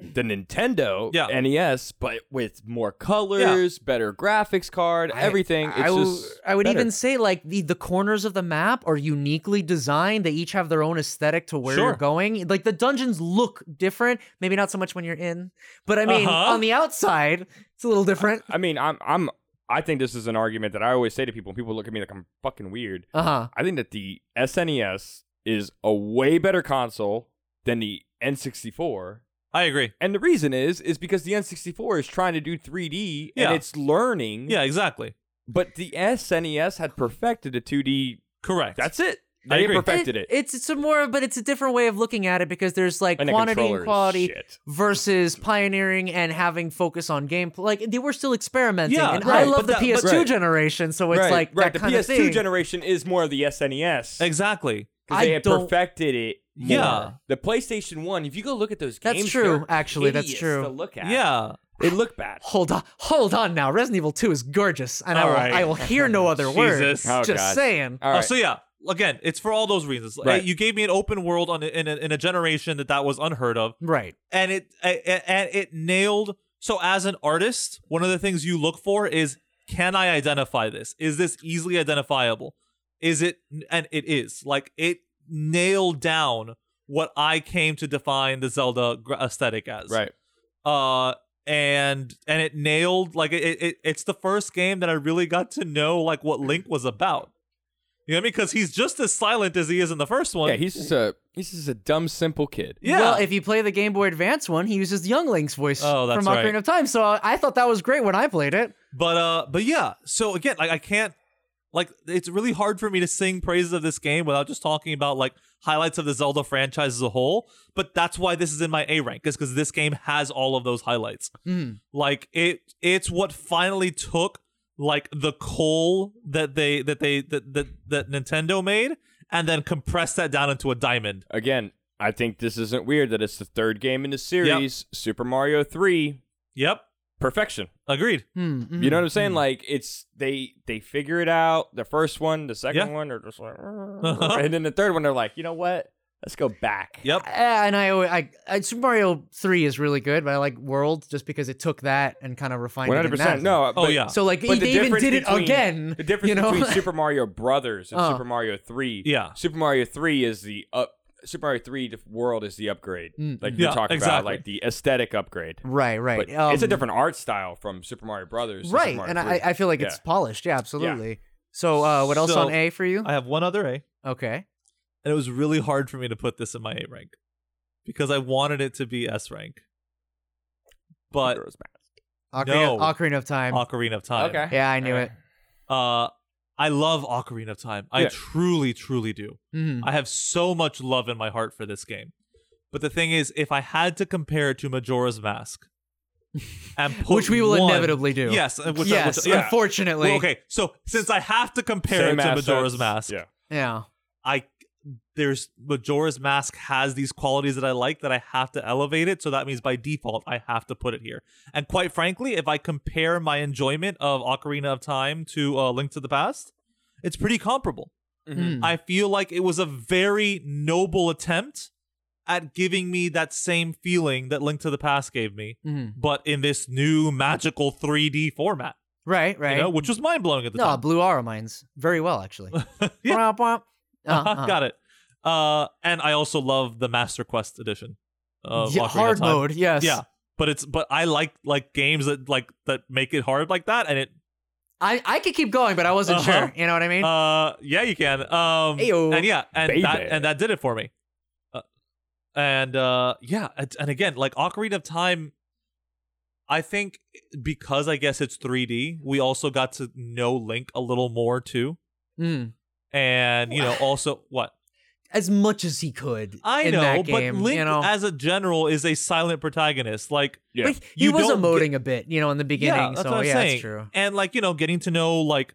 the Nintendo
Yeah.
NES, but with more colors, better graphics card, everything. It's
I, w-
just
I would
better.
even say like the the corners of the map are uniquely designed. They each have their own aesthetic to where you're
Sure.
going. Like the dungeons look different. Maybe not so much when you're in, but I mean
Uh-huh.
on the outside it's a little different.
I mean, I'm I'm I think this is an argument that I always say to people. People look at me like I'm fucking weird.
Uh huh.
I think that the SNES is a way better console than the N64.
I agree.
And the reason is is because the N64 is trying to do 3D
Yeah.
and it's learning.
Yeah, exactly.
But the SNES had perfected the 2D.
Correct.
That's it.
I
They
agree.
perfected it.
It's it's a more, but it's a different way of looking at it because there's like
And the
quantity
controller
and
is
quality
shit.
versus pioneering and having focus on gameplay. Like they were still experimenting.
Yeah,
and I
right,
love
but
the
that- but-
PS2
Right.
generation, so it's
right,
like
right.
that
the
kind
PS2
of thing.
generation is more of the SNES.
exactly.
because
I
they had
don't-
perfected it. more.
Yeah.
the PlayStation One. If you go look at those
That's
games,
true,
they're
actually, that's
hideous
true.
To look at,
Yeah.
they look bad.
Hold on, hold on now. Resident Evil 2 is gorgeous, and I
All
will,
right.
I will hear no other word.
Jesus.
Oh,
Just
God.
saying.
All
Uh,
right,
so yeah, again, it's for all those reasons. Like,
Right.
You gave me an open world on in a, in a generation that that was unheard of,
Right.
and it a- a- and it nailed. So as an artist, one of the things you look for is can I identify this? Is this easily identifiable? Is it and it is like it nailed down what I came to define the Zelda gr- aesthetic as.
right.
Uh and and it nailed like it, it it's the first game that I really got to know like what Link was about. You know what I mean? Because he's just as silent as he is in the first one.
Yeah, he's just a he's just a dumb, simple kid.
Yeah.
Well, if you play the Game Boy Advance one, he uses Young Link's voice
Oh, that's
from
right.
Ocarina of Time, so I I thought that was great when I played it.
But uh but yeah, so again, like I can't like it's really hard for me to sing praises of this game without just talking about like highlights of the Zelda franchise as a whole. But that's why this is in my A rank, is because this game has all of those highlights.
Mm.
Like it it's what finally took like the coal that they that they that that, that Nintendo made and then compressed that down into a diamond.
Again, I think this isn't weird that it's the third game in the series, Super Mario Three,
Yep.
perfection.
Agreed.
Hmm, hmm.
You know what I'm
Mm-hmm.
saying? Like it's they they figure it out. The first one, the second
Yeah. Uh-huh.
one, they're just like, and then the third one, they're like, you know what? Let's go back.
Yep.
Uh, and I, I, I, Super Mario 3 is really good, but I like World just because it took that and kind of refined
One
it.
hundred
in
percent.
that.
No.
Oh
but-
yeah.
So, like, they
But the
even
difference
did it
between-
again.
The difference
you know?
between Super Mario Brothers and
Oh.
Super Mario Three.
Yeah.
Super Mario Three is the up. Super Mario Three dif- World is the upgrade.
Mm,
Like
mm.
you're
Yeah,
talking about,
exactly.
like the aesthetic upgrade.
right, right.
But it's a
Um,
different art style from Super Mario Brothers. to Super
Right,
Mario
and
3.
I, I feel like it's
Yeah.
polished. Yeah, absolutely. So, uh, what else
So-
on A for you?
I have one other A.
okay.
and it was really hard for me to put this in my A rank because I wanted it to be S rank. But
Brothers
Ocarina,
back.
No.
Ocarina of Time.
Ocarina of Time.
Okay.
yeah, I knew it.
Uh, I love Ocarina of Time. I
Yeah.
truly, truly do.
Mhm.
I have so much love in my heart for this game. But the thing is, if I had to compare it to Majora's Mask, and put
Which we will
one-
inevitably do.
Yes. uh, Which
yes,
I, which, yeah.
unfortunately.
Well, okay. So since I have to compare
Same
it to
assets.
Majora's Mask,
Yeah.
Yeah.
I there's Majora's Mask has these qualities that I like that I have to elevate it. So that means by default I have to put it here. And quite frankly, if I compare my enjoyment of Ocarina of Time to uh, Link to the Past, it's pretty comparable.
Mm.
I feel like it was a very noble attempt at giving me that same feeling that Link to the Past gave me,
Mhm.
but in this new magical 3D format,
Right, right.
you know, which was mind blowing at the
no,
time.
Blue Arrow mines very well actually.
Yeah. Uh-huh.
Womp womp. Uh, uh.
Got it. Uh, and I also love the Master Quest edition. Of
Yeah,
uh, Ocarina of
hard
Time.
mode. Yes.
Yeah, but it's but I like like games that like that make it hard like that, and it.
I I could keep going, but I wasn't
Uh-huh.
sure. You know what I mean?
Uh, yeah, you can. Um,
Ayo.
and yeah, and
Baby.
that and that did it for me. Uh, and uh, yeah, and, and again, like Ocarina of Time. I think because I guess it's 3D, we also got to know Link a little more too,
Mm.
and you know also what
As much as he could.
I
in
know,
that game,
but Link
you know.
as a general is a silent protagonist. Like,
Yeah.
but he
you
was
don't
emoting a bit, you know, in the beginning.
yeah, that's
so
what I'm
yeah,
saying.
that's true.
And like, you know, getting to know like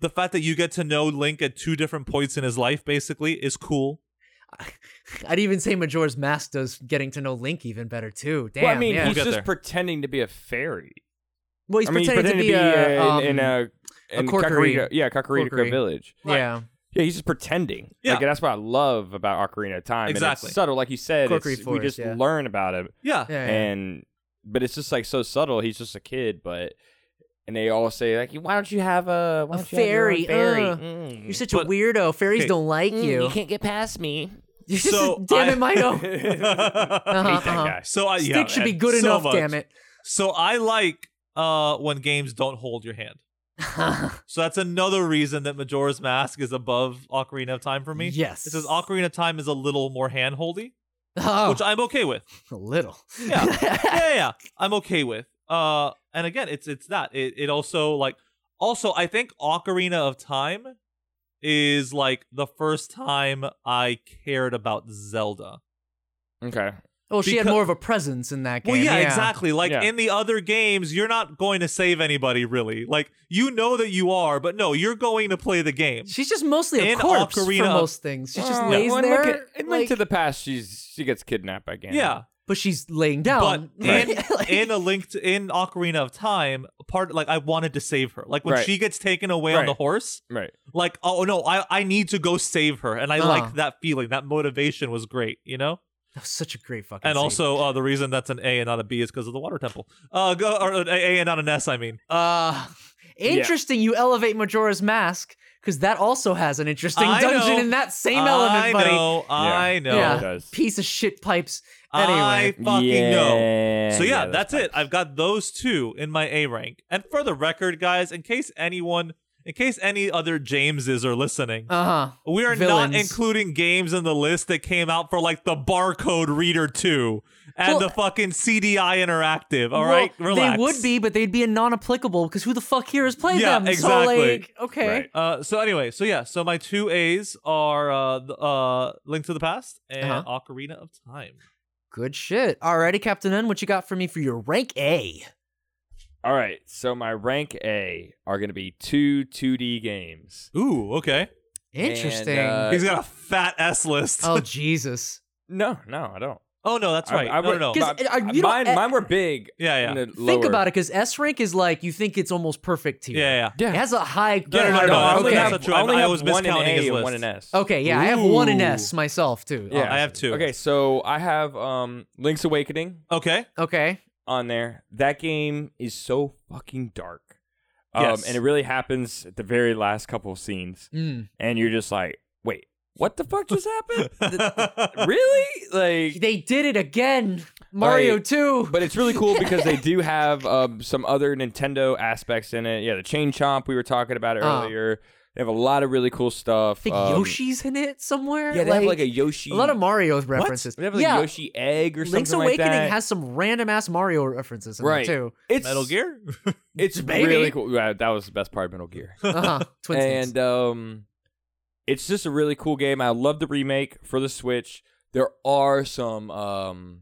the fact that you get to know Link at two different points in his life basically is cool.
I'd even say Majora's Mask does getting to know Link even better too. Damn.
well, I mean,
yeah.
he's
We'll get
just
there.
pretending to be a fairy.
well, he's
I mean,
pretending to be a,
uh,
um,
in, in a in
corkery.
Kakariko, yeah, Kakariko
Corkery.
village.
yeah.
Yeah, he's just pretending.
Yeah.
Like that's what I love about Ocarina of Time. And
Exactly.
it's subtle, like you said. it's-
Corkery
we
Forest,
just
yeah.
learn about him,
Yeah.
Yeah, yeah.
and but it's just like so subtle. He's just a kid, but and they all say like, "Why don't you have a, why
A
don't you have your own
fairy,
fairy?
uh,
Mm.
You're such
But-
a weirdo. Fairies
okay. Mm-hmm.
don't like
Mm,
you.
can't get past me."
So,
damn
I-
it, Milo. uh
Hate that guy.
So I yeah,
Stick should be
and
good
so
enough.
much.
Damn it.
So I like uh when games don't hold your hand. So that's another reason that Majora's Mask is above Ocarina of Time for me.
Yes.
It says Ocarina of Time is a little more hand holdy,
oh,
which I'm okay with.
a little.
Yeah. yeah, yeah, yeah. I'm okay with. Uh, and again, it's it's that. It it also like also I think Ocarina of Time is like the first time I cared about Zelda.
Okay.
Oh, she had
Because-
more of a presence in that game.
Well, yeah, exactly. Like
Yeah.
in the other games, you're not going to save anybody really. Like you know that you are, but no, you're going to play the game.
She's just mostly a
In
corpse
Ocarina
for
of-
most things. She just
Well,
lays
one
there.
Oh, Look at, in Link
like-
to the Past, she's she gets kidnapped by Ganon.
Yeah.
but she's laying down.
But
Right.
in,
Like-
in a linked in Ocarina of Time, part like I wanted to save her. Like when
Right.
she gets taken away on
Right.
the horse,
Right.
like oh no i i need to go save her and i
Uh.
liked that feeling that motivation was great you know
that was such a great fucking.
and
scene.
also uh, the reason that's an a and not a b is because of the water temple uh go or an a and not an s i mean
uh, interesting. You elevate Majora's Mask because that also has an interesting
I
dungeon
know.
in that same
i
element, buddy.
know i know
Yeah.
It does.
Piece of shit pipes.
i
Anyway,
fucking know
Yeah,
so yeah,
that's
that's, it i've got those two in my a rank and for the record guys in case anyone in case any other Jameses are listening,
uh huh.
we are
villains.
not including games in the list that came out for like the barcode reader 2 and
Well-
the fucking CDI interactive. All
Well,
right, relax.
They would be, but they'd be a non-applicable because who the fuck here has played
Yeah,
them? So
exactly.
like, okay,
Right.
Uh, so anyway, so yeah, so my two A's are uh, th- uh, Link to the Past and
Uh-huh.
Ocarina of Time.
good shit. Alrighty, Captain N, what you got for me for your rank A?
All right, so my rank A are going to be two 2D games.
Ooh, okay.
Interesting.
uh,
He's got a fat S list.
oh Jesus!
No, no, I don't.
oh no, that's
I-
right.
I
no,
would-
no, no.
Because it- are- you don't-
mine,
eh,
mine were big.
Yeah,
and
yeah.
then
Think
lower.
about it, because S rank is like you think it's almost perfect
Yeah,
tier.
yeah.
Yeah.
It has a high.
No, no, no,
high
no, I
bar.
only
okay.
have- that's true.
I only
I
have
was
one in
miscounting
A
his
and
list.
one in S.
okay, yeah, I have one in
Ooh.
S myself too.
Yeah.
I have two.
Okay, so I have um, Link's Awakening
Okay.
Okay.
on there. That game is so fucking dark. Um,
Yes.
And it really happens at the very last couple of scenes.
Mm.
And you're just like, wait, what the fuck just happened? really? Like,
They did it again. Mario
Right.
too.
But it's really cool because they do have um, some other Nintendo aspects in it. Yeah, the Chain Chomp we were talking about
Uh.
earlier. They have a lot of really cool
I
stuff.
think
Um,
Yoshi's in it somewhere.
Yeah, they have like a Yoshi.
a lot of Mario's references.
They have like
yeah,
a Yoshi egg or
Link's
something
Awakening
like that.
has some random ass Mario references in
right
it too.
It's
Metal Gear?
It's
Maybe.
really cool. Yeah, that was the best part of Metal Gear.
Uh-huh. Twin
and um, it's just a really cool game. I love the remake for the Switch. There are some um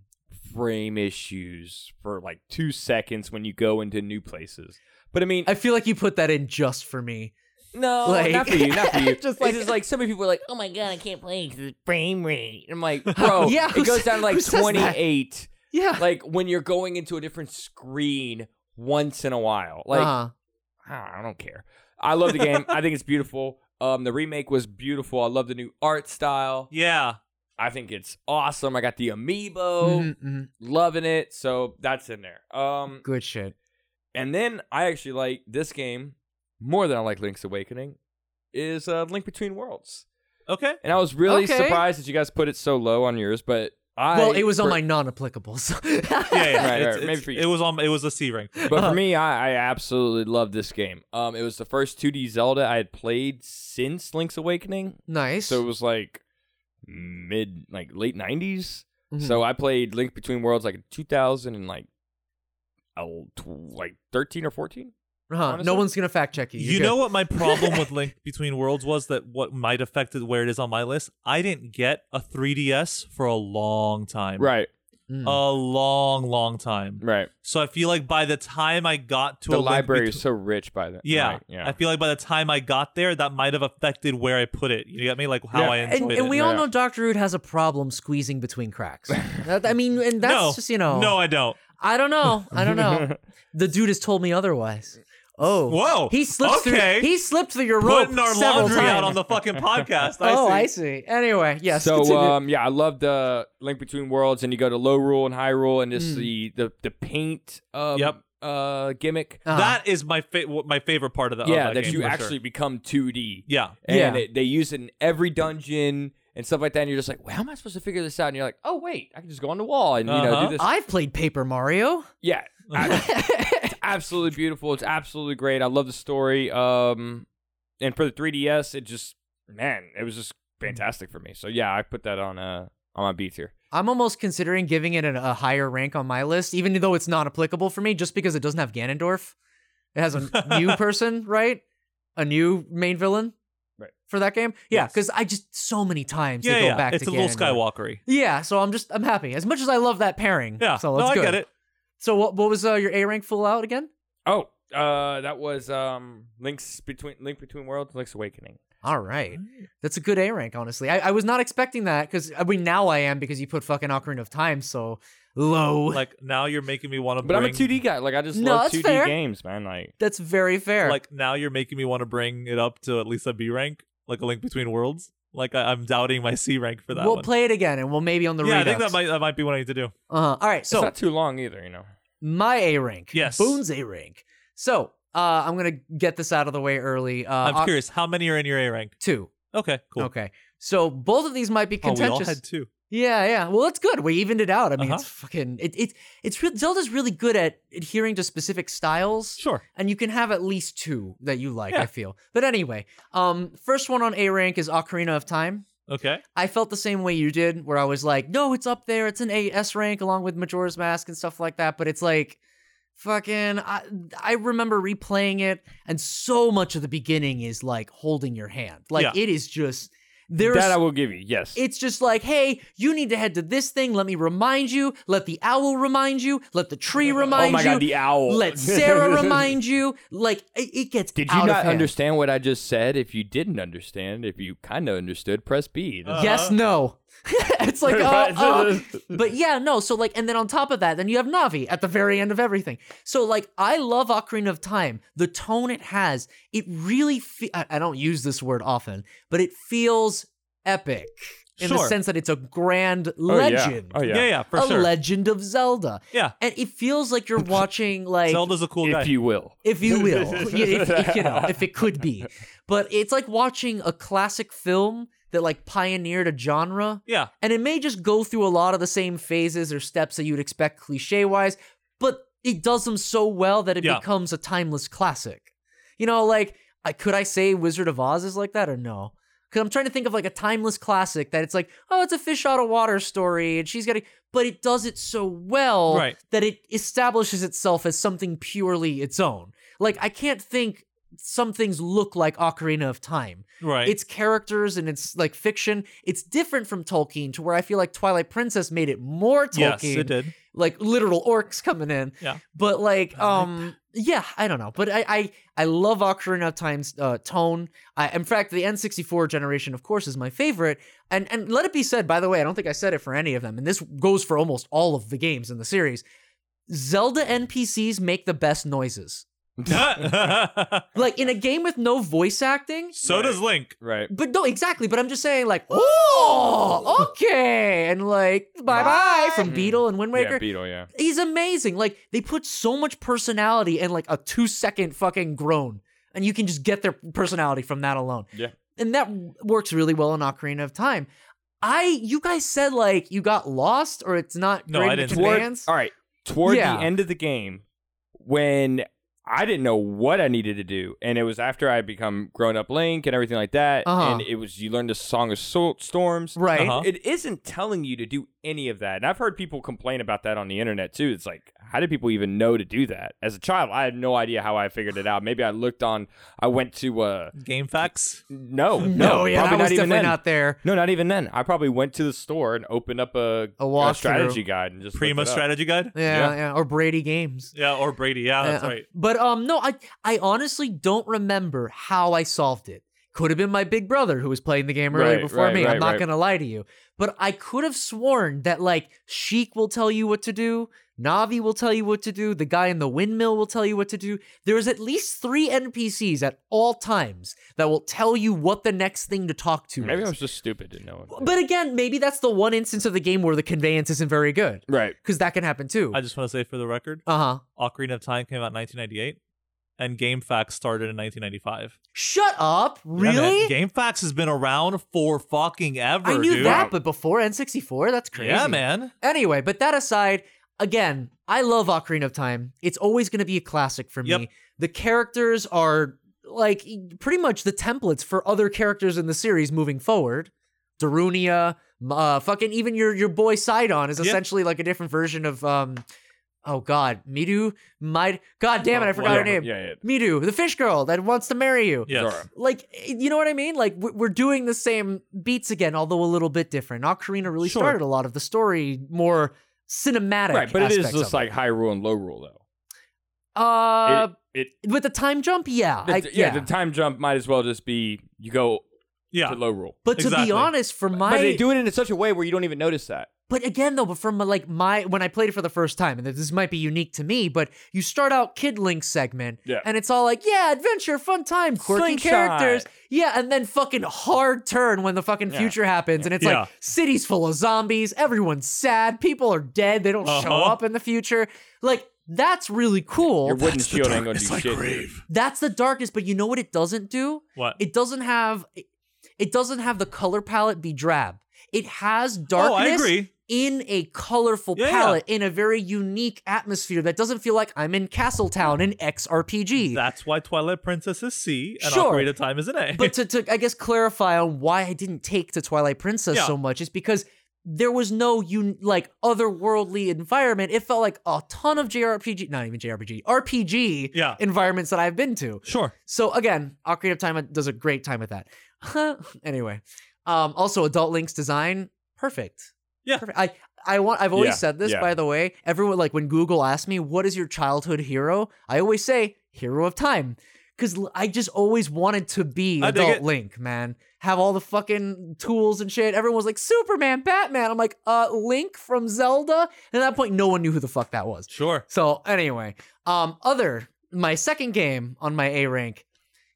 frame issues for like two seconds when you go into new places. But I mean,
I feel like you put that in just for me.
No,
Like-
not for you, not for you.
Just
just
like-
like, just like so many people are like, oh my god, I can't play because it's frame rate. I'm like, bro,
Yeah, who
it goes
sa-
down to
who
like
says that?
28.
Yeah.
Like when you're going into a different screen once in a while. Like,
uh-huh.
ah, I don't care. I love the game. I think it's beautiful. Um, the remake was beautiful. I love the new art style.
yeah.
I think it's awesome. I got the amiibo,
Mhm, mhm.
loving it. So that's in there. Um,
good shit.
and then I actually like this game more than I like Link's Awakening. Is uh, Link Between Worlds.
Okay.
And I was really
Okay.
surprised that you guys put it so low on yours, but I
well, it was on
for-
my non-applicables.
Yeah, yeah.
Right,
it's,
right,
it's-
maybe for you.
It was on it was a C rank.
But for me, I, I absolutely love this game. Um, it was the first 2D Zelda I had played since Link's Awakening,
nice.
so it was like mid, like late 90s.
Mhm.
So I played Link Between Worlds like in 2000 and like, oh, tw- like 13 or 14.
uh-huh. no
honestly-
one's gonna fact check you. You're
You
good.
know what my problem with Link Between Worlds was that what might affect it where it is on my list? I didn't get a 3DS for a long time.
Right,
Mm.
A long, long time.
right.
So I feel like by the time I got to a
the
Link
library
Between-
is so rich by then.
yeah,
right, yeah.
I feel like by the time I got there, that might have affected where I put it. You get me? Like how
Yeah.
I enjoyed
and,
it.
and we all
Yeah.
know Doctor Root has a problem squeezing between cracks. That- I mean, and that's
no,
just you know.
No, I don't.
I don't know. I don't know. the dude has told me otherwise Oh,
Whoa,
He slips
okay.
through. He slipped through your rope
Putting our
several
laundry
times.
out on the fucking podcast. I
oh,
see.
I see. Anyway, yes.
so
continue.
uh,
um, yeah, I love the link between worlds, and you go to low rule and high rule, and just
Mm.
the the the paint um,
Yep.
uh gimmick.
Uh-huh.
That is my fa- what- my favorite part of the of
yeah,
that,
that
game,
you
for sure.
actually become 2D.
yeah
and
Yeah.
it, they use it in every dungeon and stuff like that. And you're just like, well, how am I supposed to figure this out? And you're like, oh wait, I can just go on the wall and you know
Uh-huh.
do this.
I've played Paper Mario.
yeah, I- it's absolutely beautiful. It's absolutely great. I love the story. Um, and for the 3ds, it just man, it was just fantastic for me. So yeah, I put that on uh on my B tier.
I'm almost considering giving it an, a higher rank on my list, even though it's not applicable for me, just because it doesn't have Ganondorf. It has a new person, right? A new main villain,
Right.
For that game, yeah.
Yes.
Because I just so many times
yeah
they go
yeah.
back
It's
to
a little
Ganondorf.
Skywalkery.
Yeah, so I'm just I'm happy as much as I love that pairing.
Yeah,
so
no,
that's
I
good.
get it.
So what what was uh, your A rank full out again?
Oh, uh, that was um links between link between worlds, links awakening.
All right. That's a good A rank, honestly. I, I was not expecting that because I mean now I am because you put fucking Ocarina of Time so low.
Like now you're making me want to.
But I'm a 2D guy. Like I just
No,
love
that's
2D
fair.
games, man. Like
That's very fair.
Like now you're making me want to bring it up to at least a B rank, like a link between worlds. Like I, I'm doubting my C rank for that
we'll
one.
play it again and we'll maybe on the
yeah, I think
Redux.
that might that might be what I need to do.
uh-huh. All right.
it's
So
not too long either, you know.
my A rank.
Yes.
Boone's A rank. So uh, I'm gonna get this out of the way early. Uh,
I'm
Oc-
curious how many are in your A rank.
Two.
Okay, cool.
Okay. So both of these might be
Oh, we
contentious.
all had two.
Yeah, yeah. Well, it's good. We evened it out. I mean,
Uh-huh.
it's fucking. It, it it's real. Zelda's really good at adhering to specific styles,
Sure.
and you can have at least two that you like.
Yeah.
I feel. But anyway, um, first one on A rank is Ocarina of Time.
Okay.
I felt the same way you did, where I was like, no, it's up there. It's an A S rank along with Majora's Mask and stuff like that. But it's like, fucking, I, I remember replaying it, and so much of the beginning is like holding your hand. Like
Yeah.
it is just. There
that
is
I will give you. Yes.
it's just like, hey, you need to head to this thing. Let me remind you. Let the owl remind you. Let the tree remind
oh my
you.
god, the owl.
let Sarah remind you. Like it, it gets.
Did
out
you
of
not
hand.
understand what I just said? If you didn't understand, if you kind of understood, press B.
Uh,
Yes,
Uh-huh.
no. it's like, uh, uh, but yeah, no. So like, and then on top of that, then you have Navi at the very end of everything. So like, I love Ocarina of Time. The tone it has, it really. Fe- I, I don't use this word often, but it feels epic in the
Sure.
sense that it's a grand
Oh, yeah.
legend.
Oh yeah.
Yeah, yeah, for
a
sure.
Legend of Zelda.
Yeah.
And it feels like you're watching like
Zelda's a cool guy.
If you will.
if you will, if, if, you know, if it could be. But it's like watching a classic film that like pioneered a genre
yeah.
and it may just go through a lot of the same phases or steps that you'd expect cliche wise, but it does them so well that it
Yeah.
becomes a timeless classic. You know, like I, could I say Wizard of Oz is like that or no? Because I'm trying to think of like a timeless classic that it's like, oh, it's a fish out of water story, and she's got to, but it does it so well
Right.
that it establishes itself as something purely its own. Like I can't think some things look like Ocarina of Time
Right.
its characters and its like fiction it's different from tolkien to where i feel like twilight princess made it more tolkien
yes, it did.
like literal orcs coming in
Yeah.
but like um yeah i don't know but i i, I love ocarina of time's uh, tone I, in fact the n64 generation of course is my favorite and and let it be said by the way i don't think i said it for any of them and this goes for almost all of the games in the series zelda npcs make the best noises like in a game with no voice acting
so does Link.
Right.
but no, exactly. But I'm just saying, like, oh, okay, and like, bye bye from Beetle and Wind Waker.
Hmm. Yeah, Beetle. Yeah.
He's amazing. Like they put so much personality and like a two second fucking groan, and you can just get their personality from that alone.
Yeah.
and that works really well in Ocarina of Time. I, you guys said like you got lost or it's not
No,
great
I
in
didn't.
Toward-
commands.
all right. Toward
Yeah.
the end of the game, when I didn't know what I needed to do, and it was after I had become grown up Link and everything like that,
Uh-huh.
and it was you learned the Song of Sol- Storms.
Right.
Uh-huh.
It isn't telling you to do any of that, and I've heard people complain about that on the internet too. It's like, how do people even know to do that? As a child, I had no idea how I figured it out. Maybe I looked on. I went to uh,
Game facts.
no, no,
No, yeah,
probably
I was
not even
definitely
then.
not there.
No, not even then. I probably went to the store and opened up a,
A walkthrough.
strategy guide and just
Prima
looked it up.
strategy guide.
Yeah, yeah,
Yeah.
or Brady Games.
Yeah, or Brady. Yeah, that's
Uh,
right.
But um, no, I I honestly don't remember how I solved it. could have been my big brother who was playing the game earlier
Right,
before
right,
me. I'm
right,
not
right.
gonna lie to you, but I could have sworn that like Sheik will tell you what to do, Navi will tell you what to do, the guy in the windmill will tell you what to do. There is at least three NPCs at all times that will tell you what the next thing to talk to
Maybe I
is.
was just stupid to know.
But again, maybe that's the one instance of the game where the conveyance isn't very good,
right.
because that can happen too.
I just want to say for the record,
Uh huh.
Ocarina of Time came out in 1998, and GameFAQs started in 1995.
Shut up!
Yeah, man,
Really?
GameFAQs has been around for fucking ever.
I knew
dude.
that, but before N64, that's crazy.
Yeah, man.
Anyway, but that aside, again, I love Ocarina of Time. It's always going to be a classic for me.
Yep.
The characters are like e, pretty much the templates for other characters in the series moving forward. Darunia, m- uh, fucking even your your boy Sidon is
Yep.
essentially like a different version of um, oh god, Midu, my god damn it,
Oh,
I forgot her
yeah,
name.
Yeah, yeah.
Midu, the fish girl that wants to marry you
Yes.
Zora.
like eh, you know what I mean? Like we- we're doing the same beats again, although a little bit different. Ocarina really
Sure.
started a lot of the story more cinematic,
Right, but it is
aspects of
just like high rule and low rule though.
uh,
it, it
with the time jump. Yeah,
the,
I-
yeah, the time jump might as well just be you go
Yeah.
to low rule.
but to be
exactly.
honest, for my
but they do it in such a way where you don't even notice that.
but again though but from my, like my when i played it for the first time and this might be unique to me but you start out kid link segment
Yeah.
and it's all like yeah adventure fun time quirky
Slingshot.
characters yeah and then fucking hard turn when the fucking
Yeah.
future happens and it's
Yeah.
like cities full of zombies everyone's sad people are dead they don't show
Uh-huh.
up in the future like that's really cool
Your wooden shield ain't gonna do shit.
that's the darkness but you know what it doesn't do
What?
it doesn't have it doesn't have the color palette be drab it has
oh,
darkness
I agree.
in a colorful
Yeah, yeah.
palette, in a very unique atmosphere that doesn't feel like I'm in Castletown in XRPG.
That's why Twilight Princess is C and
Sure.
Ocarina of Time is an A.
but to, to, I guess, clarify on why I didn't take to Twilight Princess
Yeah.
so much is because there was no un- like otherworldly environment. It felt like a ton of JRPG, not even JRPG, RPG
Yeah.
environments that I've been to.
sure.
So again, Ocarina of Time does a great time with that. anyway, um, also Adult Link's design, perfect.
Yeah.
perfect. I I want. I've always
Yeah,
said this,
yeah.
by the way. Everyone like when Google asks me what is your childhood hero, I always say Hero of Time. Because I just always wanted to be
I dig
Adult
it.
Link, man. Have all the fucking tools and shit. Everyone's like Superman, Batman. I'm like, uh, Link from Zelda. And at that point, no one knew who the fuck that was.
Sure.
So anyway, um, other my second game on my A rank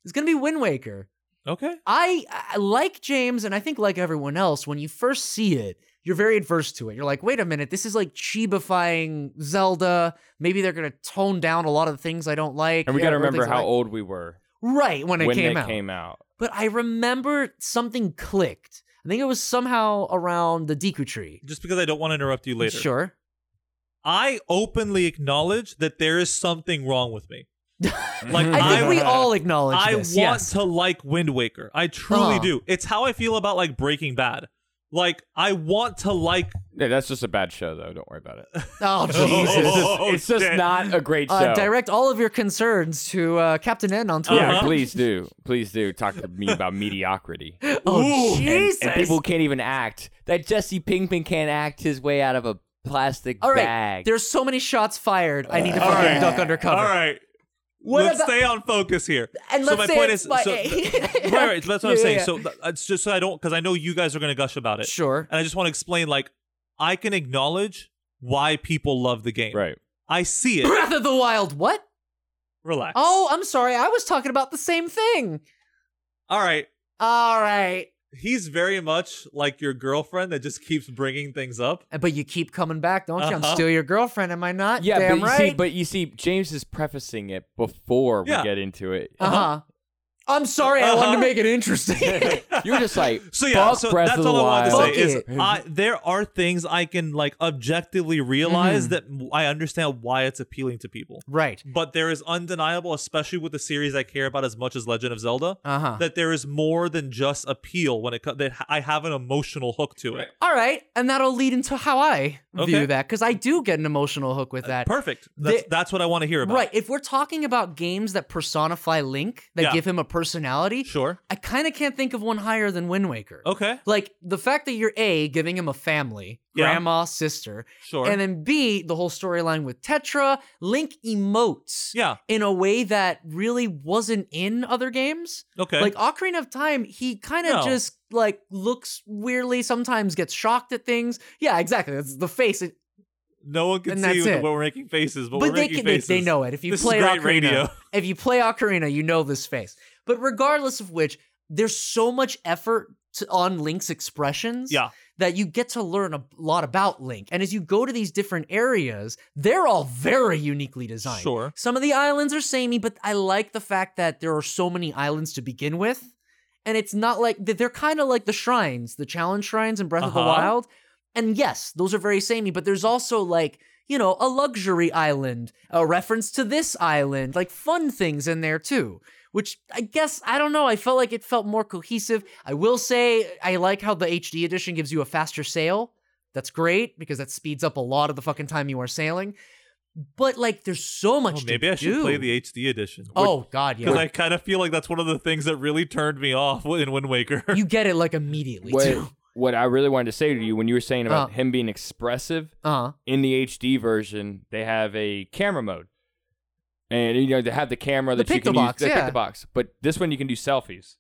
is gonna be Wind Waker.
Okay.
I, I like James, and I think like everyone else, when you first see it, you're very adverse to it. You're like, wait a minute, this is like chibifying Zelda. Maybe they're gonna tone down a lot of the things I don't like.
And we got to
or things
remember
I
how
like.
old we were
right when it
when
came
that
out.
came out.
But I remember something clicked. I think it was somehow around the Deku tree.
Just because I don't want to interrupt you later.
Sure.
I openly acknowledge that there is something wrong with me. Like
Mm-hmm.
I think
I,
we all acknowledge
Hmm. I
this.
want
yes.
to like Wind Waker. I truly
Uh-huh.
do. It's how I feel about like Breaking Bad. Like I want to like
Yeah, that's just a bad show though. Don't worry about it.
Oh
It's
Jesus.
just,
Oh,
it's just
shit.
not a great show.
Uh, direct all of your concerns to uh, Captain N on Twitter.
yeah,
Uh-huh.
please do, please do talk to me about mediocrity.
Oh, Jesus.
And people can't even act. That Jesse Pinkman can't act his way out of a plastic
all right,
bag.
there's so many shots fired. I need to fucking
right.
duck under cover.
All right.
What
let's
about-
stay on focus here.
And
so
let's
my
say
point
it's
is,
my
so,
A.
right, right, that's what I'm
Yeah,
saying.
yeah.
So uh, th- it's just so I don't, because I know you guys are going to gush about it,
sure.
and I just want to explain. Like, I can acknowledge why people love the game.
right.
I see it.
Breath of the Wild. What?
Relax.
Oh, I'm sorry. I was talking about the same thing.
all right.
All right.
He's very much like your girlfriend that just keeps bringing things up.
Uh, But you keep coming back, don't you? I'm
Uh-huh.
still your girlfriend, am I not?
Yeah,
Damn
but you
right.
see, but you see, James is prefacing it before
Yeah.
we get into it.
uh huh. I'm sorry. I wanted to
Uh-huh.
make it interesting.
You're just like,
So yeah,
fuck
so
Breath
that's
of the
all I
Wild.
Fuck
wanted to say is
it.
I, there are things I can like objectively
Mm.
realize that m- I understand why it's appealing to people.
right.
But there is undeniable, especially with the series I care about as much as Legend of Zelda,
Uh huh.
that there is more than just appeal when it co- that I have an emotional hook to it.
All right, and that'll lead into how I
Okay. Uh,
view that because I do get an emotional hook with that.
Perfect. That's,
The-
that's what I want to hear about.
Right. If we're talking about games that personify Link, that
Yeah.
give him a personality.
Sure.
I kind of can't think of one higher than Wind Waker.
Okay.
Like the fact that you're A, giving him a family,
Yeah.
grandma, sister,
Sure.
and then B, the whole storyline with Tetra, Link emotes
yeah.
in a way that really wasn't in other games.
Okay.
Like Ocarina of Time, he kind of
No.
just like looks weirdly, sometimes gets shocked at things. Yeah, exactly. That's the face. But,
no one can
and
see
that's
what
it.
we're making faces, but, we're
they,
making
can, they
faces.
they know it. If you
This is
play
great
Ocarina,
radio.
if you play Ocarina, you know this face. But regardless of which, there's so much effort to, on Link's expressions
Yeah.
that you get to learn a lot about Link. And as you go to these different areas, they're all very uniquely designed.
Sure.
Some of the islands are samey, but I like the fact that there are so many islands to begin with. And it's not like they're- they're kind of like the shrines, the challenge shrines in Breath of the
Uh-huh.
Wild. And yes, those are very samey, but there's also like, you know, a luxury island, a reference to this island, like fun things in there too. Which I guess, I don't know, I felt like it felt more cohesive. I will say, I like how the HD edition gives you a faster sail. That's great because that speeds up a lot of the fucking time you are sailing. But like, there's so much
Oh,
to
maybe I should
do.
play the HD edition.
Oh God, yeah.
Because I kind of feel like that's one of the things that really turned me off in Wind Waker.
you get it like immediately
What,
too.
what I really wanted to say to you when you were saying about
Uh.
him being expressive
Uh,
in the HD version, they have a camera mode, and you know they have the camera
The
that you can
Pictobox,
use.
yeah.
The box, but this one you can do selfies.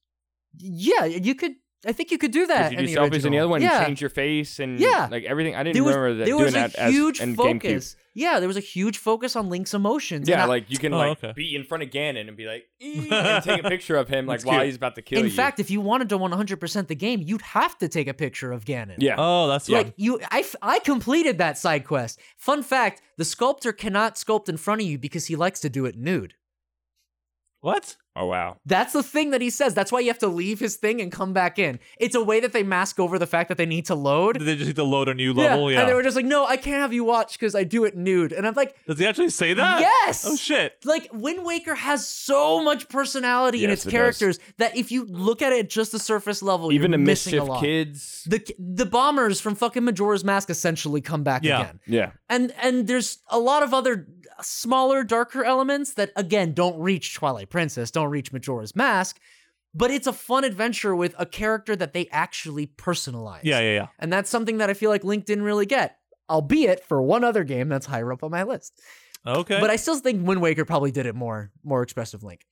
yeah, you could. I think you could do that.
you
in
do
the
selfies
original.
in the other one,
yeah.
you change your face and
Yeah.
like everything. I didn't
there was,
remember that
there
doing
was
that
a huge
as in GameCube.
focus. Yeah, there was a huge focus on Link's emotions.
Yeah,
and I-
like you can
Oh,
like
okay.
be in front of Ganon and be like, "Ee," and take a picture of him like
That's
while
cute.
he's about to kill
in
you.
fact, if you wanted to 100% the game, you'd have to take a picture of Ganon.
yeah,
oh, that's
Like you, I, f- I completed that side quest. Fun fact: the sculptor cannot sculpt in front of you because he likes to do it nude.
what?
oh wow,
That's the thing that he says. That's why you have to leave his thing and come back in. It's a way that they mask over the fact that they need to load.
Did they just need to load a new level? Yeah.
And they were just like, no, I can't have you watch because I do it nude. And I'm like,
Does he actually say that?
yes.
Oh shit.
Like Wind Waker has so much personality in
Yes,
its
it does.
characters that if you look at it at just the surface level,
even the
you're missing
mischief
a lot.
kids.
The the bombers from fucking Majora's Mask essentially come back
Yeah.
again.
Yeah,
And and there's a lot of other smaller, darker elements that again don't reach Twilight Princess, don't reach Majora's Mask, but it's a fun adventure with a character that they actually personalize.
Yeah, yeah, yeah.
And that's something that I feel like Link didn't really get. Albeit for one other game that's higher up on my list.
Okay.
But I still think Wind Waker probably did it more, more expressive Link.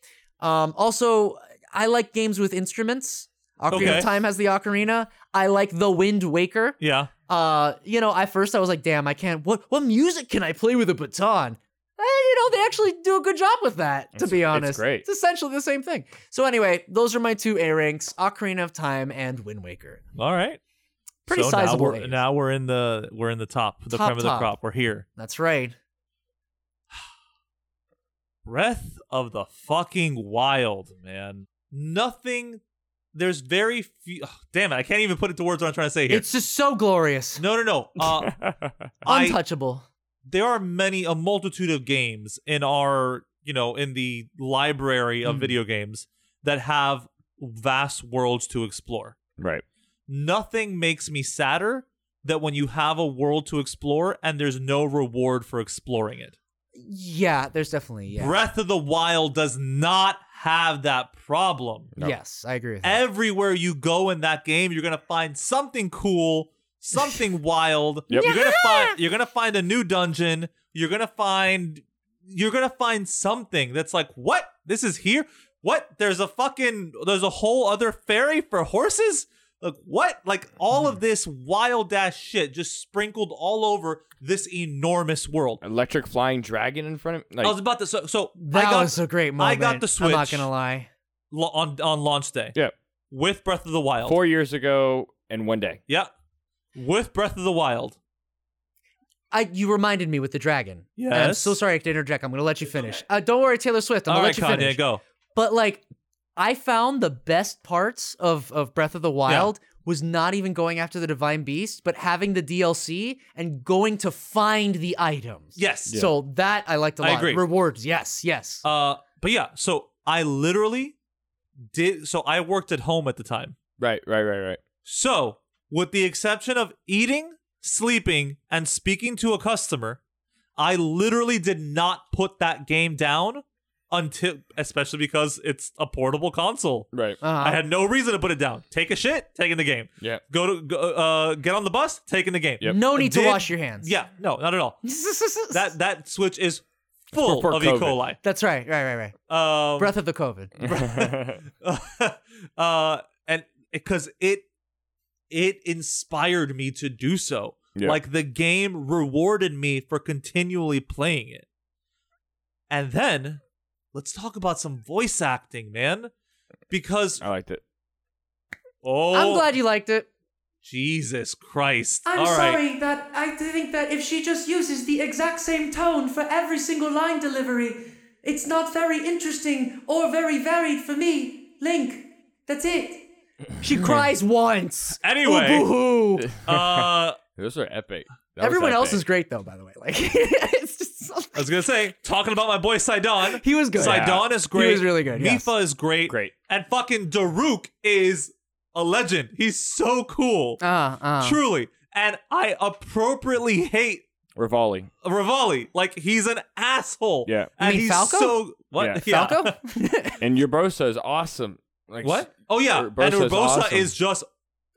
Um, also, I like games with instruments. Ocarina
Okay.
of Time has the ocarina. I like the Wind Waker.
yeah.
Uh, you know, at first I was like, damn, I can't. What what music can I play with a baton? Eh, you know, they actually do a good job with that. To
It's-
be
it's
honest,
great.
It's essentially the same thing. So anyway, those are my two A ranks: Ocarina of Time and Wind Waker.
All right.
Pretty
so
sizable.
Now we're,
A's.
now we're in the we're in the top, the
Top,
creme of the
top.
crop. We're here.
That's right.
Breath of the fucking wild, man. Nothing. There's very few. ugh, damn it! I can't even put it to words what I'm trying to say here.
It's just so glorious,
no, no, no. Uh, I,
untouchable.
there are many a multitude of games in our you know in the library of
Mm.
video games that have vast worlds to explore
right.
nothing makes me sadder that when you have a world to explore and there's no reward for exploring it
Yeah, there's definitely yeah.
breath of the wild does not have that problem
No.
Yes, I agree with that.
everywhere you go in that game, you're gonna find something cool, something wild.
Yep.
You're gonna find you're gonna find a new dungeon. You're gonna find you're gonna find something that's like, what? This is here? What? There's a fucking there's a whole other ferry for horses? Like what? Like all
Hmm.
of this wild ass shit just sprinkled all over this enormous world.
Electric flying dragon in front of
I was
like
about to so, so I
that
got
was a great
I
moment.
got the
I'm not
Switch.
gonna lie.
la- on on launch day.
Yeah.
With Breath of the Wild.
four years ago and one day.
Yeah. With Breath of the Wild.
I you reminded me with the dragon. And I'm
Yes.
so sorry I had to interject. I'm gonna let you finish. Uh, don't worry, Taylor Swift. I'm
All
gonna
right,
let you
Kanye,
finish.
go.
But like, I found the best parts of of Breath of the Wild was not even going after the Divine Beast, but having the DLC and going to find the items.
Yes.
So that I liked a
I
lot.
agree.
Rewards, yes, yes.
Uh, but yeah, so I literally did. So I worked at home at the time.
Right, right, right, right.
So, with the exception of eating, sleeping, and speaking to a customer, I literally did not put that game down until especially because it's a portable console.
Right.
Uh, Uh-huh.
I had no reason to put it down. Take a shit, taking the game.
Yeah.
Go to go, uh, get on the bus, taking the game.
Yep.
No need to
Did-
wash your hands.
Yeah, no, not at all. That that switch is full
For- for
of E.
COVID.
That's right, right, right, right.
coli. Um,
Breath of the COVID.
uh, and because it it inspired me to do so.
Yeah.
Like the game rewarded me for continually playing it. And then let's talk about some voice acting, man. Because
I liked it.
oh
I'm glad you liked it.
Jesus Christ.
I'm
All right.
sorry that I think that if she just uses the exact same tone for every single line delivery, it's not very interesting or very varied for me. Link, that's it.
She cries once.
Hmm. Anyway.
Ooh, boo-hoo.
Uh
Those are epic. That was
Everyone else
epic.
is great though, by the way. Like it's just
I was gonna say, talking about my boy Sidon.
He was good.
Sidon is great.
was really good, yes.
Mifa is great.
Great.
And fucking Daruk is a legend. He's so cool.
uh, uh.
Truly. And I appropriately hate
Rivali.
Rivali. Like he's an asshole.
Yeah. You
And
mean
he's
Falco?
so what?
Yeah.
Falco?
And Urbosa is awesome. Like,
What? Oh yeah.
Ur-
and
Urbosa's
Urbosa
awesome.
is just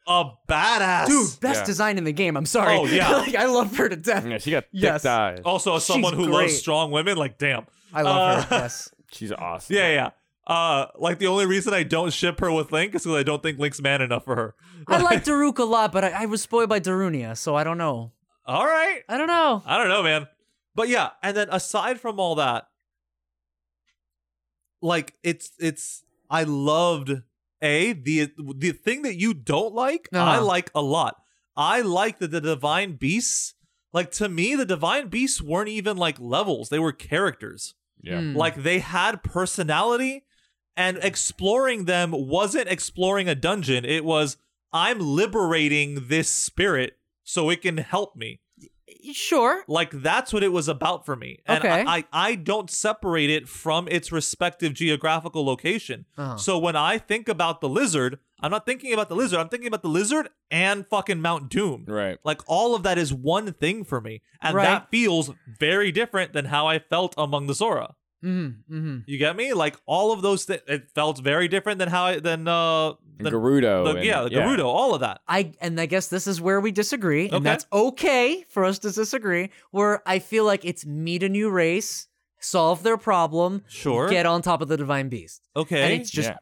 a badass.
Dude, best
Yeah.
design in the game. I'm sorry.
Oh, yeah.
like, I love her to death.
Yeah, she got thick
Yes.
thighs.
Also, as
She's
someone who
great.
loves strong women, like damn.
I love her.
Uh,
Yes.
She's awesome.
Yeah, yeah. Uh, like the only reason I don't ship her with Link is because I don't think Link's man enough for her.
I like Daruk a lot, but I, I was spoiled by Darunia, so I don't know.
All right.
I don't know.
I don't know, man. But yeah, and then aside from all that, like it's it's I loved a the the thing that you don't like
Uh-huh.
I like a lot. I like that the divine beasts like to me the divine beasts weren't even like levels; they were characters.
Yeah.
Hmm.
Like they had personality and exploring them wasn't exploring a dungeon. It was I'm liberating this spirit so it can help me.
sure.
Like that's what it was about for me. And
Okay.
I, I, I don't separate it from its respective geographical location.
Uh-huh.
So when I think about the lizard, I'm not thinking about the lizard. I'm thinking about the lizard and fucking Mount Doom.
Right.
Like all of that is one thing for me. And
Right.
that feels very different than how I felt among the Zora.
Mm-hmm, mm-hmm.
You get me? Like all of those things it felt very different than how I than uh
And
than
Gerudo.
the,
and-
yeah, the Gerudo, all of that.
I and I guess this is where we disagree, and
Okay.
that's okay for us to disagree. Where I feel like it's meet a new race, solve their problem,
Sure.
get on top of the divine beast,
okay.
and it's just
Yeah.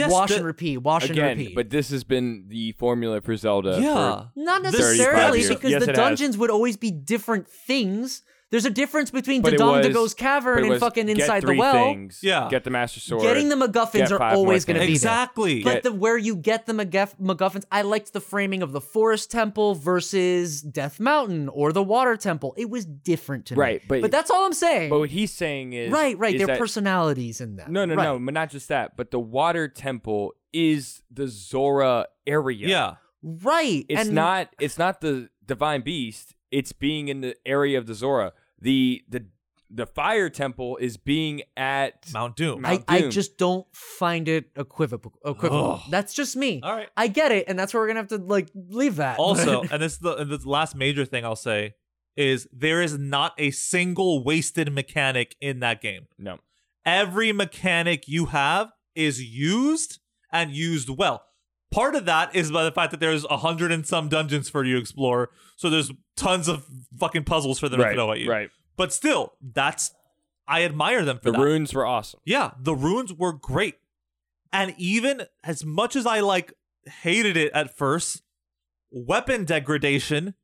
Yes,
wash
the-
and repeat, wash and
Again,
repeat.
but this has been the formula for Zelda.
yeah.
for-
Not
35
necessarily
years.
because
Yes,
the
it has.
dungeons would always be different things. There's a difference between
but it
Dodon
was-
Dago's
but it
cavern and
was
fucking
get
inside the
three
well.
Things,
Yeah.
Get the Master Sword.
Getting the MacGuffins
Get
are
five more
always going to
things.
be
Exactly.
there. But the where you get the MacGuff- MacGuffins, I liked the framing of the Forest Temple versus Death Mountain or the Water Temple. It was different to me.
Right, but-
but that's all I'm saying.
But what he's saying is
right, right.
is
Their
that-
personalities in that.
No, no,
Right.
no. But not just that. But the Water Temple is the Zora area.
yeah.
Right.
It's
and
not. It's not the Divine Beast. It's being in the area of the Zora. The the the Fire Temple is being at
Mount Doom.
I,
Mount
I
Doom.
just don't find it equivocal. equivocal. That's just me.
All right.
I get it, and that's where we're gonna have to like leave that.
also, and this is the, and this last major thing I'll say is there is not a single wasted mechanic in that game.
no.
Every mechanic you have is used and used well. Part of that is by the fact that there's a hundred and some dungeons for you to explore, so there's tons of fucking puzzles for them to throw at you.
Right.
But still, that's I admire them for
The
that.
runes were awesome.
Yeah, the runes were great. And even as much as I like hated it at first, weapon degradation,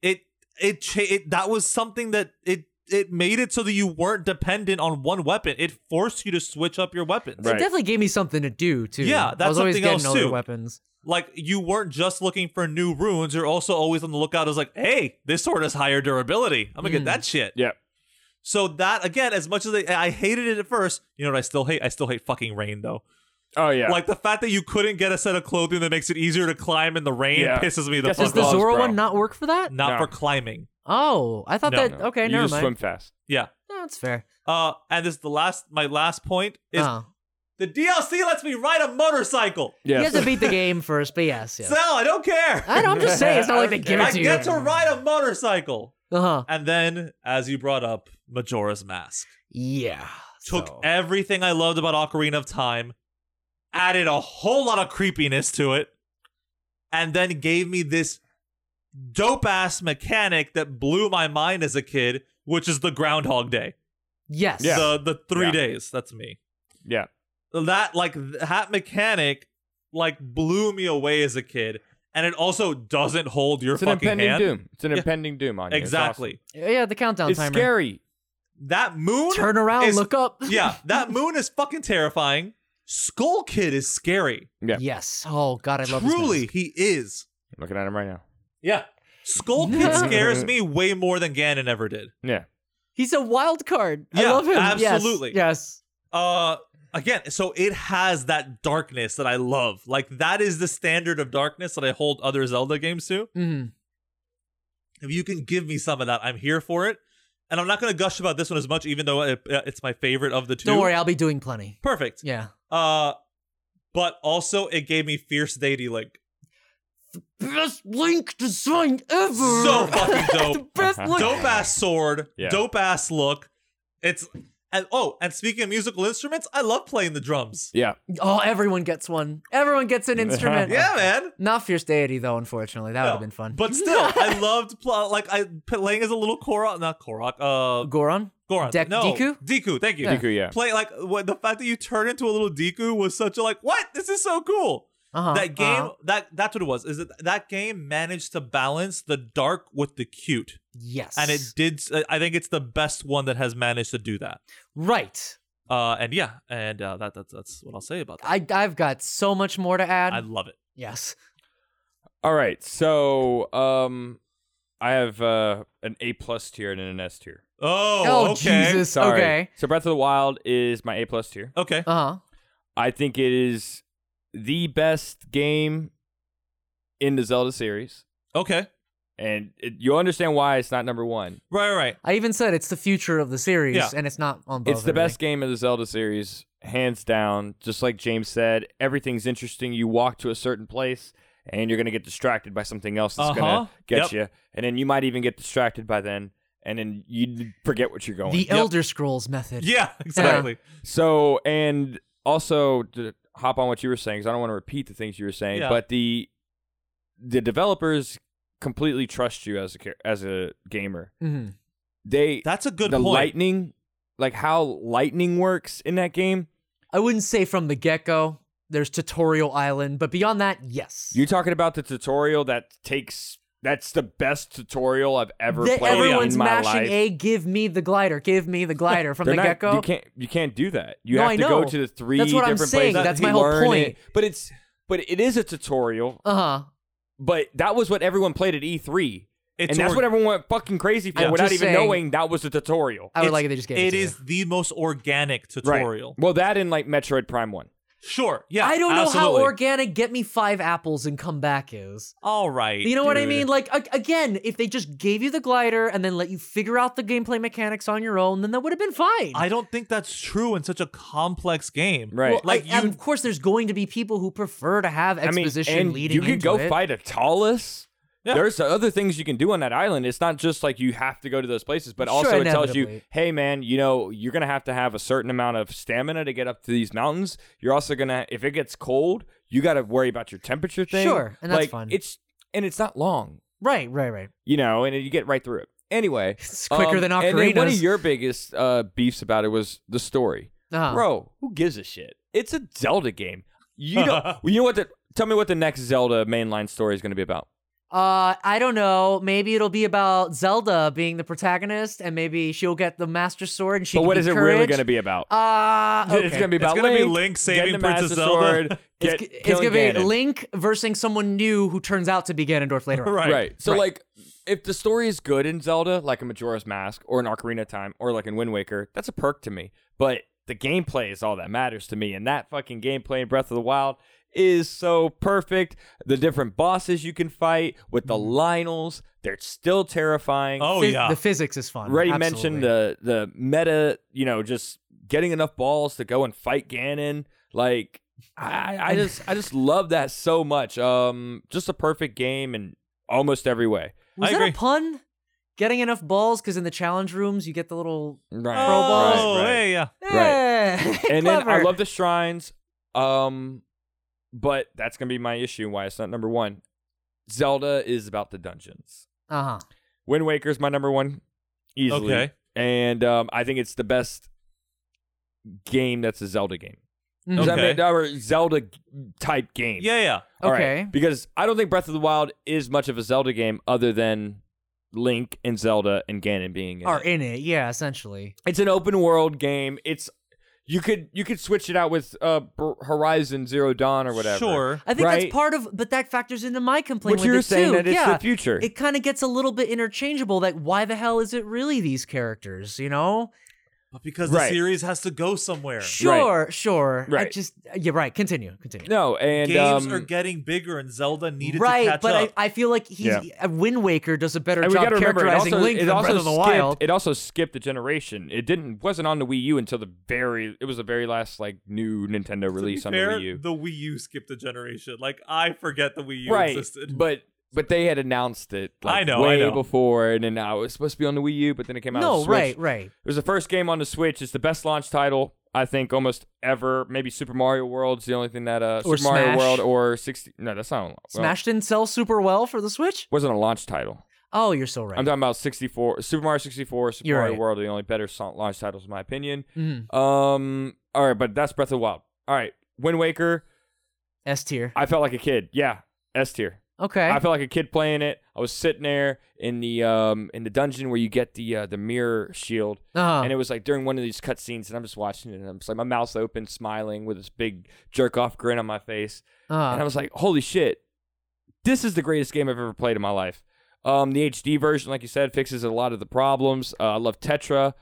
it it, cha- it that was something that it it made it so that you weren't dependent on one weapon. It forced you to switch up your weapons.
It
Right.
definitely gave me something to do too.
Yeah,
I
that's
was always
something
getting
else,
other
too.
weapons.
Like you weren't just looking for new runes, you're also always on the lookout as like, hey, this sword has higher durability. I'm gonna
Mm.
get that shit.
Hmm. Yeah.
So that again, as much as I, I hated it at first, you know what I still hate? I still hate fucking rain though.
Oh yeah.
Like the fact that you couldn't get a set of clothing that makes it easier to climb in the rain
Yeah.
pisses me the
Guess
Does
fuck
the
gloves,
off.
Zora
bro.
one not work for that?
Not
No.
for climbing.
Oh, I thought
No.
that. Okay,
you
never
just
mind.
swim fast.
Yeah.
No, that's fair.
Uh, and this is the last. My last point is
Uh,
the DLC lets me ride a motorcycle.
You have to beat the game first, but yes, yes.
So I don't care.
I don't, I'm just saying, it's not like they give it
I
to
get
you.
to ride a motorcycle.
uh huh.
And then, as you brought up, Majora's Mask.
Yeah.
took e-
So-
everything I loved about Ocarina of Time, added a whole lot of creepiness to it, and then gave me this dope ass mechanic that blew my mind as a kid, which is the Groundhog Day.
Yes.
Yeah.
The the three
Yeah.
days. That's me.
Yeah.
That like that mechanic like blew me away as a kid. And it also doesn't hold your
It's an
fucking
impending
hand.
doom. It's an
Yeah.
impending doom on you. It's
Exactly.
Yeah, the countdown
awesome. It's,
timer.
scary.
That moon
Turn around,
is-
look up.
yeah, that moon is fucking terrifying. Skull Kid is scary.
Yeah.
Yes. Oh God, I love his
Truly,
mask.
he is.
I'm looking at him right now.
Yeah. Skull Kid scares me way more than Ganon ever did.
Yeah.
He's a wild card. I
Yeah,
love him. Yes,
absolutely.
Yes.
Uh again, so it has that darkness that I love. Like that is the standard of darkness that I hold other Zelda games to.
Mhm.
If you can give me some of that, I'm here for it. And I'm not going to gush about this one as much even though it, uh, it's my favorite of the 2
Don't worry, I'll be doing plenty.
Perfect.
Yeah.
Uh but also it gave me fierce deity like
Best link design ever.
so fucking dope.
the best
Uh-huh.
link.
dope ass sword,
Yeah.
dope ass look. It's and oh, and speaking of musical instruments, I love playing the drums.
Yeah.
Oh, everyone gets one. Everyone gets an instrument.
Yeah, man.
Not fierce deity though, unfortunately. That would have been fun.
But still, I loved pl- like I playing as a little Korok, not Korok, uh,
Goron.
Goron.
Dek-
no,
Deku?
Deku. Thank you.
Yeah. Deku, yeah.
Play like what the fact that you turn into a little Deku was such a like what this is so cool.
Uh-huh.
that game
uh-huh.
that that's what it was. Is that that game managed to balance the dark with the cute,
Yes.
and it did. s- I think it's the best one that has managed to do that.
Right.
Uh, and yeah, and uh, that, that's that's what I'll say about that.
I I've got so much more to add.
I love it.
yes.
All right, so um, I have uh, an A plus tier and an S tier.
Oh, okay.
Jesus.
Sorry.
Okay.
So Breath of the Wild is my A plus tier.
Okay.
Uh huh.
I think it is the best game in the Zelda series,
Okay.
and it, you'll understand why it's not number one.
Right, right, right.
I even said it's the future of the series,
Yeah.
and it's not on.
it's the best game of the Zelda series, hands down. Just like James said, everything's interesting. You walk to a certain place, and you're gonna get distracted by something else that's
Uh-huh.
gonna
Yep.
get you, and then you might even get distracted by then, and then you forget what you're going.
The Elder Scrolls method.
Yeah, exactly.
So, and also to hop on what you were saying, because I don't want to repeat the things you were saying,
Yeah.
but the the developers completely trust you as a char- as a gamer.
hmm
They
That's a good
the
point.
lightning, like how lightning works in that game.
I wouldn't say from the get go. There's Tutorial Island, but beyond that, yes.
You're talking about the tutorial that takes. That's the best tutorial I've ever
That
played
everyone's
in my
mashing
life.
a give me the glider, give me the glider from
They're
the
not-
get go.
You can't you can't do that. You
No,
have
I
to
know.
go to the three
That's what I'm
different
saying.
places.
That's
to
my whole
learn
point.
it. But it's but it is a tutorial.
Uh huh.
But that was what everyone played at E3.
It's
and that's
org-
what everyone went fucking crazy for
I'm
without
just
even
saying-
knowing that was a tutorial.
I would
It's-
like it. They just gave it.
It
to you.
is the most organic
Right.
tutorial.
Well, that and like Metroid Prime 1.
Sure. Yeah.
I don't know
absolutely.
how organic "Get me five apples and come back" is.
All right.
You know what I
dude.
mean? Like a- again, if they just gave you the glider and then let you figure out the gameplay mechanics on your own, then that would have been fine.
I don't think that's true in such a complex game.
Right.
Well, um,
Like
I- and
you-
of course, there's going to be people who prefer to have
I mean,
exposition
and
leading
you could
into
go
it.
fight a Talus.
Yeah.
There's other things you can do on that island. It's not just like you have to go to those places, but
Sure,
also it tells you,
inevitably.
hey man, you know you're gonna have to have a certain amount of stamina to get up to these mountains. You're also gonna, if it gets cold, you got to worry about your temperature thing.
Sure, and that's
Like,
fun.
It's and it's not long,
Right, right, right.
you know, and you get right through it. Anyway,
It's quicker than
Um, And then one of
Ocarina's.
your biggest uh, beefs about it was the story,
Uh-huh.
bro. Who gives a shit? It's a Zelda game. You know, you know what? The, tell me what the next Zelda mainline story is going to be about.
Uh, I don't know. Maybe it'll be about Zelda being the protagonist, and maybe she'll get the Master Sword, and she.
but
can
what
be
is it really
courage.
going to be about?
Uh, okay.
It's going to be
Oh, It's
about
gonna be
Link,
Link
getting
saving
the
Princess
Master
Zelda.
Sword,
It's,
get,
g- it's
killing
gonna be
Ganon.
Link versus someone new who turns out to be Ganondorf later on.
Right.
Right. So like, if the story is good in Zelda, like a Majora's Mask or an Ocarina of Time or like in Wind Waker, that's a perk to me. But the gameplay is all that matters to me, and that fucking gameplay in Breath of the Wild is so perfect. The different bosses you can fight with the Lionels, they're still terrifying.
Oh
Phys-
yeah.
The physics is fun.
Already
Absolutely.
mentioned the the meta, you know, just getting enough balls to go and fight Ganon. Like I, I just I just love that so much. Um, just a perfect game in almost every way.
Was
I
that
agree.
a pun? Getting enough balls because in the challenge rooms you get the little. eh,
Right.
Pro balls.
Oh, hey, yeah.
Right.
And then I love the shrines. Um, but that's gonna be my issue. Why it's not number one. Zelda is about the dungeons.
Uh huh.
Wind Waker's my number one, easily.
Okay.
And um, I think it's the best game that's a Zelda game. Does that
Okay.
make- or Zelda type game.
Yeah, yeah.
All right.
Okay.
Because I don't think Breath of the Wild is much of a Zelda game other than Link and Zelda and Ganon being in
Are
it.
in it, yeah, essentially.
It's an open world game. It's you could you could switch it out with uh Br- Horizon Zero Dawn or whatever.
Sure.
I think
Right?
that's part of, but that factors into my complaint.
Which
with
you're
it
saying
too.
that it's
yeah,
the future.
It kind of gets a little bit interchangeable. Like, why the hell is it really these characters? You know?
But because
Right.
the series has to go somewhere.
Sure, sure. I
Right.
just, yeah, right. Continue, continue.
no, and
Games
um,
are getting bigger and Zelda needed
right,
to catch
but
up.
I, I feel like he's uh, Wind Waker does a better
and we
job
gotta remember it
characterizing
also,
Link
it
than
also
Breath of the
skipped,
Wild.
It also skipped the generation. It didn't wasn't on the Wii U until the very it was the very last like new Nintendo
To be
release on
fair,
the Wii U.
The Wii U skipped a generation. Like I forget the Wii U
right,
existed.
but but they had announced it. Like,
I know, I
way
know.
before, and then now it was supposed to be on the Wii U, but then it came out. on
no,
Switch.
right, right.
It was the first game on the Switch. It's the best launch title I think almost ever. Maybe Super Mario World's the only thing that uh
Or
Super Mario
Smash.
World or sixty. No, that's not on, well,
Smash didn't sell super well for the Switch.
Wasn't a launch title.
Oh, you're so right.
I'm talking about 64, Super Mario 64, Super
You're
Mario
right.
World are the only better so- launch titles in my opinion.
Mhm.
Um, all right, but that's Breath of the Wild. All right, Wind Waker.
S tier.
I felt like a kid. Yeah, S tier.
Okay.
I felt like a kid playing it. I was sitting there in the um in the dungeon where you get the uh, the mirror shield,
uh-huh.
and it was like during one of these cutscenes, and I'm just watching it, and I'm just like my mouth's open, smiling with this big jerk off grin on my face, and I
uh-huh.
was like, holy shit, this is the greatest game I've ever played in my life. Um, the HD version, like you said, fixes a lot of the problems. Uh, I love Tetra.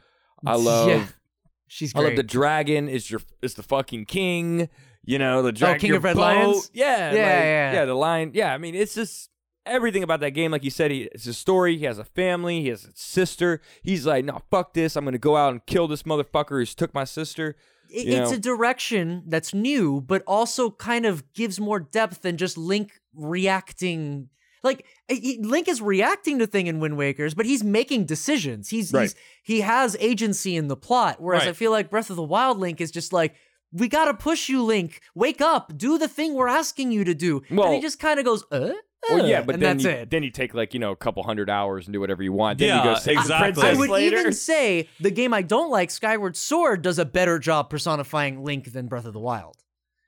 I love.
Yeah, She's
I
great.
love the dragon. Is your is the fucking king? You know the dragon.
Oh, King
your
of Red
bow.
Lions?
Yeah,
Yeah,
like,
yeah.
yeah. The lion. Yeah, I mean, it's just everything about that game. Like you said, he, it's a story. He has a family. He has a sister. He's like, no, fuck this. I'm gonna go out and kill this motherfucker who's took my sister.
It-
you
it's
know.
a direction that's new, but also kind of gives more depth than just Link reacting. Like i- i- Link is reacting to thing in Wind Waker's, but he's making decisions. He's,
Right.
he's he has agency in the plot. Whereas I
Right.
feel like Breath of the Wild Link is just like, we gotta push you, Link. Wake up, do the thing we're asking you to do. and he
Well-
just kind of goes, uh,
Well,
uh,"
yeah, but
and
then
that's
you,
it.
then you take like you know a couple hundred hours and do whatever you want. Then you
Yeah,
go save
exactly.
the
I
princess
would
later.
even say the game I don't like, Skyward Sword, does a better job personifying Link than Breath of the Wild.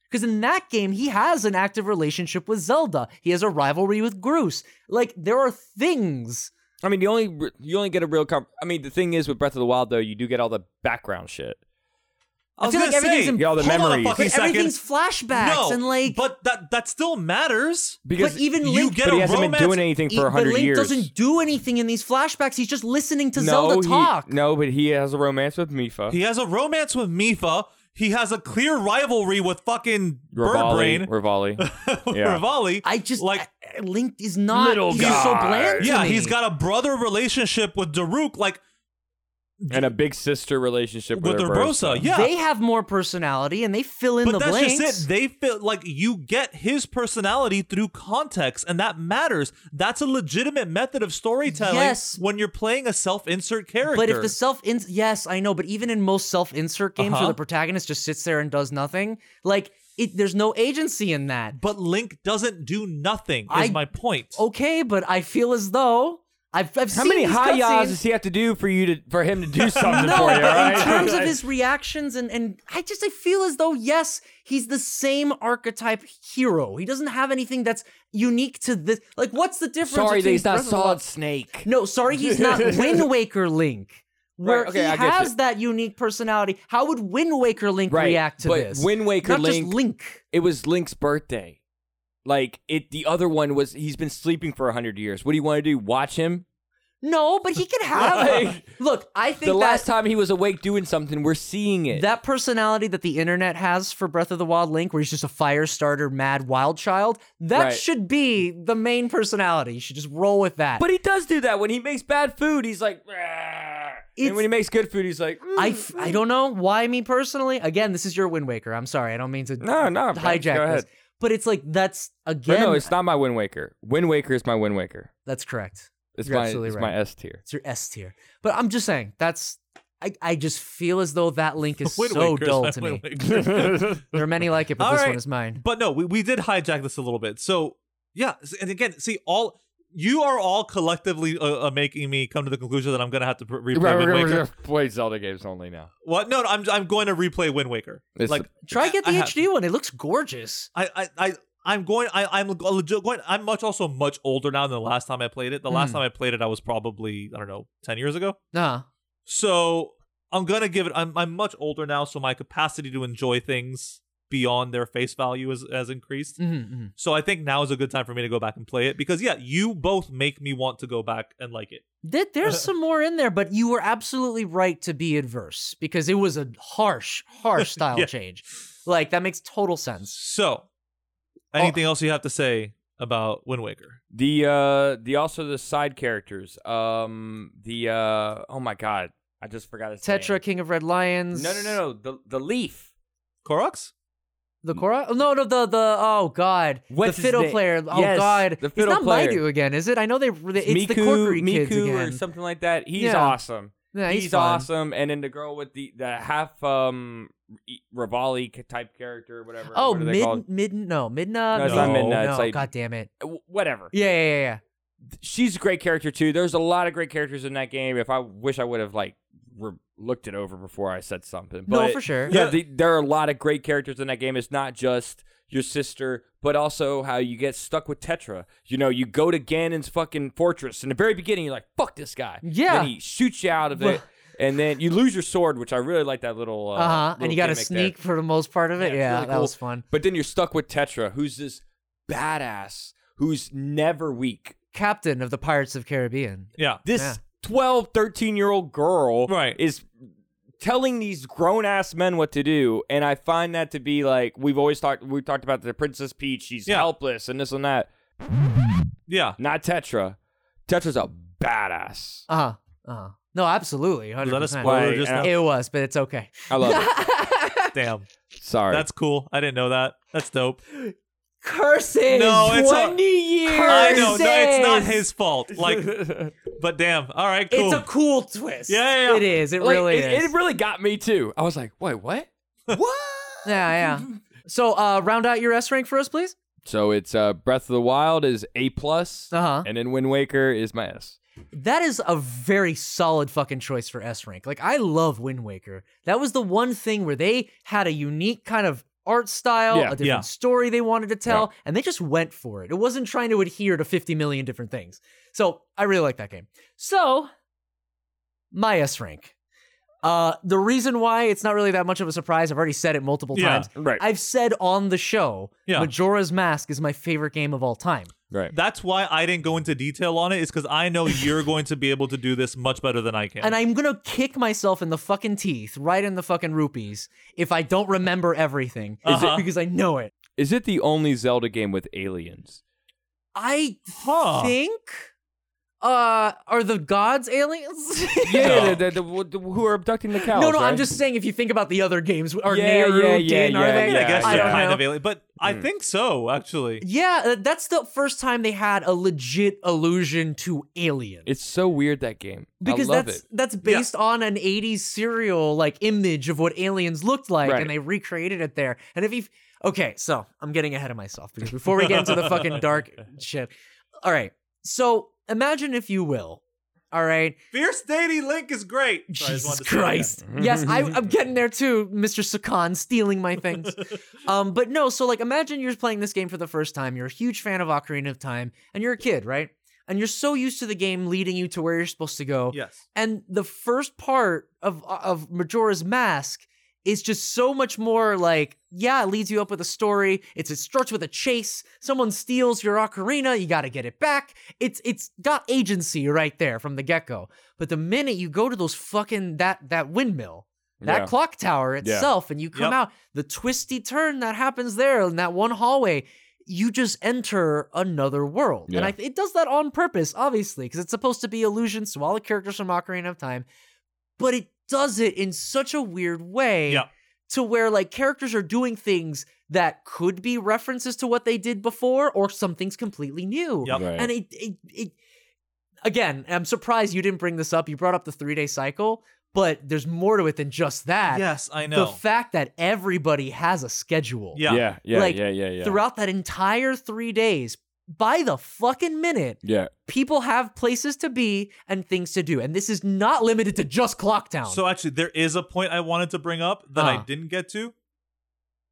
Because in that game, he has an active relationship with Zelda. He has a rivalry with Groose. Like there are things.
I mean, you only you only get a real. Comp- I mean, the thing is with Breath of the Wild though, you do get all the background shit.
I, feel like
gonna
everything's
say,
in-
Yeah, all the
hold on a
memories.
fucking
but
second.
everything's flashbacks
no,
and like.
but that that still matters.
Because
But even
you
Link-
get
but he
a
hasn't
romance.
been doing anything
he-
for a
but
hundred
Link
years.
doesn't do anything in these flashbacks. He's just listening to
no,
Zelda
he-
talk.
No, but he has a romance with Mifa.
He has a romance with Mifa. He has a clear rivalry with fucking
Rivali,
Birdbrain.
Rivali. Yeah.
Rivali.
I just
like.
like Link is not.
Little
he's just so
guy.
bland. to
yeah,
me.
he's got a brother relationship with Daruk, like
and a big sister relationship with,
with Urbosa. Yeah,
They have more personality and they fill in
but
the
that's
blanks.
just it. They feel like you get his personality through context, and that matters. That's a legitimate method of storytelling
Yes.
when you're playing a self-insert character.
But if the self in yes, I know, but even in most self insert games where
Uh-huh.
the protagonist just sits there and does nothing, like it, there's no agency in that.
but Link doesn't do nothing. Is
I- Oh,
my point.
Okay, but I feel as though I've I've
How
seen
many
these
high yas
cutscenes.
does he have to do for you to for him to do something
no,
for you?
but
all
in
right?
terms of his reactions and and I just I feel as though yes, he's the same archetype hero. He doesn't have anything that's unique to this. Like, what's the difference?
Sorry, that
between
he's not
Breath of the
Solid
Wild-
Snake.
No, sorry, he's not Wind Waker Link. Where
Right, okay,
he
I get
has
you.
that unique personality. How would Wind Waker Link
Right,
react to
but
this?
Wind Waker
Not
Link-
just Link.
It was Link's birthday. Like it, the other one was he's been sleeping for hundred years. What do you want to do? Watch him?
No, but he can have.
Like,
look, I think
The
that,
last time he was awake doing something, we're seeing it.
that personality that the internet has for Breath of the Wild Link, where he's just a fire starter, mad wild child, that
Right.
should be the main personality. You should just roll with that.
But he does do that when he makes bad food. He's like, "Rah."
It's-
and when he makes good food, he's like, mm,
I, f- I don't know why me personally. Again, this is your Wind Waker. I'm sorry, I don't mean to
no, no,
hijack
go
this.
ahead.
But it's like that's
No,
again
no, it's not my Wind Waker. Wind Waker is my Wind Waker.
that's correct.
It's
You're
my
absolutely
it's
right.
my S tier.
It's your S tier. But I'm just saying, that's I, I just feel as though that link is
Wait,
so
wait, Chris,
dull
wait,
to me.
wait, wait, Chris.
There are many like it, but
All
this one
right.
is mine.
But no, we, we did hijack this a little bit. So yeah, s- and again, see all you are all collectively uh, uh, making me come to the conclusion that I'm gonna have to pr- replay
Right,
Wind
we're
Waker.
gonna play Zelda games only now.
What? No, no, I'm I'm going to replay Wind Waker.
It's
like
Try get the
I have-
HD one. It looks gorgeous.
I I. I I'm going. I, I'm legit going. I'm much also much older now than the last time I played it. The last
Hmm.
time I played it, I was probably I don't know ten years ago.
Nah.
So I'm gonna give it. I'm I'm much older now, so my capacity to enjoy things beyond their face value has has increased.
Mm-hmm.
So I think now is a good time for me to go back and play it because yeah, you both make me want to go back and like it.
There, there's some more in there, but you were absolutely right to be adverse because it was a harsh, harsh style
Yeah.
change. Like that makes total sense.
So, anything else you have to say about Wind Waker?
The uh the also the side characters. Um the uh oh my god, I just forgot his
Tetra,
name.
King of Red Lions.
No no no no the the leaf.
Koroks?
The Korra? Oh, No, no, the the oh god,
What's
the
his
fiddle
name?
player. Oh
Yes,
god,
the
it's
fiddle
not
player.
Maidu again, is it? I know they. It's
Miku,
the Corkery
Miku
kids again.
or something like that. He's
Yeah.
awesome.
Yeah,
he's
he's, fun.
awesome. And then the girl with the the half um e- Rivali ca- type character, whatever.
Oh,
what are they
mid
called?
mid no midna.
No,
it's not Midna,
No,
it's like-
god damn it.
W- whatever.
Yeah, yeah, yeah, yeah.
She's a great character too. There's a lot of great characters in that game. If I wish I would have like re- looked it over before I said something. But
no, for sure.
yeah, the, there are a lot of great characters in that game. It's not just your sister, but also how you get stuck with Tetra. You know, you go to Ganon's fucking fortress in the very beginning. You're like, "Fuck this guy!"
Yeah.
then he shoots you out of
Well-
it, and then you lose your sword, which I really like that little. Uh,
Uh huh.
little
And you got to
gimmick there.
sneak for the most part of it.
it's
Yeah,
really
that
cool.
was fun.
But then you're stuck with Tetra, who's this badass who's never weak.
Captain of the Pirates of Caribbean.
Yeah.
Yeah.
This twelve, thirteen 12, 13 year old girl
Right.
is telling these grown ass men what to do. And I find that to be like, we've always talked, we've talked about the Princess Peach. She's
Yeah.
helpless and this and that.
Yeah.
Not Tetra. Tetra's a badass.
Uh huh. Uh huh. No, absolutely. 100%.
Was that a spoiler?
Like,
Just
uh,
now?
It was, but it's okay.
I love it.
Damn.
Sorry.
That's cool. I didn't know that. That's dope.
Curses.
No, it's a-
20 years.
I know. No, it's not
Curses!
his fault. Like, but damn. All right. Cool.
It's a cool twist.
Yeah, yeah, yeah.
It is. It
Like,
really
it,
is.
it really got me too. I was like, wait, what?
yeah, yeah. So, uh, round out your S rank for us, please.
So it's uh, Breath of the Wild is A plus,
Uh-huh.
and then Wind Waker is my S.
That is a very solid fucking choice for S rank. Like I love Wind Waker. That was the one thing where they had a unique kind of art style,
Yeah.
a different
Yeah.
story they wanted to tell, and they just went for it. It wasn't trying to adhere to 50 million different things. So, I really like that game. So, my S rank. Uh, the reason why it's not really that much of a surprise, I've already said it multiple
Yeah.
times.
Right,
I've said on the show,
Yeah.
Majora's Mask is my favorite game of all time.
right.
That's why I didn't go into detail on it, is because I know you're going to be able to do this much better than I can.
And I'm gonna kick myself in the fucking teeth, right in the fucking rupees, if I don't remember everything.
Is it-
because I know it?
Is it the only Zelda game with aliens?
I
Huh.
think uh are the gods aliens?
No.
the- the- the- w- the- who are abducting the cows?
no, no, I'm
right?
just saying if you think about the other games, are
Yeah,
Nehru,
yeah, yeah,
Din, are
yeah, Hmm.
they?
I mean, I guess
I
they're
don't
kind
know.
of alien, but I think so, actually.
Yeah, uh, that's the first time they had a legit allusion to aliens.
It's so weird that game.
because
I love
that's
it.
that's based on an 80s serial like image of what aliens looked like
Right.
and they recreated it there and if you okay so i'm getting ahead of myself because before we get into the fucking dark shit all right so imagine if you will all right
Fierce dating Link is great. Sorry, I just
jesus
wanted to say that.
christ yes I, i'm getting there too mr sakan stealing my things um but no so like imagine you're playing this game for the first time you're a huge fan of ocarina of time and you're a kid right and you're so used to the game leading you to where you're supposed to go
Yes.
and the first part of of Majora's Mask is just so much more like, yeah, it leads you up with a story. It's it starts with a chase. Someone steals your ocarina, you got to get it back. It's it's got agency right there from the get go. But the minute you go to those fucking that that windmill, that
Yeah.
clock tower itself, and you come
Yep.
out, the twisty turn that happens there in that one hallway, you just enter another world. And
Yeah.
I, th- it does that on purpose, obviously, because it's supposed to be allusions to all the characters from Ocarina of Time, but it does it in such a weird way
Yeah.
to where like characters are doing things that could be references to what they did before or something's completely new.
Yep.
Right.
And it, it, it again, I'm surprised you didn't bring this up. You brought up the three day cycle, but there's more to it than just that.
Yes, I
The
know.
fact that everybody has a schedule.
yeah.
yeah, yeah,
Like,
yeah, yeah, yeah.
Throughout that entire three days, by the fucking minute,
yeah,
people have places to be and things to do. And this is not limited to just Clocktown.
So actually, there is a point I wanted to bring up that
Uh.
I didn't get to.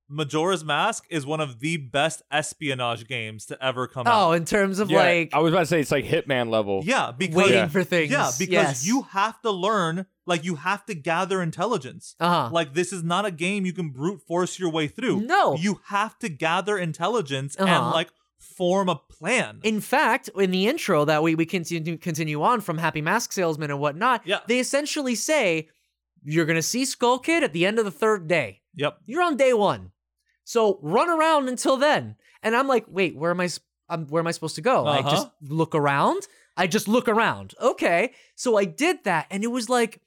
Majora's Mask is one of the best espionage games to ever come out.
oh, in terms of
yeah.
like
I was about to say it's like Hitman level.
Yeah, uh, because
waiting
Yeah.
for things.
yeah, because
Yes.
you have to learn, like you have to gather intelligence.
Uh-huh.
Like this is not a game you can brute force your way through.
No.
you have to gather intelligence
Uh-huh.
and like form a plan.
In fact, in the intro that we, we continue continue on from Happy Mask Salesman and whatnot,
Yeah.
they essentially say you're gonna see Skull Kid at the end of the third day.
yep.
You're on day one, so run around until then. And I'm like, wait, where am I? sp- Um, where am I supposed to go? I
Uh-huh.
just look around. I just look around. Okay, so I did that, and it was like,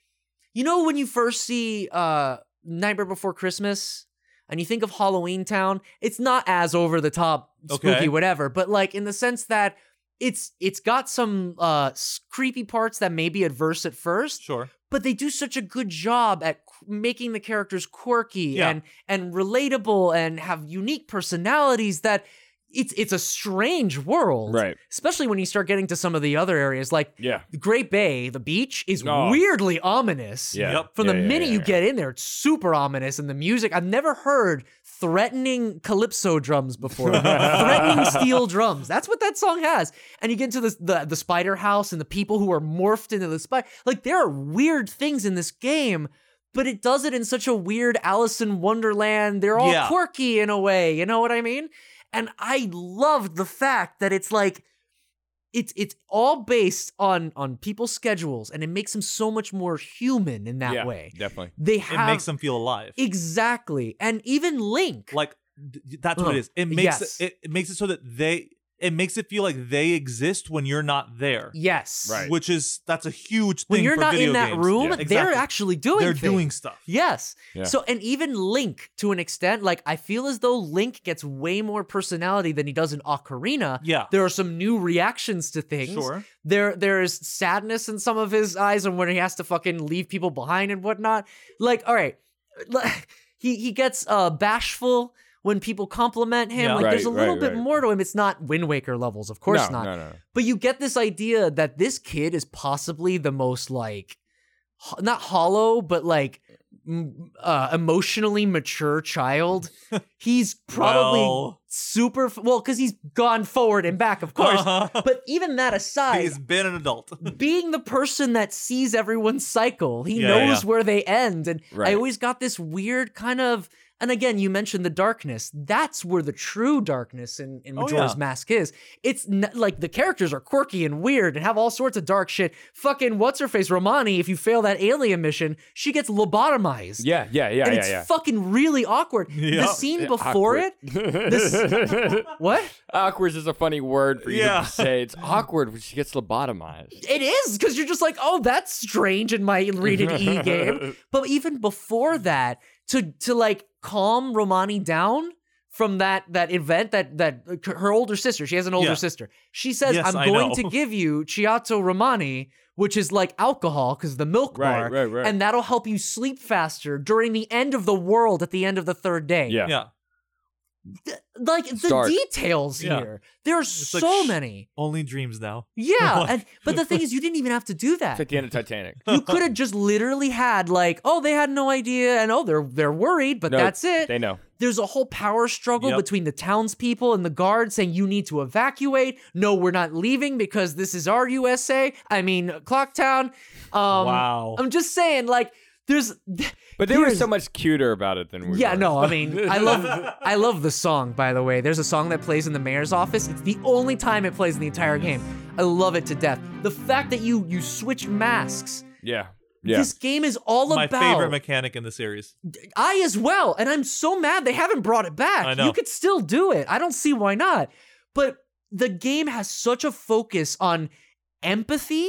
you know, when you first see uh, Nightmare Before Christmas, and you think of Halloween Town, it's not as over the top, spooky,
Okay.
whatever, but like in the sense that it's it's got some uh s- creepy parts that may be adverse at first,
Sure.
but they do such a good job at qu- making the characters quirky
Yeah.
and and relatable and have unique personalities that it's it's a strange world,
Right.
Especially when you start getting to some of the other areas, like
Yeah.
the Great Bay, the beach is
Oh.
weirdly ominous.
Yeah.
Yep.
From the
Yeah, yeah,
minute
yeah,
you
yeah.
get in there, it's super ominous, and the music. I've never heard threatening calypso drums before. threatening steel drums. That's what that song has. And you get into this, the the spider house and the people who are morphed into the spider. Like there are weird things in this game, but it does it in such a weird Alice in Wonderland. They're all
Yeah.
quirky in a way. You know what I mean? And I loved the fact that it's like it's it's all based on on people's schedules and it makes them so much more human in that
yeah,
way
Definitely.
they
It
have
makes them feel alive.
exactly and even link
like th- that's what
Uh,
it is. It makes
yes.
it, it makes it so that they it makes it feel like they exist when you're not there.
yes
Right.
Which is that's a huge thing
when you're
for
not
video
in that
games.
room
Yeah.
they're
Exactly.
actually doing
They're
things.
doing stuff.
yes
Yeah.
so and even link to an extent like i feel as though link gets way more personality than he does in ocarina
Yeah.
there are some new reactions to things
Sure.
there there is sadness in some of his eyes and when he has to fucking leave people behind and whatnot like all right like, he he gets uh bashful when people compliment him
Yeah.
like there's a
Right,
little
right,
bit
right.
more to him it's not wind waker levels of course
no,
not
No, no, no.
but you get this idea that this kid is possibly the most like ho- not hollow but like m- uh, emotionally mature child he's probably
Well.
super f- well because he's gone forward and back of course
Uh-huh.
but even that aside
He's been an adult.
being the person that sees everyone's cycle. He
Yeah,
knows
yeah.
where they end. And I
Right.
always got this weird kind of and again, you mentioned the darkness. That's where the true darkness in, in
Oh,
Majora's
yeah.
Mask is. It's n- like the characters are quirky and weird and have all sorts of dark shit. Fucking what's her face, Romani, if you fail that alien mission, she gets lobotomized.
Yeah, yeah, yeah,
and
yeah,
it's
yeah.
fucking really awkward. The
Yeah.
scene before
awkward.
it, this- what?
Awkward is a funny word for you
Yeah.
to say. It's awkward when she gets lobotomized.
It is because you're just like, oh, that's strange in my rated E game. But even before that, to to like calm Romani down from that that event that that uh, her older sister, she has an older
Yeah.
sister. She says,
Yes,
"I'm
I
going
know.
to give you Chiato Romani." Which is like alcohol because the milk
Right,
bar,
right, right.
and that'll help you sleep faster during the end of the world at the end of the third day.
Yeah.
Yeah.
like the
Dark.
details
Yeah.
here. There are
like,
so
sh-
many.
Only dreams now.
Yeah, and but the thing is, you didn't even have to do that.
It's like the end of Titanic.
you could have just literally had like, oh, they had no idea, and oh, they're they're worried, but
No,
that's it.
They know.
There's a whole power struggle
Yep.
between the townspeople and the guards saying you need to evacuate. No, we're not leaving because this is our USA. I mean, Clocktown. Um,
Wow.
I'm just saying, like, there's.
But they were
Here's-
so much cuter about it than we
Yeah,
were.
no, I mean, I love, I love the song. By the way, there's a song that plays in the mayor's office. It's the only time it plays in the entire game. I love it to death. The fact that you you switch masks.
Yeah. Yeah.
This game is all
My
about
favorite mechanic in the series.
I as well, and I'm so mad they haven't brought it back.
I know.
You could still do it. I don't see why not. But the game has such a focus on empathy.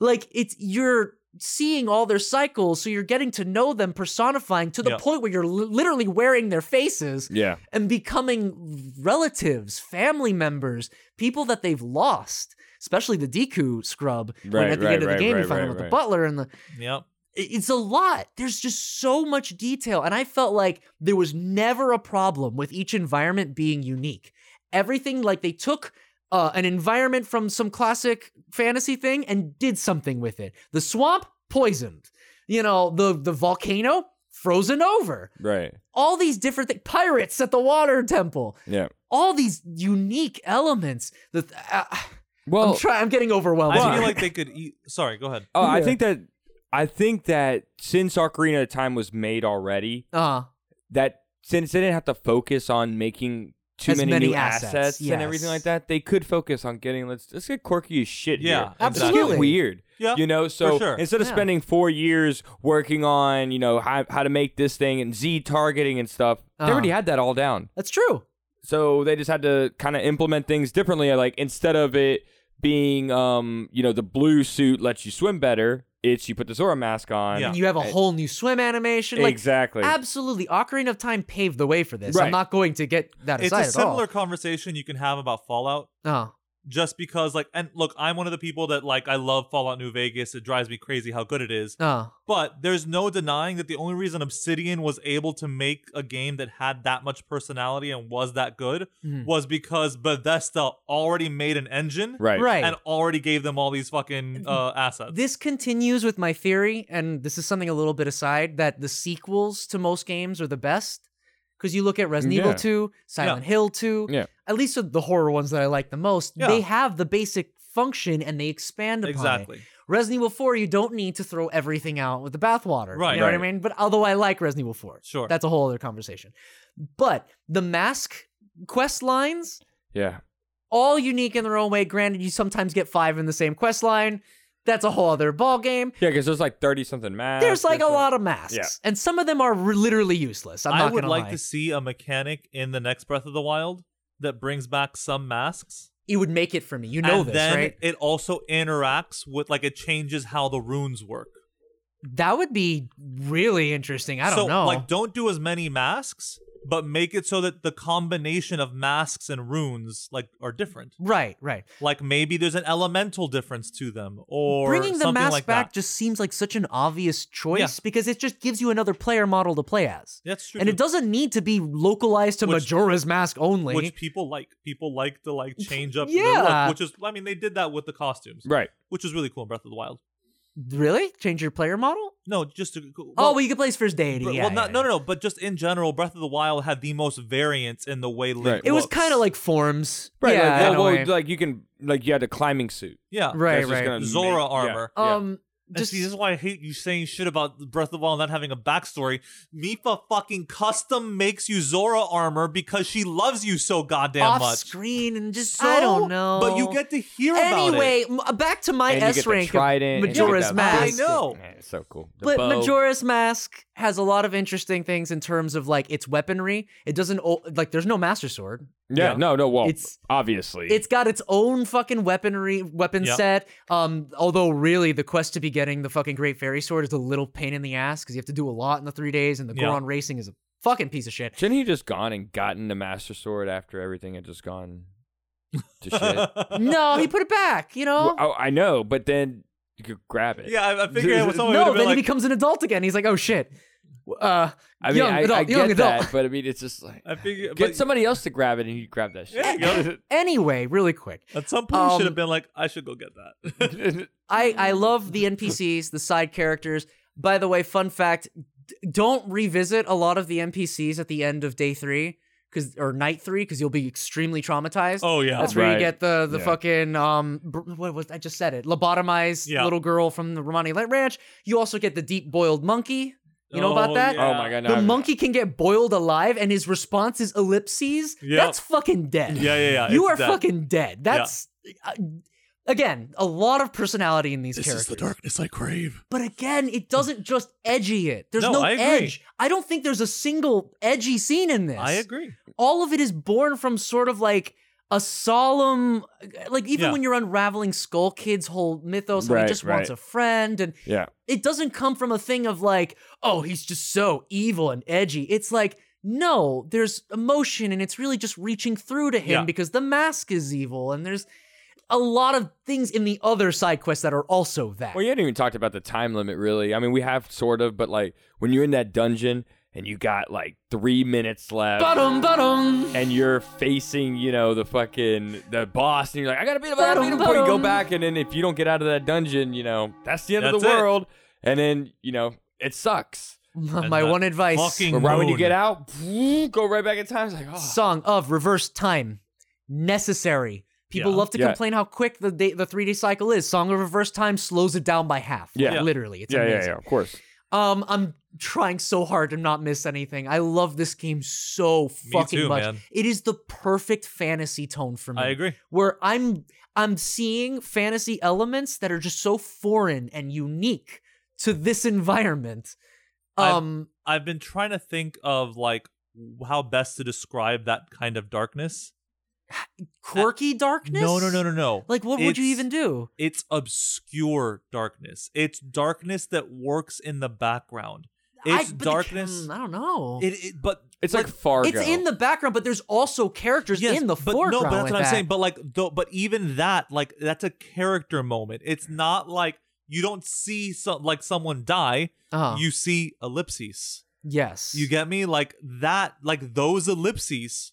Like it's you're seeing all their cycles, so you're getting to know them personifying to the
Yeah.
point where you're li- literally wearing their faces
yeah.
and becoming relatives, family members, people that they've lost. especially the Deku scrub. when
Right,
at the
right,
end of the
right,
game, you
right,
find
right,
out about the
right.
butler and the
Yep.
it- it's a lot. There's just so much detail. And I felt like there was never a problem with each environment being unique. Everything, like they took uh, an environment from some classic fantasy thing and did something with it. The swamp, poisoned. You know, the, the volcano, frozen over.
Right.
All these different things. Pirates at the water temple.
Yeah.
All these unique elements. That, uh,
Well,
I'm, try- I'm getting overwhelmed.
I
here.
feel like they could eat. Sorry, go ahead.
oh, I
Yeah.
think that I think that since Ocarina of Time was made already,
uh,
that since they didn't have to focus on making too
As
many,
many
new
assets,
assets, and everything
yes.
like that, they could focus on getting let's let's get quirky as shit.
Yeah,
here. Let's get
Absolutely.
weird.
Yeah,
you know. So
sure.
instead of
Yeah.
spending four years working on you know how, how to make this thing and Z targeting and stuff,
Uh-huh.
they already had that all down.
that's true.
So they just had to kind of implement things differently. Like instead of it being um you know the blue suit lets you swim better, it's you put the Zora mask on.
Yeah.
You have a whole new swim animation. Like,
Exactly.
Absolutely. Ocarina of Time paved the way for this. I'm
Right.
not going to get that
It's
aside
a
at Uh,
similar conversation you can have about Fallout.
all.
Just because, like, and look, I'm one of the people that like I love Fallout New Vegas. It drives me crazy how good it is.
Oh, oh,
But there's no denying that the only reason Obsidian was able to make a game that had that much personality and was that good
Mhm.
was because Bethesda already made an engine
Right.
right.
and already gave them all these fucking uh, assets.
this continues with my theory, and this is something a little bit aside that the sequels to most games are the best. Because you look at Resident Evil
Yeah.
2, Silent Hill 2,
Yeah.
at least the horror ones that I like the most,
Yeah.
they have the basic function and they expand upon it.
Exactly.
Resident Evil 4, you don't need to throw everything out with the bathwater.
Right.
You know what I
Right.
mean? But although I like Resident Evil 4.
Sure.
That's a whole other conversation. But the mask quest lines,
Yeah.
all unique in their own way. Granted, you sometimes get five in the same quest line. That's a whole other ball game.
Yeah, because there's like thirty something masks.
There's like a
and-
lot of masks,
Yeah.
and some of them are re- literally useless. I'm
I
not
would
gonna
like
lie.
to see a mechanic in the next Breath of the Wild that brings back some masks.
It would make it for me. You know
and
this,
then
right?
it also interacts with like it changes how the runes work.
That would be really interesting. I don't
so,
know.
Like, don't do as many masks, but make it so that the combination of masks and runes like are different.
right, right.
Like maybe there's an elemental difference to them, or
Bringing the
something
mask
like
back
That.
just seems like such an obvious choice
Yeah.
because it just gives you another player model to play as.
That's true.
And it
too,
doesn't need to be localized to
Mm-hmm. Which-
Majora's Mask only.
which people like. People like to like change up their
Yeah.
look, which is I mean they did that with the costumes,
Right.
which is really cool in Breath of the Wild.
really? Change your player model?
No, just to,
oh, well, you can play as first deity.
Br-
yeah,
well,
yeah,
not, no,
yeah.
no, no. But just in general, Breath of the Wild had the most variance in the way Link.
Right.
It was
looks.
kind of like forms.
Right.
Yeah, in
like,
a
well, well,
way.
like you can like you had a climbing suit.
yeah,
right,
That's just
right.
gonna make-
Zora
yeah,
armor.
yeah.
Um,
And
just
see, this is why I hate you saying shit about Breath of the Wild not having a backstory. Mifa fucking custom makes you Zora armor because she loves you so goddamn
off
much.
screen and just
So,
I don't know.
But you get to hear about it.
anyway. m- uh, Back to my
and you
S
get the
rank. of
trident, and you get
Majora's
that
Mask.
plastic.
I know.
Man, it's so cool. The
But
bow.
Majora's Mask has a lot of interesting things in terms of like its weaponry. It doesn't o- like there's no Master Sword.
Yeah,
Yeah.
no, no, well,
It's-
obviously.
It's got its own fucking weaponry weapon
Yep.
set. Um, although really the quest to be getting the fucking Great Fairy Sword is a little pain in the ass because you have to do a lot in the three days, and the
Yeah.
Goron racing is a fucking piece of shit.
Shouldn't he just gone and gotten the Master Sword after everything had just gone to shit?
no, he put it back. You know.
Well, oh, I know, but then you could grab it.
yeah, I, I figured it was something.
no, then
like,
he becomes an adult again. He's like, oh shit. Uh,
I mean,
young
I,
adult,
I
young
get
adult.
that, but I mean, it's just like
I figured,
get
Uh, but-
somebody else to grab it and you grab that
Yeah,
shit.
you know,
Anyway, really quick,
at some point, you
Um,
should have been like, I should go get that.
I I love the NPCs, the side characters. By the way, fun fact: d- don't revisit a lot of the NPCs at the end of day three, because or night three, because you'll be extremely traumatized.
oh yeah,
That's where you
Right.
get the the
Yeah.
fucking um br- what was I just said it lobotomized
Yeah.
little girl from the Romani Light Ranch. You also get the deep boiled monkey. You know
Oh,
about that?
yeah.
Oh my god, no,
the
I'm-
monkey can get boiled alive and his response is ellipses.
Yep.
That's fucking dead.
Yeah, yeah, yeah.
you
it's
are
that.
fucking dead. That's uh, again a lot of personality in these characters.
darkness I crave.
But again, it doesn't just edgy it. There's no,
No, I agree.
edge. I don't think there's a single edgy scene in this.
I agree.
All of it is born from sort of like a solemn, like even
Yeah.
when you're unraveling Skull Kid's whole mythos, how he
Right,
just wants
right.
a friend and
Yeah.
it doesn't come from a thing of like, oh, he's just so evil and edgy. It's like, no, there's emotion and it's really just reaching through to him
Yeah.
because the mask is evil and there's a lot of things in the other side quests that are also that.
Well, you hadn't even talked about the time limit, really. I mean, we have sort of, but like when you're in that dungeon and you got like three minutes left,
Ba-dum, ba-dum.
and you're facing, you know, the fucking the boss, and you're like, I gotta beat him, I gotta beat him before you go
Ba-dum-ba-dum.
back, and then if you don't get out of that dungeon, you know, that's the end of the
That's it.
world, and then you know, it sucks.
My my
that
one advice.
fucking
But right when you
Moon.
get out, go right back in time. It's like, oh,
Song of reverse time. Necessary. People
Yeah.
love to
Yeah.
complain how quick the day, the three day cycle is. Song of reverse time slows it down by half.
Yeah.
Like, literally. It's
yeah,
amazing.
yeah, yeah, of course.
Um, I'm trying so hard to not miss anything. I love this game so fucking
too,
much.
man.
It is the perfect fantasy tone for me.
I agree.
Where I'm I'm seeing fantasy elements that are just so foreign and unique to this environment.
I've-
Um,
I've been trying to think of like how best to describe that kind of darkness.
quirky darkness.
No, no, no, no, no.
Like, what would you
It's-
even do?
It's obscure darkness. It's darkness that works in the background.
I-
It's
but the ca-
darkness.
mm, I don't know.
It, it, but
It's
but-
like Fargo.
it's in the background, but there's also characters
Yes,
in the
but
foreground.
No, but that's
with
what I'm
that.
saying. But like, though, but even that, like, that's a character moment. It's not like you don't see some like someone die.
Uh-huh.
You see ellipses.
yes,
You get me? Like that. Like those ellipses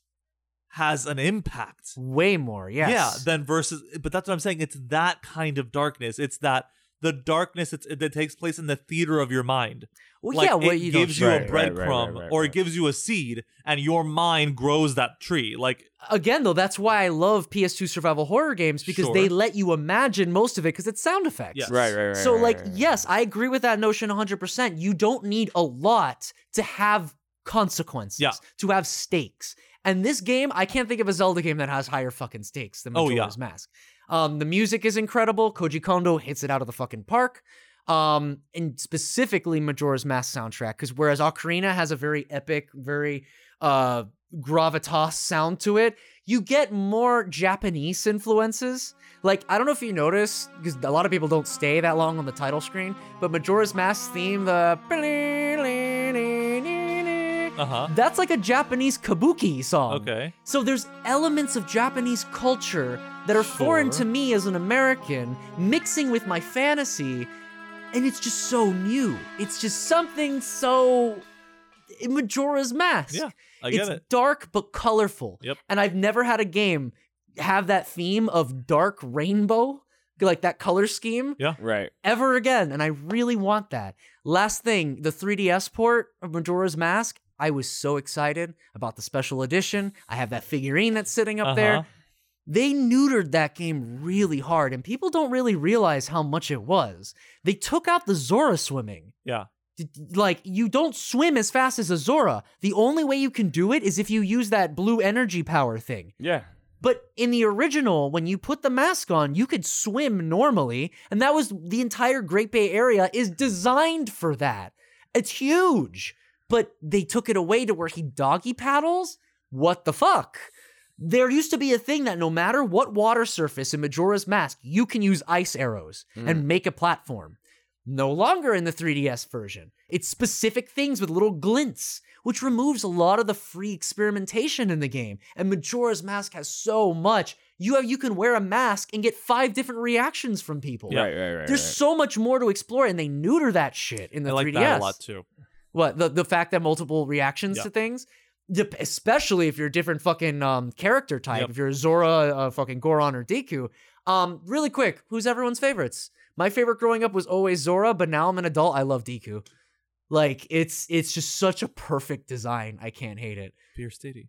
has an impact.
way more. Yes.
Yeah. Then versus, but that's what I'm saying. It's that kind of darkness. It's that the darkness it's, that takes place in the theater of your mind.
well,
Like,
yeah.
it
What you don't
gives you a
Right,
breadcrumb
right, right, right, right,
or
right.
it gives you a seed, and your mind grows that tree. Like
again though that's why i love ps2 survival horror games because
Sure.
they let you imagine most of it because it's sound effects
Yes.
right, right, right.
so
right,
like
right, right.
yes i agree with that notion 100% you don't need a lot to have consequences
Yeah.
to have stakes and this game i can't think of a zelda game that has higher fucking stakes than
Oh,
majora's mask um, the music is incredible koji kondo hits it out of the fucking park um, and specifically majora's mask soundtrack because whereas ocarina has a very epic very uh, gravitas sound to it you get more Japanese influences. Like, I don't know if you notice, because a lot of people don't stay that long on the title screen, but Majora's Mask theme, the.
uh huh.
That's like a Japanese kabuki song.
Okay.
So there's elements of Japanese culture that are foreign
Sure.
to me as an American, mixing with my fantasy, and it's just so new. It's just something so. Majora's Mask
Yeah. I get
it's
it.
dark but colorful.
Yep.
And I've never had a game have that theme of dark rainbow, like that color scheme,
right.
ever again. And I really want that. Last thing, the 3DS port of Majora's Mask. I was so excited about the special edition. I have that figurine that's sitting up there.
Uh-huh.
They neutered that game really hard, and people don't really realize how much it was. They took out the Zora swimming
Yeah.
d- d- like you don't swim as fast as Azora. The only way you can do it is if you use that blue energy power thing.
Yeah.
But in the original, when you put the mask on, you could swim normally, and that was the entire Great Bay Area is designed for that. It's huge. But they took it away to where he doggy paddles? What the fuck? There used to be a thing that no matter what water surface in Majora's Mask, you can use ice arrows and make a platform no longer in the 3DS version. It's specific things with little glints, which removes a lot of the free experimentation in the game. And Majora's Mask has so much. You have you can wear a mask and get five different reactions from people.
Yeah.
Right, right, right.
There's
right.
so much more to explore, and they neuter that shit in the
I like
3DS.
that a lot too.
What the the fact that multiple reactions
Yeah.
to things, Dep- especially if you're a different fucking um, character type,
Yep.
if you're a Zora, uh, fucking Goron or Deku. Um, really quick, who's everyone's favorites? My favorite growing up was always Zora, but now I'm an adult. I love Deku. Like it's it's just such a perfect design. I can't hate it.
Pierce Diddy.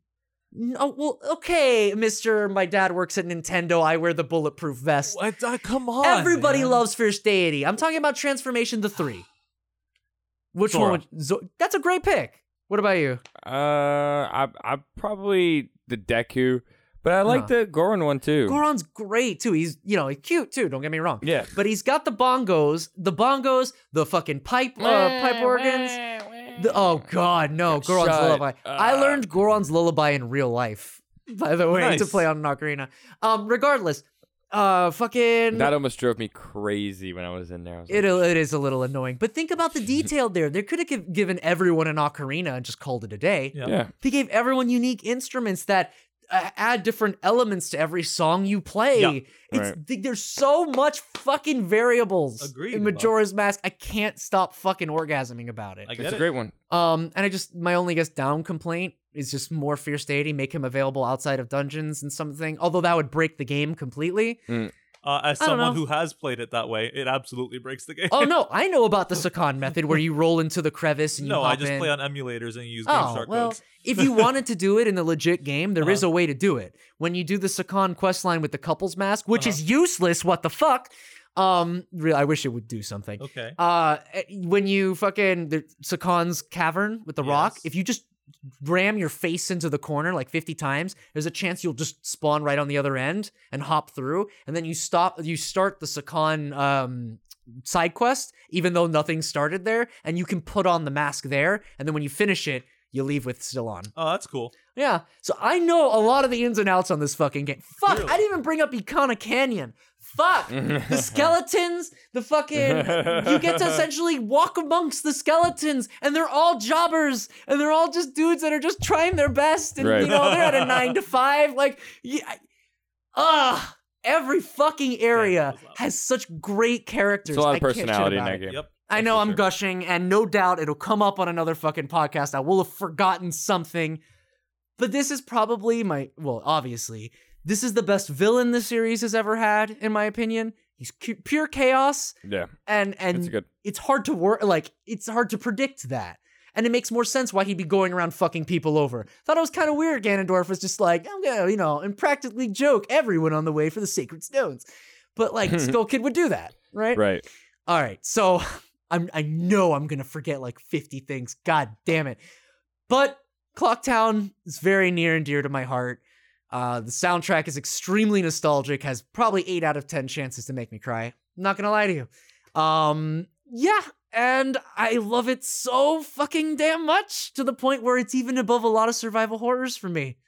No, well, okay, Mister. My dad works at Nintendo. I wear the bulletproof vest.
What? Uh, come on.
Everybody
man.
loves First Deity. I'm talking about Transformation the Three. Which
Zora.
one? Would, Zo- that's a great pick. What about you?
Uh, I I probably the Deku, but I like
Uh-huh.
the Goron one too.
Goron's great too. He's you know he's cute too. Don't get me wrong.
Yeah.
But he's got the bongos, the bongos, the fucking pipe uh, pipe organs. The- oh God, no! Goron's
Shut
lullaby. I
Uh.
up.
learned Goron's lullaby in real life, by the way, to
Nice.
play on an ocarina. Um, regardless, uh, fucking.
That almost drove me crazy when I was in there. I was
It,
like,
it is a little annoying, but think about the detail there. They could have giv- given everyone an ocarina and just called it a day.
Yeah.
yeah,
They gave everyone unique instruments that uh, add different elements to every song you play.
Yeah,
it's
right.
th- there's so much fucking variables
Agreed,
in
Bob.
Majora's Mask. I can't stop fucking orgasming about it.
I get
That's
it.
a great one.
Um, and I just my only I guess down complaint is just more Fierce Deity, make him available outside of dungeons and something. Although that would break the game completely.
Uh, as
I don't
someone
know.
who has played it that way, it absolutely breaks the game.
Oh no, I know about the Sakan method where you roll into the crevice and you
no,
hop
I just
in.
play on emulators and use
Oh,
GameStar
well,
codes.
if you wanted to do it in a legit game, there is
Uh-huh.
a way to do it. When you do the Sakan quest line with the couples mask, which is useless, what the fuck? Um, real, I wish it would do something.
Okay.
Uh, eh, when you fucking the Sakan's cavern with the rock,
Yes.
if you just ram your face into the corner like 50 times, there's a chance you'll just spawn right on the other end and hop through, and then you stop. You start the Sakan um side quest, even though nothing started there, and you can put on the mask there, and then when you finish it, you leave with still on.
Oh, that's cool.
Yeah. So I know a lot of the ins and outs on this fucking game. Fuck,
Really?
I didn't even bring up Econa Canyon. Fuck. the skeletons, the fucking you get to essentially walk amongst the skeletons and they're all jobbers and they're all just dudes that are just trying their best and
Right.
you know, they're at a 9 to 5 like yeah, I- ugh every fucking area
that was loud.
has such great characters.
There's a lot
I
of
can't shit
personality in
about it.
that game.
Yep.
I
That's
know
for
I'm
sure.
gushing, and no doubt it'll come up on another fucking podcast. I will have forgotten something. But this is probably my, well, obviously, this is the best villain the series has ever had, in my opinion. He's cu- pure chaos,
Yeah,
and
it's
and
good.
it's hard to work, like, it's hard to predict that. And it makes more sense why he'd be going around fucking people over. Thought it was kind of weird Ganondorf was just like, I'm gonna, you know, and practically joke everyone on the way for the sacred stones. But like, Skull Kid would do that, right?
Right.
All right, so I'm I know I'm gonna forget like 50 things. God damn it! But Clocktown is very near and dear to my heart. Uh, the soundtrack is extremely nostalgic. Has probably eight out of ten chances to make me cry. not gonna lie to you. Um, yeah, and I love it so fucking damn much to the point where it's even above a lot of survival horrors for me.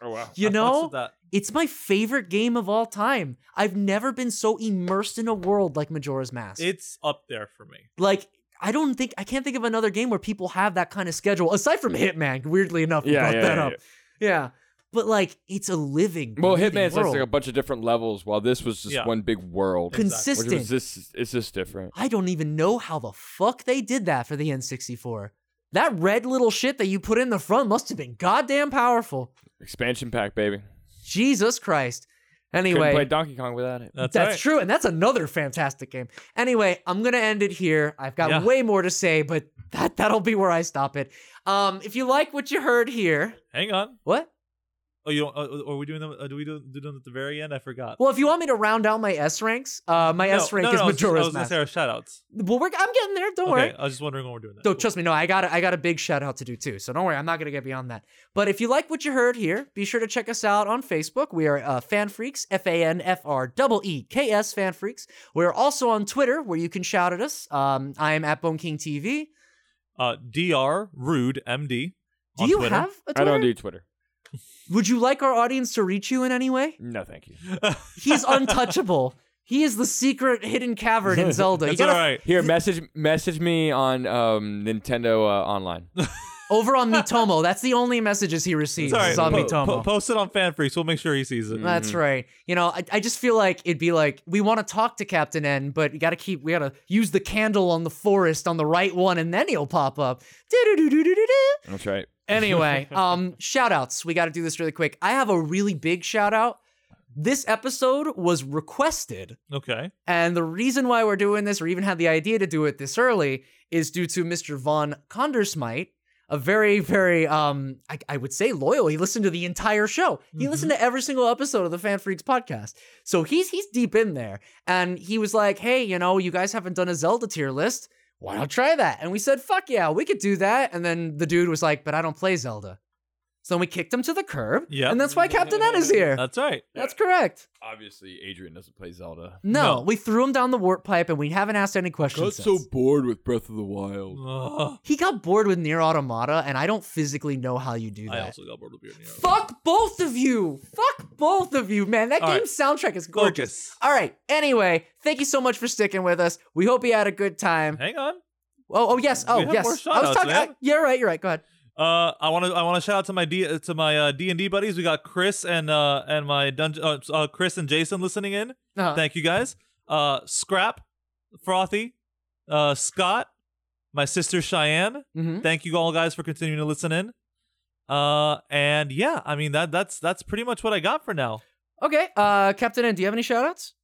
Oh wow.
You
I
know,
busted that.
it's my favorite game of all time. I've never been so immersed in a world like Majora's Mask
it's up there for me.
like I don't think I can't think of another game where people have that kind of schedule aside from Hitman. Weirdly enough, you
Yeah,
brought
yeah,
that
yeah,
up. Yeah. but like it's a living.
Well,
breathing
Hitman's
world.
like a bunch of different levels, while this was just
Yeah.
one big world. Which
consistent.
was this it's just different.
I don't even know how the fuck they did that for the N64. That red little shit that you put in the front must have been goddamn powerful.
Expansion pack, baby.
Jesus Christ.
Couldn't
Anyway,
play Donkey Kong without it.
That's,
That's
right.
true, and that's another fantastic game. Anyway, I'm gonna end it here. I've got
Yeah.
way more to say, but that that'll be where I stop it. Um, if you like what you heard here,
Hang on.
what?
Oh, you don't. Uh, are we doing them? Uh, do we do, do them at the very end? I forgot.
Well, if you want me to round out my S ranks, uh, my S rank is
I was, just- I
Majora's
was gonna
Mask.
say our shoutouts.
well, we're, I'm getting there. Don't worry.
Okay, I was just wondering when we're doing that.
No,
Cool.
trust me. No, I got a, I got a big shout out to do too. So don't worry, I'm not gonna get beyond that. But if you like what you heard here, be sure to check us out on Facebook. We are uh, Fan Freaks, F A N F R E E K S Fan Freaks. We're also on Twitter, where you can shout at us. Um, I am at Bone King TV.
Uh, Dr. Rude MD.
Do
on
you
Twitter.
have a Twitter?
I don't do Twitter.
Would you like our audience to reach you in any way?
No, thank you.
He's untouchable. he is the secret hidden cavern in Zelda. You
It's all
gotta-
right.
Here, message message me on um, Nintendo uh, Online.
Over on Mitomo. That's the only messages he receives.
It's all right.
is on
Po-
Mitomo.
po- post it on FanFreaks. We'll make sure he sees it.
That's right. You know, I, I just feel like it'd be like we want to talk to Captain N, but you got to keep we got to use the candle on the forest on the right one, and then he'll pop up. Do-do-do-do-do-do-do.
That's right.
Anyway, um, shout outs. We got to do this really quick. I have a really big shout out. This episode was requested
Okay.
and the reason why we're doing this, or even had the idea to do it this early, is due to Mr. Von Condersmite, a very, very, um, I, I would say loyal. He listened to the entire show. He listened
Mm-hmm.
to every single episode of the Fan Freaks podcast. So he's he's deep in there. And he was like, hey, you know, you guys haven't done a Zelda tier list. Why not try that? And we said, fuck yeah, we could do that. And then the dude was like, but I don't play Zelda. So then we kicked him to the curb.
Yep.
And that's why Captain N is here.
That's right.
That's correct.
Obviously, Adrian doesn't play Zelda.
No,
No.
we threw him down the warp pipe and we haven't asked any questions. since.
bored with Breath of the Wild.
Ugh.
he got bored with Near Automata, and I don't physically know how you do
I
that.
also got bored with Beard and Arrow.
Fuck both of you! Fuck both of you, man. That
All right.
game's soundtrack is gorgeous.
Focus.
All right. Anyway, thank you so much for sticking with us. We hope you had a good time.
Hang on.
Oh, oh yes. Oh,
have more
yes. I was
shout-outs,
talking.
man.
I- yeah, right. You're right. Go ahead.
Uh, I want to I want to shout out to my D uh, to my D and D buddies. We got Chris and uh and my dungeon uh, uh, Chris and Jason listening in.
Uh-huh.
Thank you guys. Uh, Scrap, Frothy, uh, Scott, my sister Cheyenne.
Mhm.
Thank you all guys for continuing to listen in. Uh, and yeah, I mean that that's that's pretty much what I got for now.
Okay, uh, Captain N, do you have any shout outs?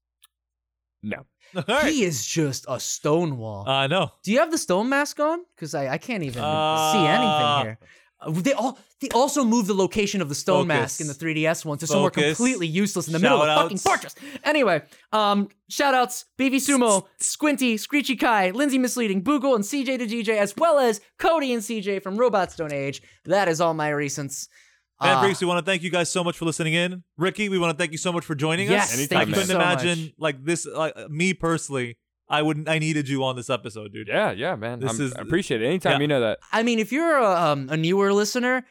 No.
all right.
He is just a stone wall.
I know.
do you have the stone mask on? Because I, I can't even
Uh,
see anything here. Uh, They all they also moved the location of the stone mask
Focus.
in the 3DS one to somewhere
Focus.
completely useless in the middle of the fucking fortress.
Shout-outs.
Anyway, um, shout outs BB Sumo, Squinty, Screechy Kai, Lindsay Misleading, Boogle, and CJ to DJ, as well as Cody and CJ from Robot Stone Age. That is all my recents.
Fan
Uh,
Freaks, we want to thank you guys so much for listening in. Ricky, we want to thank you so much for joining
Yes,
us.
thank
I
you
couldn't
so
imagine
much.
like this like me personally, I wouldn't I needed you on this episode, dude.
Yeah, yeah, man.
This
I'm,
is-
I appreciate it. Anytime
yeah.
you know that.
I mean, if you're a, um, a newer listener,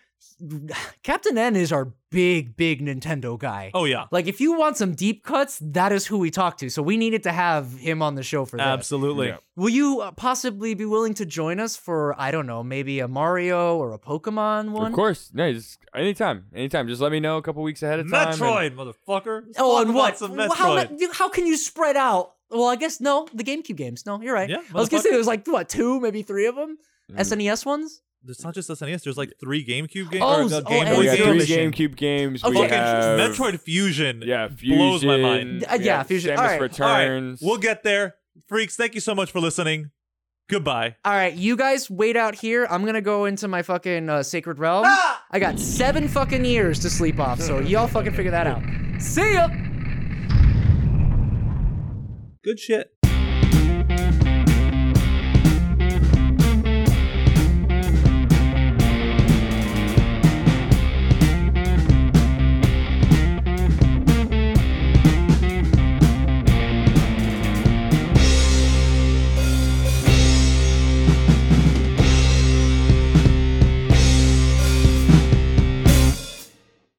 Captain N is our big, big Nintendo guy.
Oh yeah.
Like, if you want some deep cuts, that is who we talk to. So we needed to have him on the show for that.
Absolutely.
Yeah.
Will you uh, possibly be willing to join us for I don't know, maybe a Mario or a Pokemon one?
Of course. No, just anytime. Anytime. Just let me know a couple weeks ahead of time. and-
Metroid, motherfucker. Let's
Oh,
talk
and
about
what?
Some
Well, How,
Metroid.
ma- you- how can you spread out? Well, I guess no, the GameCube games. No, you're right.
Yeah,
I was gonna say
motherfucker. Mm.
there was like what two, maybe three of them, SNES E ones.
There's not just SNES. E There's like three GameCube games.
Oh,
or,
s-
uh,
oh,
Game
and
Boy
We got
Zero
three
Mission.
games.
GameCube games.
Okay.
We
Fucking
have
Metroid Fusion.
Yeah, Fusion.
blows my mind.
Uh,
we
yeah,
have
Fusion.
Samus
All right.
All right,
Returns.
we'll get there. Freaks, thank you so much for listening. Goodbye.
All right, you guys wait out here. I'm gonna go into my fucking uh, sacred realm.
Ah!
I got seven fucking years to sleep off, so y'all fucking figure that out. See ya.
Good shit.